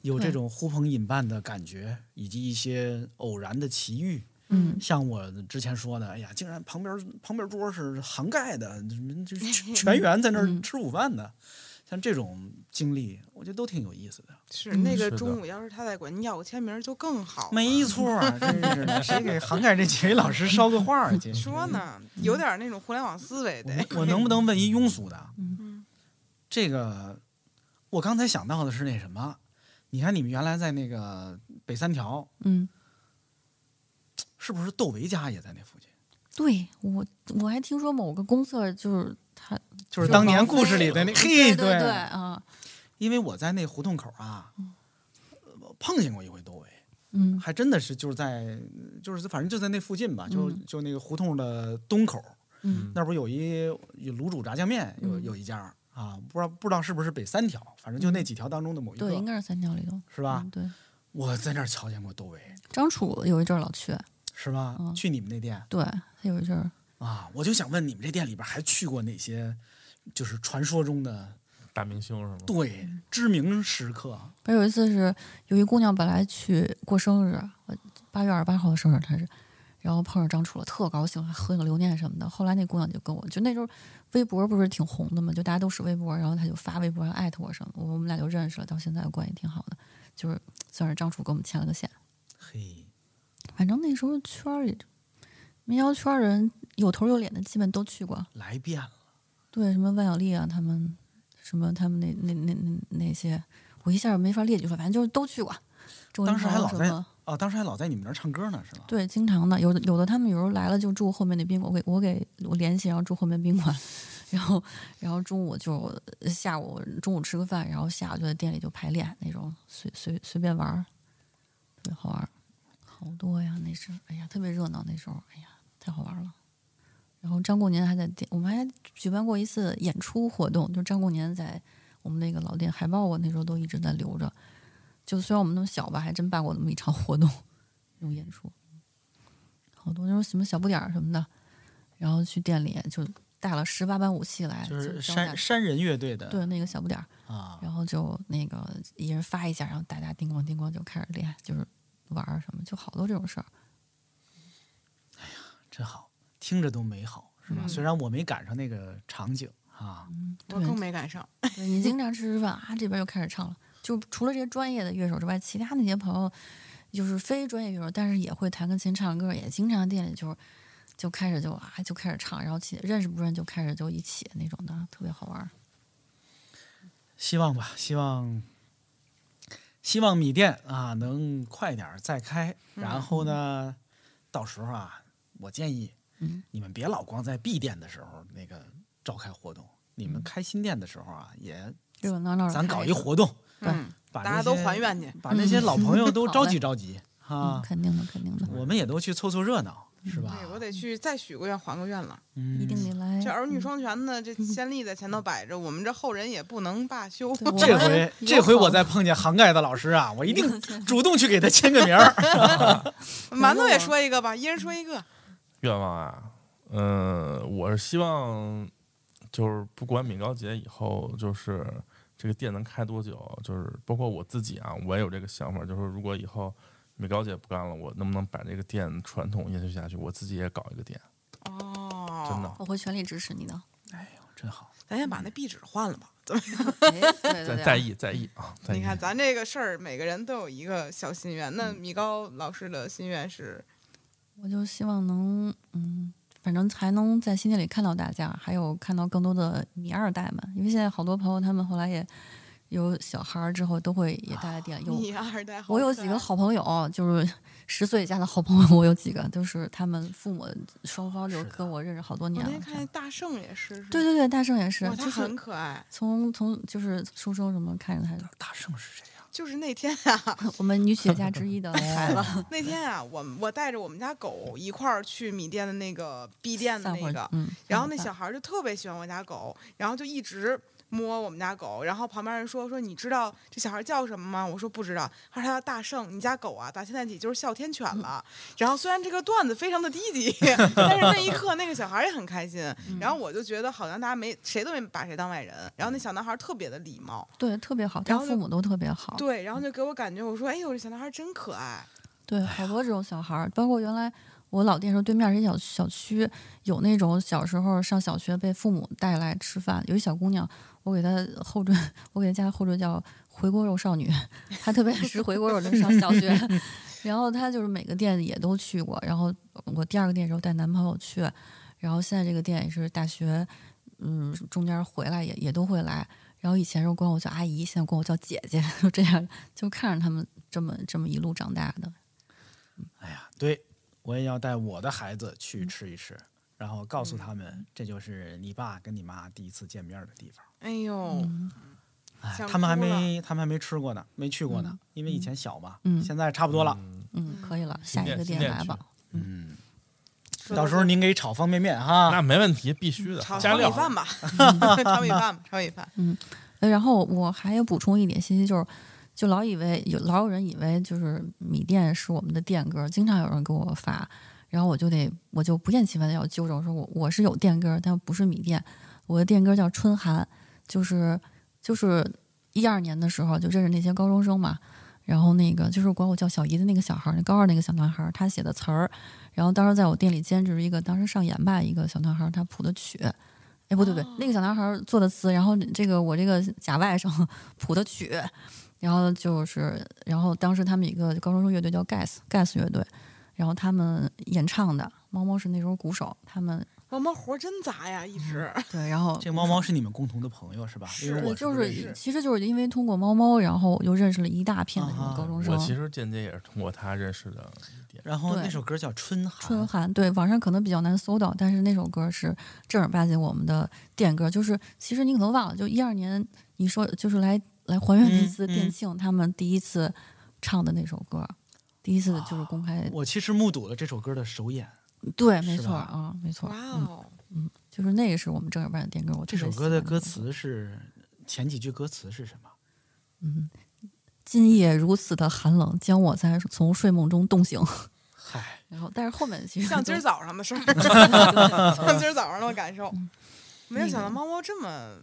[SPEAKER 5] 有这
[SPEAKER 7] 对
[SPEAKER 5] 种呼朋引伴的感觉，以及一些偶然的奇遇，
[SPEAKER 7] 嗯，
[SPEAKER 5] 像我之前说的，哎呀，竟然旁边旁边桌是涵
[SPEAKER 6] 嗯
[SPEAKER 5] 盖的，就是全员在那儿吃午饭呢。像这种经历，我觉得都挺有意思嗯的。
[SPEAKER 6] 是那
[SPEAKER 8] 是
[SPEAKER 6] 个
[SPEAKER 8] 的
[SPEAKER 6] 中午要是他再管你要个签名儿就更好了。
[SPEAKER 5] 没错儿， 真是的，谁给涵盖这几位老师捎个话儿去？
[SPEAKER 6] 说呢，有点那种互联网思维得。
[SPEAKER 5] 嗯我我 能不能问一庸俗的？
[SPEAKER 6] 嗯
[SPEAKER 5] 这个我刚才想到的是那什么？你看你们原来在那个北三条，
[SPEAKER 7] 嗯，
[SPEAKER 5] 是不是窦唯家也在那附近？
[SPEAKER 7] 对我我还听说某个公厕就是他，
[SPEAKER 5] 就是
[SPEAKER 7] 就
[SPEAKER 5] 当
[SPEAKER 7] 王
[SPEAKER 5] 年故
[SPEAKER 7] 菲
[SPEAKER 5] 事里的那
[SPEAKER 7] 对
[SPEAKER 5] 嘿，
[SPEAKER 7] 对啊，
[SPEAKER 5] 因为我在那胡同口啊，呃碰见过一回窦唯，
[SPEAKER 7] 嗯
[SPEAKER 5] 还真的是就是在就是反正就在那附近吧，就
[SPEAKER 7] 嗯
[SPEAKER 5] 就那个胡同的东口，
[SPEAKER 7] 嗯
[SPEAKER 5] 那不是有一有卤煮炸酱面有
[SPEAKER 7] 嗯
[SPEAKER 5] 有一家啊，不知道不知道是不是北三条，反正就那几条当中的某一
[SPEAKER 7] 对，应
[SPEAKER 5] 个，
[SPEAKER 7] 该是三条里头
[SPEAKER 5] 是吧
[SPEAKER 7] 嗯？对，
[SPEAKER 5] 我在那儿瞧见过窦唯，
[SPEAKER 7] 张楚有一阵儿老去，
[SPEAKER 5] 是吧？
[SPEAKER 7] 嗯
[SPEAKER 5] 去你们那店
[SPEAKER 7] 对他有一阵儿
[SPEAKER 5] 啊，我就想问你们这店里边还去过哪些就是传说中的
[SPEAKER 8] 大明星是吗？
[SPEAKER 5] 对知名啊时刻？
[SPEAKER 7] 不是有一次是有一姑娘本来去过生日，呃八月二十八号的生日她是，然后碰上张楚了，特高兴，还喝那个留念什么的。后来那姑娘就跟我，就那时候微博不是挺红的嘛，就大家都使微博，然后她就发微博，然后艾特我什么，我们俩就认识了，到现在关系挺好的，就是算是张楚给我们牵了个线。
[SPEAKER 5] 嘿，
[SPEAKER 7] 反正那时候圈儿里民谣圈儿人有头有脸的，基本都去过。
[SPEAKER 5] 来遍了，
[SPEAKER 7] 对，什么万晓利啊，他们什么他们那那那那那些，我一下没法列举出来，反正就是都去过。周云
[SPEAKER 5] 当时还
[SPEAKER 7] 鹏
[SPEAKER 5] 老
[SPEAKER 7] 什
[SPEAKER 5] 在
[SPEAKER 7] 么
[SPEAKER 5] 哦，当时还老在你们那儿唱歌呢，是吗？
[SPEAKER 7] 对，经常的，有的有的他们有时候来了就住后面那宾馆，我给我给我联系，然后住后面宾馆， 然后然后中午就下午中午吃个饭，然后下午就在店里就排练那种，随随随便玩儿，特别好玩儿，好多呀那时候，哎呀特别热闹那时候，哎呀太好玩了。然后张过年还在店，我们还举办过一次演出活动，就张过年在我们那个老店海报，我那时候都一直在留着。就虽然我们那么小吧，还真办过那么一场活动，那种演出。好多那种什么小不点儿什么的，然后去店里就带了十八般武器来，
[SPEAKER 5] 就是
[SPEAKER 7] 招
[SPEAKER 5] 山
[SPEAKER 7] 待
[SPEAKER 5] 山人乐队的
[SPEAKER 7] 对那个小不点儿，
[SPEAKER 5] 啊，
[SPEAKER 7] 然后就那个一人发一下，然后大家叮咣叮咣就开始练，就是玩儿什么，就好多这种 事儿。
[SPEAKER 5] 真好，听着都美好，是吧？
[SPEAKER 6] 嗯
[SPEAKER 5] 虽然我没赶上那个场景啊，
[SPEAKER 6] 我更没赶上。
[SPEAKER 7] 对你经常吃吃饭啊，这边又开始唱了。就除了这些专业的乐手之外，其他那些朋友就是非专业乐手，但是也会弹个琴、唱歌，也经常店里就是就开始就啊就开始唱，然后起认识不认识就开始就一起那种的，特别好玩儿。
[SPEAKER 5] 希望吧，希望希望米店啊能快点儿再开，
[SPEAKER 7] 嗯
[SPEAKER 5] 然后呢，到时候啊，我建议
[SPEAKER 7] 嗯
[SPEAKER 5] 你们别老光在闭店的时候那个召开活动，
[SPEAKER 7] 嗯
[SPEAKER 5] 你们开新店的时候啊，也
[SPEAKER 7] 热热闹闹的，
[SPEAKER 5] 咱搞一活动，
[SPEAKER 6] 嗯，
[SPEAKER 5] 把
[SPEAKER 6] 大家
[SPEAKER 5] 那
[SPEAKER 6] 都
[SPEAKER 5] 些
[SPEAKER 6] 还愿去。
[SPEAKER 5] 把那些老朋友都
[SPEAKER 7] 好
[SPEAKER 5] 召
[SPEAKER 7] 嘞
[SPEAKER 5] 集召集
[SPEAKER 7] 嗯，
[SPEAKER 5] 啊，
[SPEAKER 7] 肯定的，肯定的，
[SPEAKER 5] 我们也都去凑凑热闹，是吧？
[SPEAKER 6] 对，我得去再许个愿，还个愿了。
[SPEAKER 5] 嗯
[SPEAKER 7] 一定得来。
[SPEAKER 6] 这儿女
[SPEAKER 7] 嗯
[SPEAKER 6] 双全呢，这先例在前头摆着，我们这后人也不能罢休。
[SPEAKER 7] 对我
[SPEAKER 5] 这
[SPEAKER 7] 们
[SPEAKER 5] 回
[SPEAKER 7] 有
[SPEAKER 5] 这回
[SPEAKER 7] 好
[SPEAKER 5] 我再碰见涵盖的老师啊，我一定 主动去给他签个名儿。
[SPEAKER 6] 馒头也说一个吧，一人
[SPEAKER 7] 嗯
[SPEAKER 6] 说一个。
[SPEAKER 8] 愿望啊，嗯，我是希望就是不管米高节以后，就是这个店能开多久，就是包括我自己啊，我也有这个想法，就是如果以后米高姐不干了，我能不能把这个店传统延续下去，我自己也搞一个店，
[SPEAKER 5] 嗯
[SPEAKER 6] 哦，
[SPEAKER 8] 真的，
[SPEAKER 7] 我会全力支持你的。
[SPEAKER 5] 真好，
[SPEAKER 6] 咱先把那壁纸换了吧。怎么？
[SPEAKER 7] 哎，对
[SPEAKER 8] 在
[SPEAKER 7] 对
[SPEAKER 8] 在
[SPEAKER 7] 对，
[SPEAKER 8] 意在意啊，在意。
[SPEAKER 6] 你看咱这个事儿，每个人都有一个小心愿。
[SPEAKER 5] 嗯
[SPEAKER 6] 那米高老师的心愿是，
[SPEAKER 7] 我就希望能，嗯，反正还能在新店里看到大家，还有看到更多的米二代们，因为现在好多朋友他们后来也有小孩儿之后，都会也带来店里有。
[SPEAKER 6] 啊你二代好
[SPEAKER 7] 我有
[SPEAKER 6] 可
[SPEAKER 7] 几个
[SPEAKER 6] 爱
[SPEAKER 7] 好朋友，就是十岁以下的好朋友，我有几个，就是他们父母双方就是
[SPEAKER 5] 的
[SPEAKER 7] 跟我认识好多
[SPEAKER 6] 我
[SPEAKER 7] 年
[SPEAKER 6] 哦那
[SPEAKER 7] 了
[SPEAKER 6] 天。看见大圣也是，是
[SPEAKER 7] 对对对，大圣也是
[SPEAKER 6] 哇，，他
[SPEAKER 7] 就是
[SPEAKER 6] 很可爱。
[SPEAKER 7] 从从就是出生什么看着他，
[SPEAKER 5] 大圣是谁呀？
[SPEAKER 6] 就是那天啊，
[SPEAKER 7] 我们女企业家之一
[SPEAKER 6] 哦
[SPEAKER 7] 的孩子，
[SPEAKER 6] 那天啊，我们我带着我们家狗一块儿去米店的那个 B 店的
[SPEAKER 7] 散伙
[SPEAKER 6] 那个，
[SPEAKER 7] 嗯，
[SPEAKER 6] 然后那小孩儿就特别喜欢我家狗，然后就一直摸我们家狗。然后旁边人说说你知道这小孩儿叫什么吗？我说不知道。他说他叫大圣，你家狗啊，打现在起就是哮天
[SPEAKER 7] 嗯
[SPEAKER 6] 犬了。然后虽然这个段子非常的低 级，但是那一刻那个小孩儿也很开心。
[SPEAKER 7] 嗯
[SPEAKER 6] 然后我就觉得好像大家没谁都没把谁当外人。然后那小男孩儿特别的礼貌，
[SPEAKER 7] 对，特别好，
[SPEAKER 6] 然
[SPEAKER 7] 他
[SPEAKER 6] 后就
[SPEAKER 7] 父母都特别好。
[SPEAKER 6] 对，然后就给我感觉我说哎呦这小男孩儿真可爱。
[SPEAKER 7] 对，好多这种小孩儿，包括原来我老店时候对面儿是一小小区，有那种小时候上小学被父母带来吃饭，有一小姑娘，我给它后缀，我给它加的后缀叫“回锅肉少女”，她特别爱吃回锅肉，那上小学。然后她就是每个店也都去过，然后我第二个店的时候带男朋友去，然后现在这个店也是大学，嗯，中间回来也也都会来。然后以前时候管我叫阿姨，现在管我叫姐姐， 就这样，就看着他们这么这么一路长大的。
[SPEAKER 5] 哎呀，对我也要带我的孩子
[SPEAKER 7] 嗯
[SPEAKER 5] 去吃一吃，然后告诉他们，这就是你爸跟你妈第一次见面的地方。
[SPEAKER 6] 哎呦，
[SPEAKER 5] 哎，
[SPEAKER 6] 想
[SPEAKER 5] 他们还
[SPEAKER 6] 哭了
[SPEAKER 5] 没，他们还没吃过呢，没去过呢，因为以前小嘛。
[SPEAKER 7] 嗯
[SPEAKER 5] 现在差不多了。
[SPEAKER 7] 嗯，可以了，下一
[SPEAKER 8] 店
[SPEAKER 7] 个
[SPEAKER 8] 新
[SPEAKER 7] 店
[SPEAKER 8] 店
[SPEAKER 7] 来
[SPEAKER 8] 去
[SPEAKER 7] 吧。
[SPEAKER 5] 嗯，
[SPEAKER 6] 说
[SPEAKER 5] 到时候您给炒方便面哈。
[SPEAKER 8] 那没问题，必须的啊
[SPEAKER 6] 炒，
[SPEAKER 8] 加
[SPEAKER 6] 炒米
[SPEAKER 8] 料。
[SPEAKER 6] 饭吧， 炒米饭吧，炒米饭。
[SPEAKER 7] 呃然后我还要补充一点信息，就是就老以为有老有人以为就是米店是我们的店歌，经常有人给我发，然后我就得我就不厌其烦的要纠正，我说我我是有店歌，但不是米店，我的店歌叫春寒，就是就是一二年的时候就认识那些高中生嘛。然后那个就是管我叫小姨的那个小孩儿，那高二那个小男孩儿，他写的词儿，然后当时在我店里兼职一个，当时上研吧一个小男孩儿，他谱的曲，哎，不对不对，那个小男孩儿做的词，然后这个我这个假外甥谱的曲，然后就是，然后当时他们有一个高中生乐队叫 Gas Gas 乐队，然后他们演唱的，猫猫是那时候鼓手，他们
[SPEAKER 6] 猫猫活真杂呀，一直。
[SPEAKER 7] 对，然后
[SPEAKER 5] 这个猫猫是你们共同的朋友是吧？因为
[SPEAKER 7] 对，
[SPEAKER 5] 我
[SPEAKER 7] 就
[SPEAKER 5] 不认识
[SPEAKER 7] 是其实就是因为通过猫猫，然后我就认识了一大片的那
[SPEAKER 5] 啊
[SPEAKER 7] 种高中生。
[SPEAKER 8] 我其实间接也是通过他认识的一点。
[SPEAKER 5] 然后
[SPEAKER 7] 对
[SPEAKER 5] 那首歌叫《春寒》，
[SPEAKER 7] 春寒，对，网上可能比较难搜到，但是那首歌是正儿八经我们的电歌，就是其实你可能忘了，就一二年你说就是来来还原那次
[SPEAKER 5] 嗯嗯
[SPEAKER 7] 店庆、他们第一次唱的那首歌，第一次就是公开，
[SPEAKER 5] 我其实目睹了这首歌的首演。
[SPEAKER 7] 对，没
[SPEAKER 5] 是
[SPEAKER 7] 错
[SPEAKER 5] 吧
[SPEAKER 7] 啊，没错，
[SPEAKER 6] 哇
[SPEAKER 7] 嗯，
[SPEAKER 6] 哦，
[SPEAKER 7] 就是那个是我们正儿八经电歌，我特
[SPEAKER 5] 这首
[SPEAKER 7] 别
[SPEAKER 5] 歌
[SPEAKER 7] 喜
[SPEAKER 5] 的
[SPEAKER 7] 欢
[SPEAKER 5] 歌
[SPEAKER 7] 那首
[SPEAKER 5] 词是前几句歌词是什么？
[SPEAKER 7] 嗯，今夜如此的寒冷，将我才从睡梦中冻醒，
[SPEAKER 5] 嗨，
[SPEAKER 7] 然后但是后面其实
[SPEAKER 6] 嗯像今
[SPEAKER 7] 都
[SPEAKER 6] 儿早上的 事儿，像今儿早上的感受，没有想到猫猫这么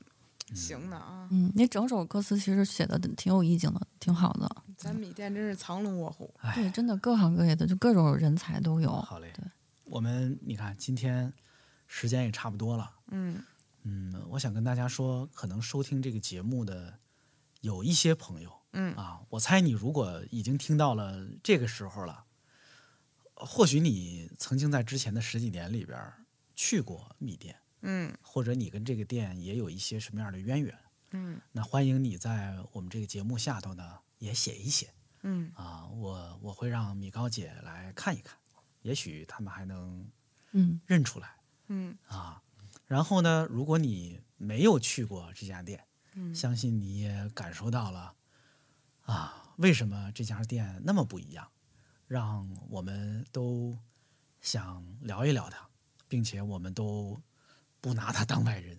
[SPEAKER 6] 行的啊！
[SPEAKER 7] 嗯，那整首歌词其实写的挺有意境的，挺好的。
[SPEAKER 6] 咱米店真是藏龙卧虎，
[SPEAKER 7] 对，哎真的各行各业的，就各种人才都有。
[SPEAKER 5] 好嘞
[SPEAKER 7] 哦对，
[SPEAKER 5] 我们你看今天时间也差不多了，
[SPEAKER 6] 嗯，
[SPEAKER 5] 嗯，我想跟大家说，可能收听这个节目的有一些朋友，
[SPEAKER 6] 嗯
[SPEAKER 5] 啊，我猜你如果已经听到了这个时候了，或许你曾经在之前的十几年里边儿去过米店，
[SPEAKER 6] 嗯
[SPEAKER 5] 或者你跟这个店也有一些什么样的渊源，
[SPEAKER 6] 嗯
[SPEAKER 5] 那欢迎你在我们这个节目下头呢也写一写。
[SPEAKER 6] 嗯，
[SPEAKER 5] 啊，我我会让米高姐来看一看，也许他们还能
[SPEAKER 7] 嗯
[SPEAKER 5] 认出来
[SPEAKER 6] 嗯
[SPEAKER 5] 啊。然后呢，如果你没有去过这家店，
[SPEAKER 6] 嗯
[SPEAKER 5] 相信你也感受到了啊，为什么这家店那么不一样，让我们都想聊一聊它，并且我们都不拿它当外 人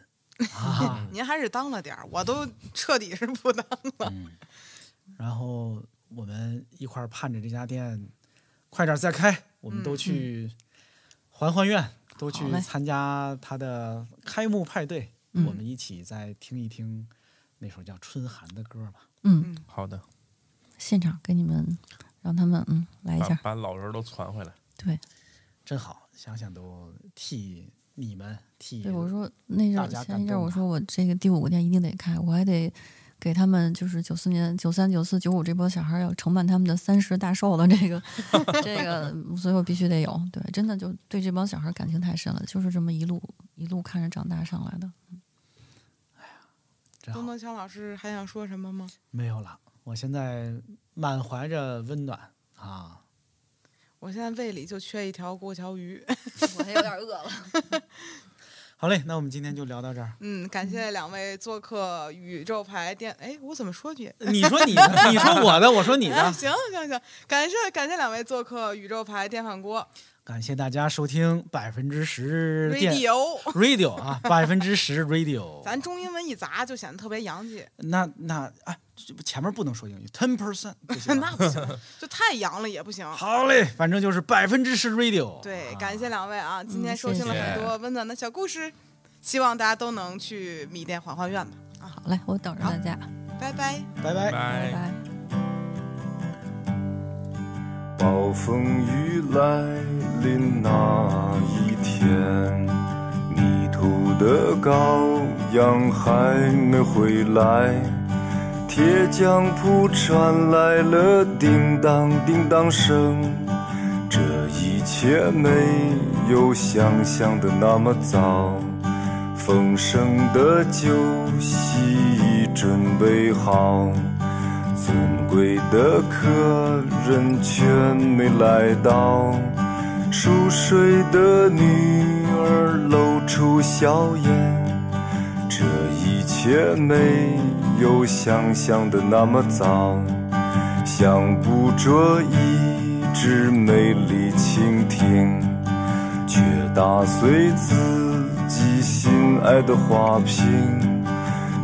[SPEAKER 5] 啊。
[SPEAKER 6] 您还是当了点儿，我都彻底是不当了。
[SPEAKER 5] 嗯，然后我们一块儿盼着这家店快点儿再开，我们都去还还愿，都去
[SPEAKER 7] 嗯好嘞
[SPEAKER 5] 参加它的开幕派对，
[SPEAKER 7] 嗯
[SPEAKER 5] 我们一起再听一听那首叫《春寒》的歌吧。
[SPEAKER 7] 嗯，
[SPEAKER 8] 好的，
[SPEAKER 7] 现场给你们，让他们嗯来一
[SPEAKER 8] 把
[SPEAKER 7] 下。
[SPEAKER 8] 把老人都传回来。
[SPEAKER 7] 对，
[SPEAKER 5] 真好，想想都替你们替
[SPEAKER 7] 对我说那阵
[SPEAKER 5] 大
[SPEAKER 7] 儿
[SPEAKER 5] 家
[SPEAKER 7] 前
[SPEAKER 5] 感
[SPEAKER 7] 一阵儿
[SPEAKER 5] 动
[SPEAKER 7] 我
[SPEAKER 5] 吧
[SPEAKER 7] 说我这个第五个店一定得开，我还得给他们就是九四年、九三、九四、九五这波小孩儿要承办他们的三十大寿的这 个这个，所以我必须得有。对，真的就对这帮小孩儿感情太深了，就是这么一路一路看着长大上来的。
[SPEAKER 5] 真
[SPEAKER 6] 东
[SPEAKER 5] 好
[SPEAKER 6] 东强老师还想说什么吗？
[SPEAKER 5] 没有了，我现在满怀着温暖啊。
[SPEAKER 6] 我现在胃里就缺一条过桥鱼。
[SPEAKER 7] 我还有点饿了。
[SPEAKER 5] 好嘞，那我们今天就聊到这儿。
[SPEAKER 6] 嗯，感谢两位做客宇宙牌店。哎，我怎么说去？
[SPEAKER 5] 你说你 的，你说我的，我说你
[SPEAKER 6] 哎，
[SPEAKER 5] 的。
[SPEAKER 6] 行行行，感谢感谢两位做客宇宙牌电饭锅
[SPEAKER 5] 感谢大家收听百分之十电
[SPEAKER 6] Radio。
[SPEAKER 5] radio 啊， 百分之十 radio。
[SPEAKER 6] 咱中英文一砸就显得特别洋气，
[SPEAKER 5] 那那啊，这前面不能说英语，ten percent 不 行
[SPEAKER 6] 那
[SPEAKER 5] 啊。
[SPEAKER 6] 不行，就太洋了也不行。
[SPEAKER 5] 好嘞，反正就是百分之十 radio。
[SPEAKER 6] 对，
[SPEAKER 5] 啊
[SPEAKER 6] 感谢两位啊，今天
[SPEAKER 7] 嗯
[SPEAKER 6] 收听了
[SPEAKER 8] 谢谢
[SPEAKER 6] 很多温暖的小故事，希望大家都能去米店还还愿吧。
[SPEAKER 7] 好嘞，我等着大家，
[SPEAKER 5] 哎
[SPEAKER 6] 拜拜。
[SPEAKER 5] 拜拜。
[SPEAKER 7] 拜拜。
[SPEAKER 9] 暴风雨来临那一天，迷途的羔羊还没回来，铁匠铺传来了叮当叮当声。这一切没有想象的那么早，丰盛的酒席已准备好，尊贵的客人却没来到。熟睡的女儿露出笑颜，这一切没有想象的那么早，想捕捉一只美丽蜻蜓，却打碎自己心爱的花瓶，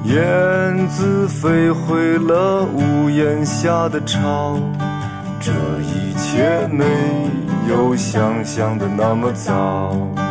[SPEAKER 9] 燕子飞回了屋檐下的巢。这一切没有想象的那么早。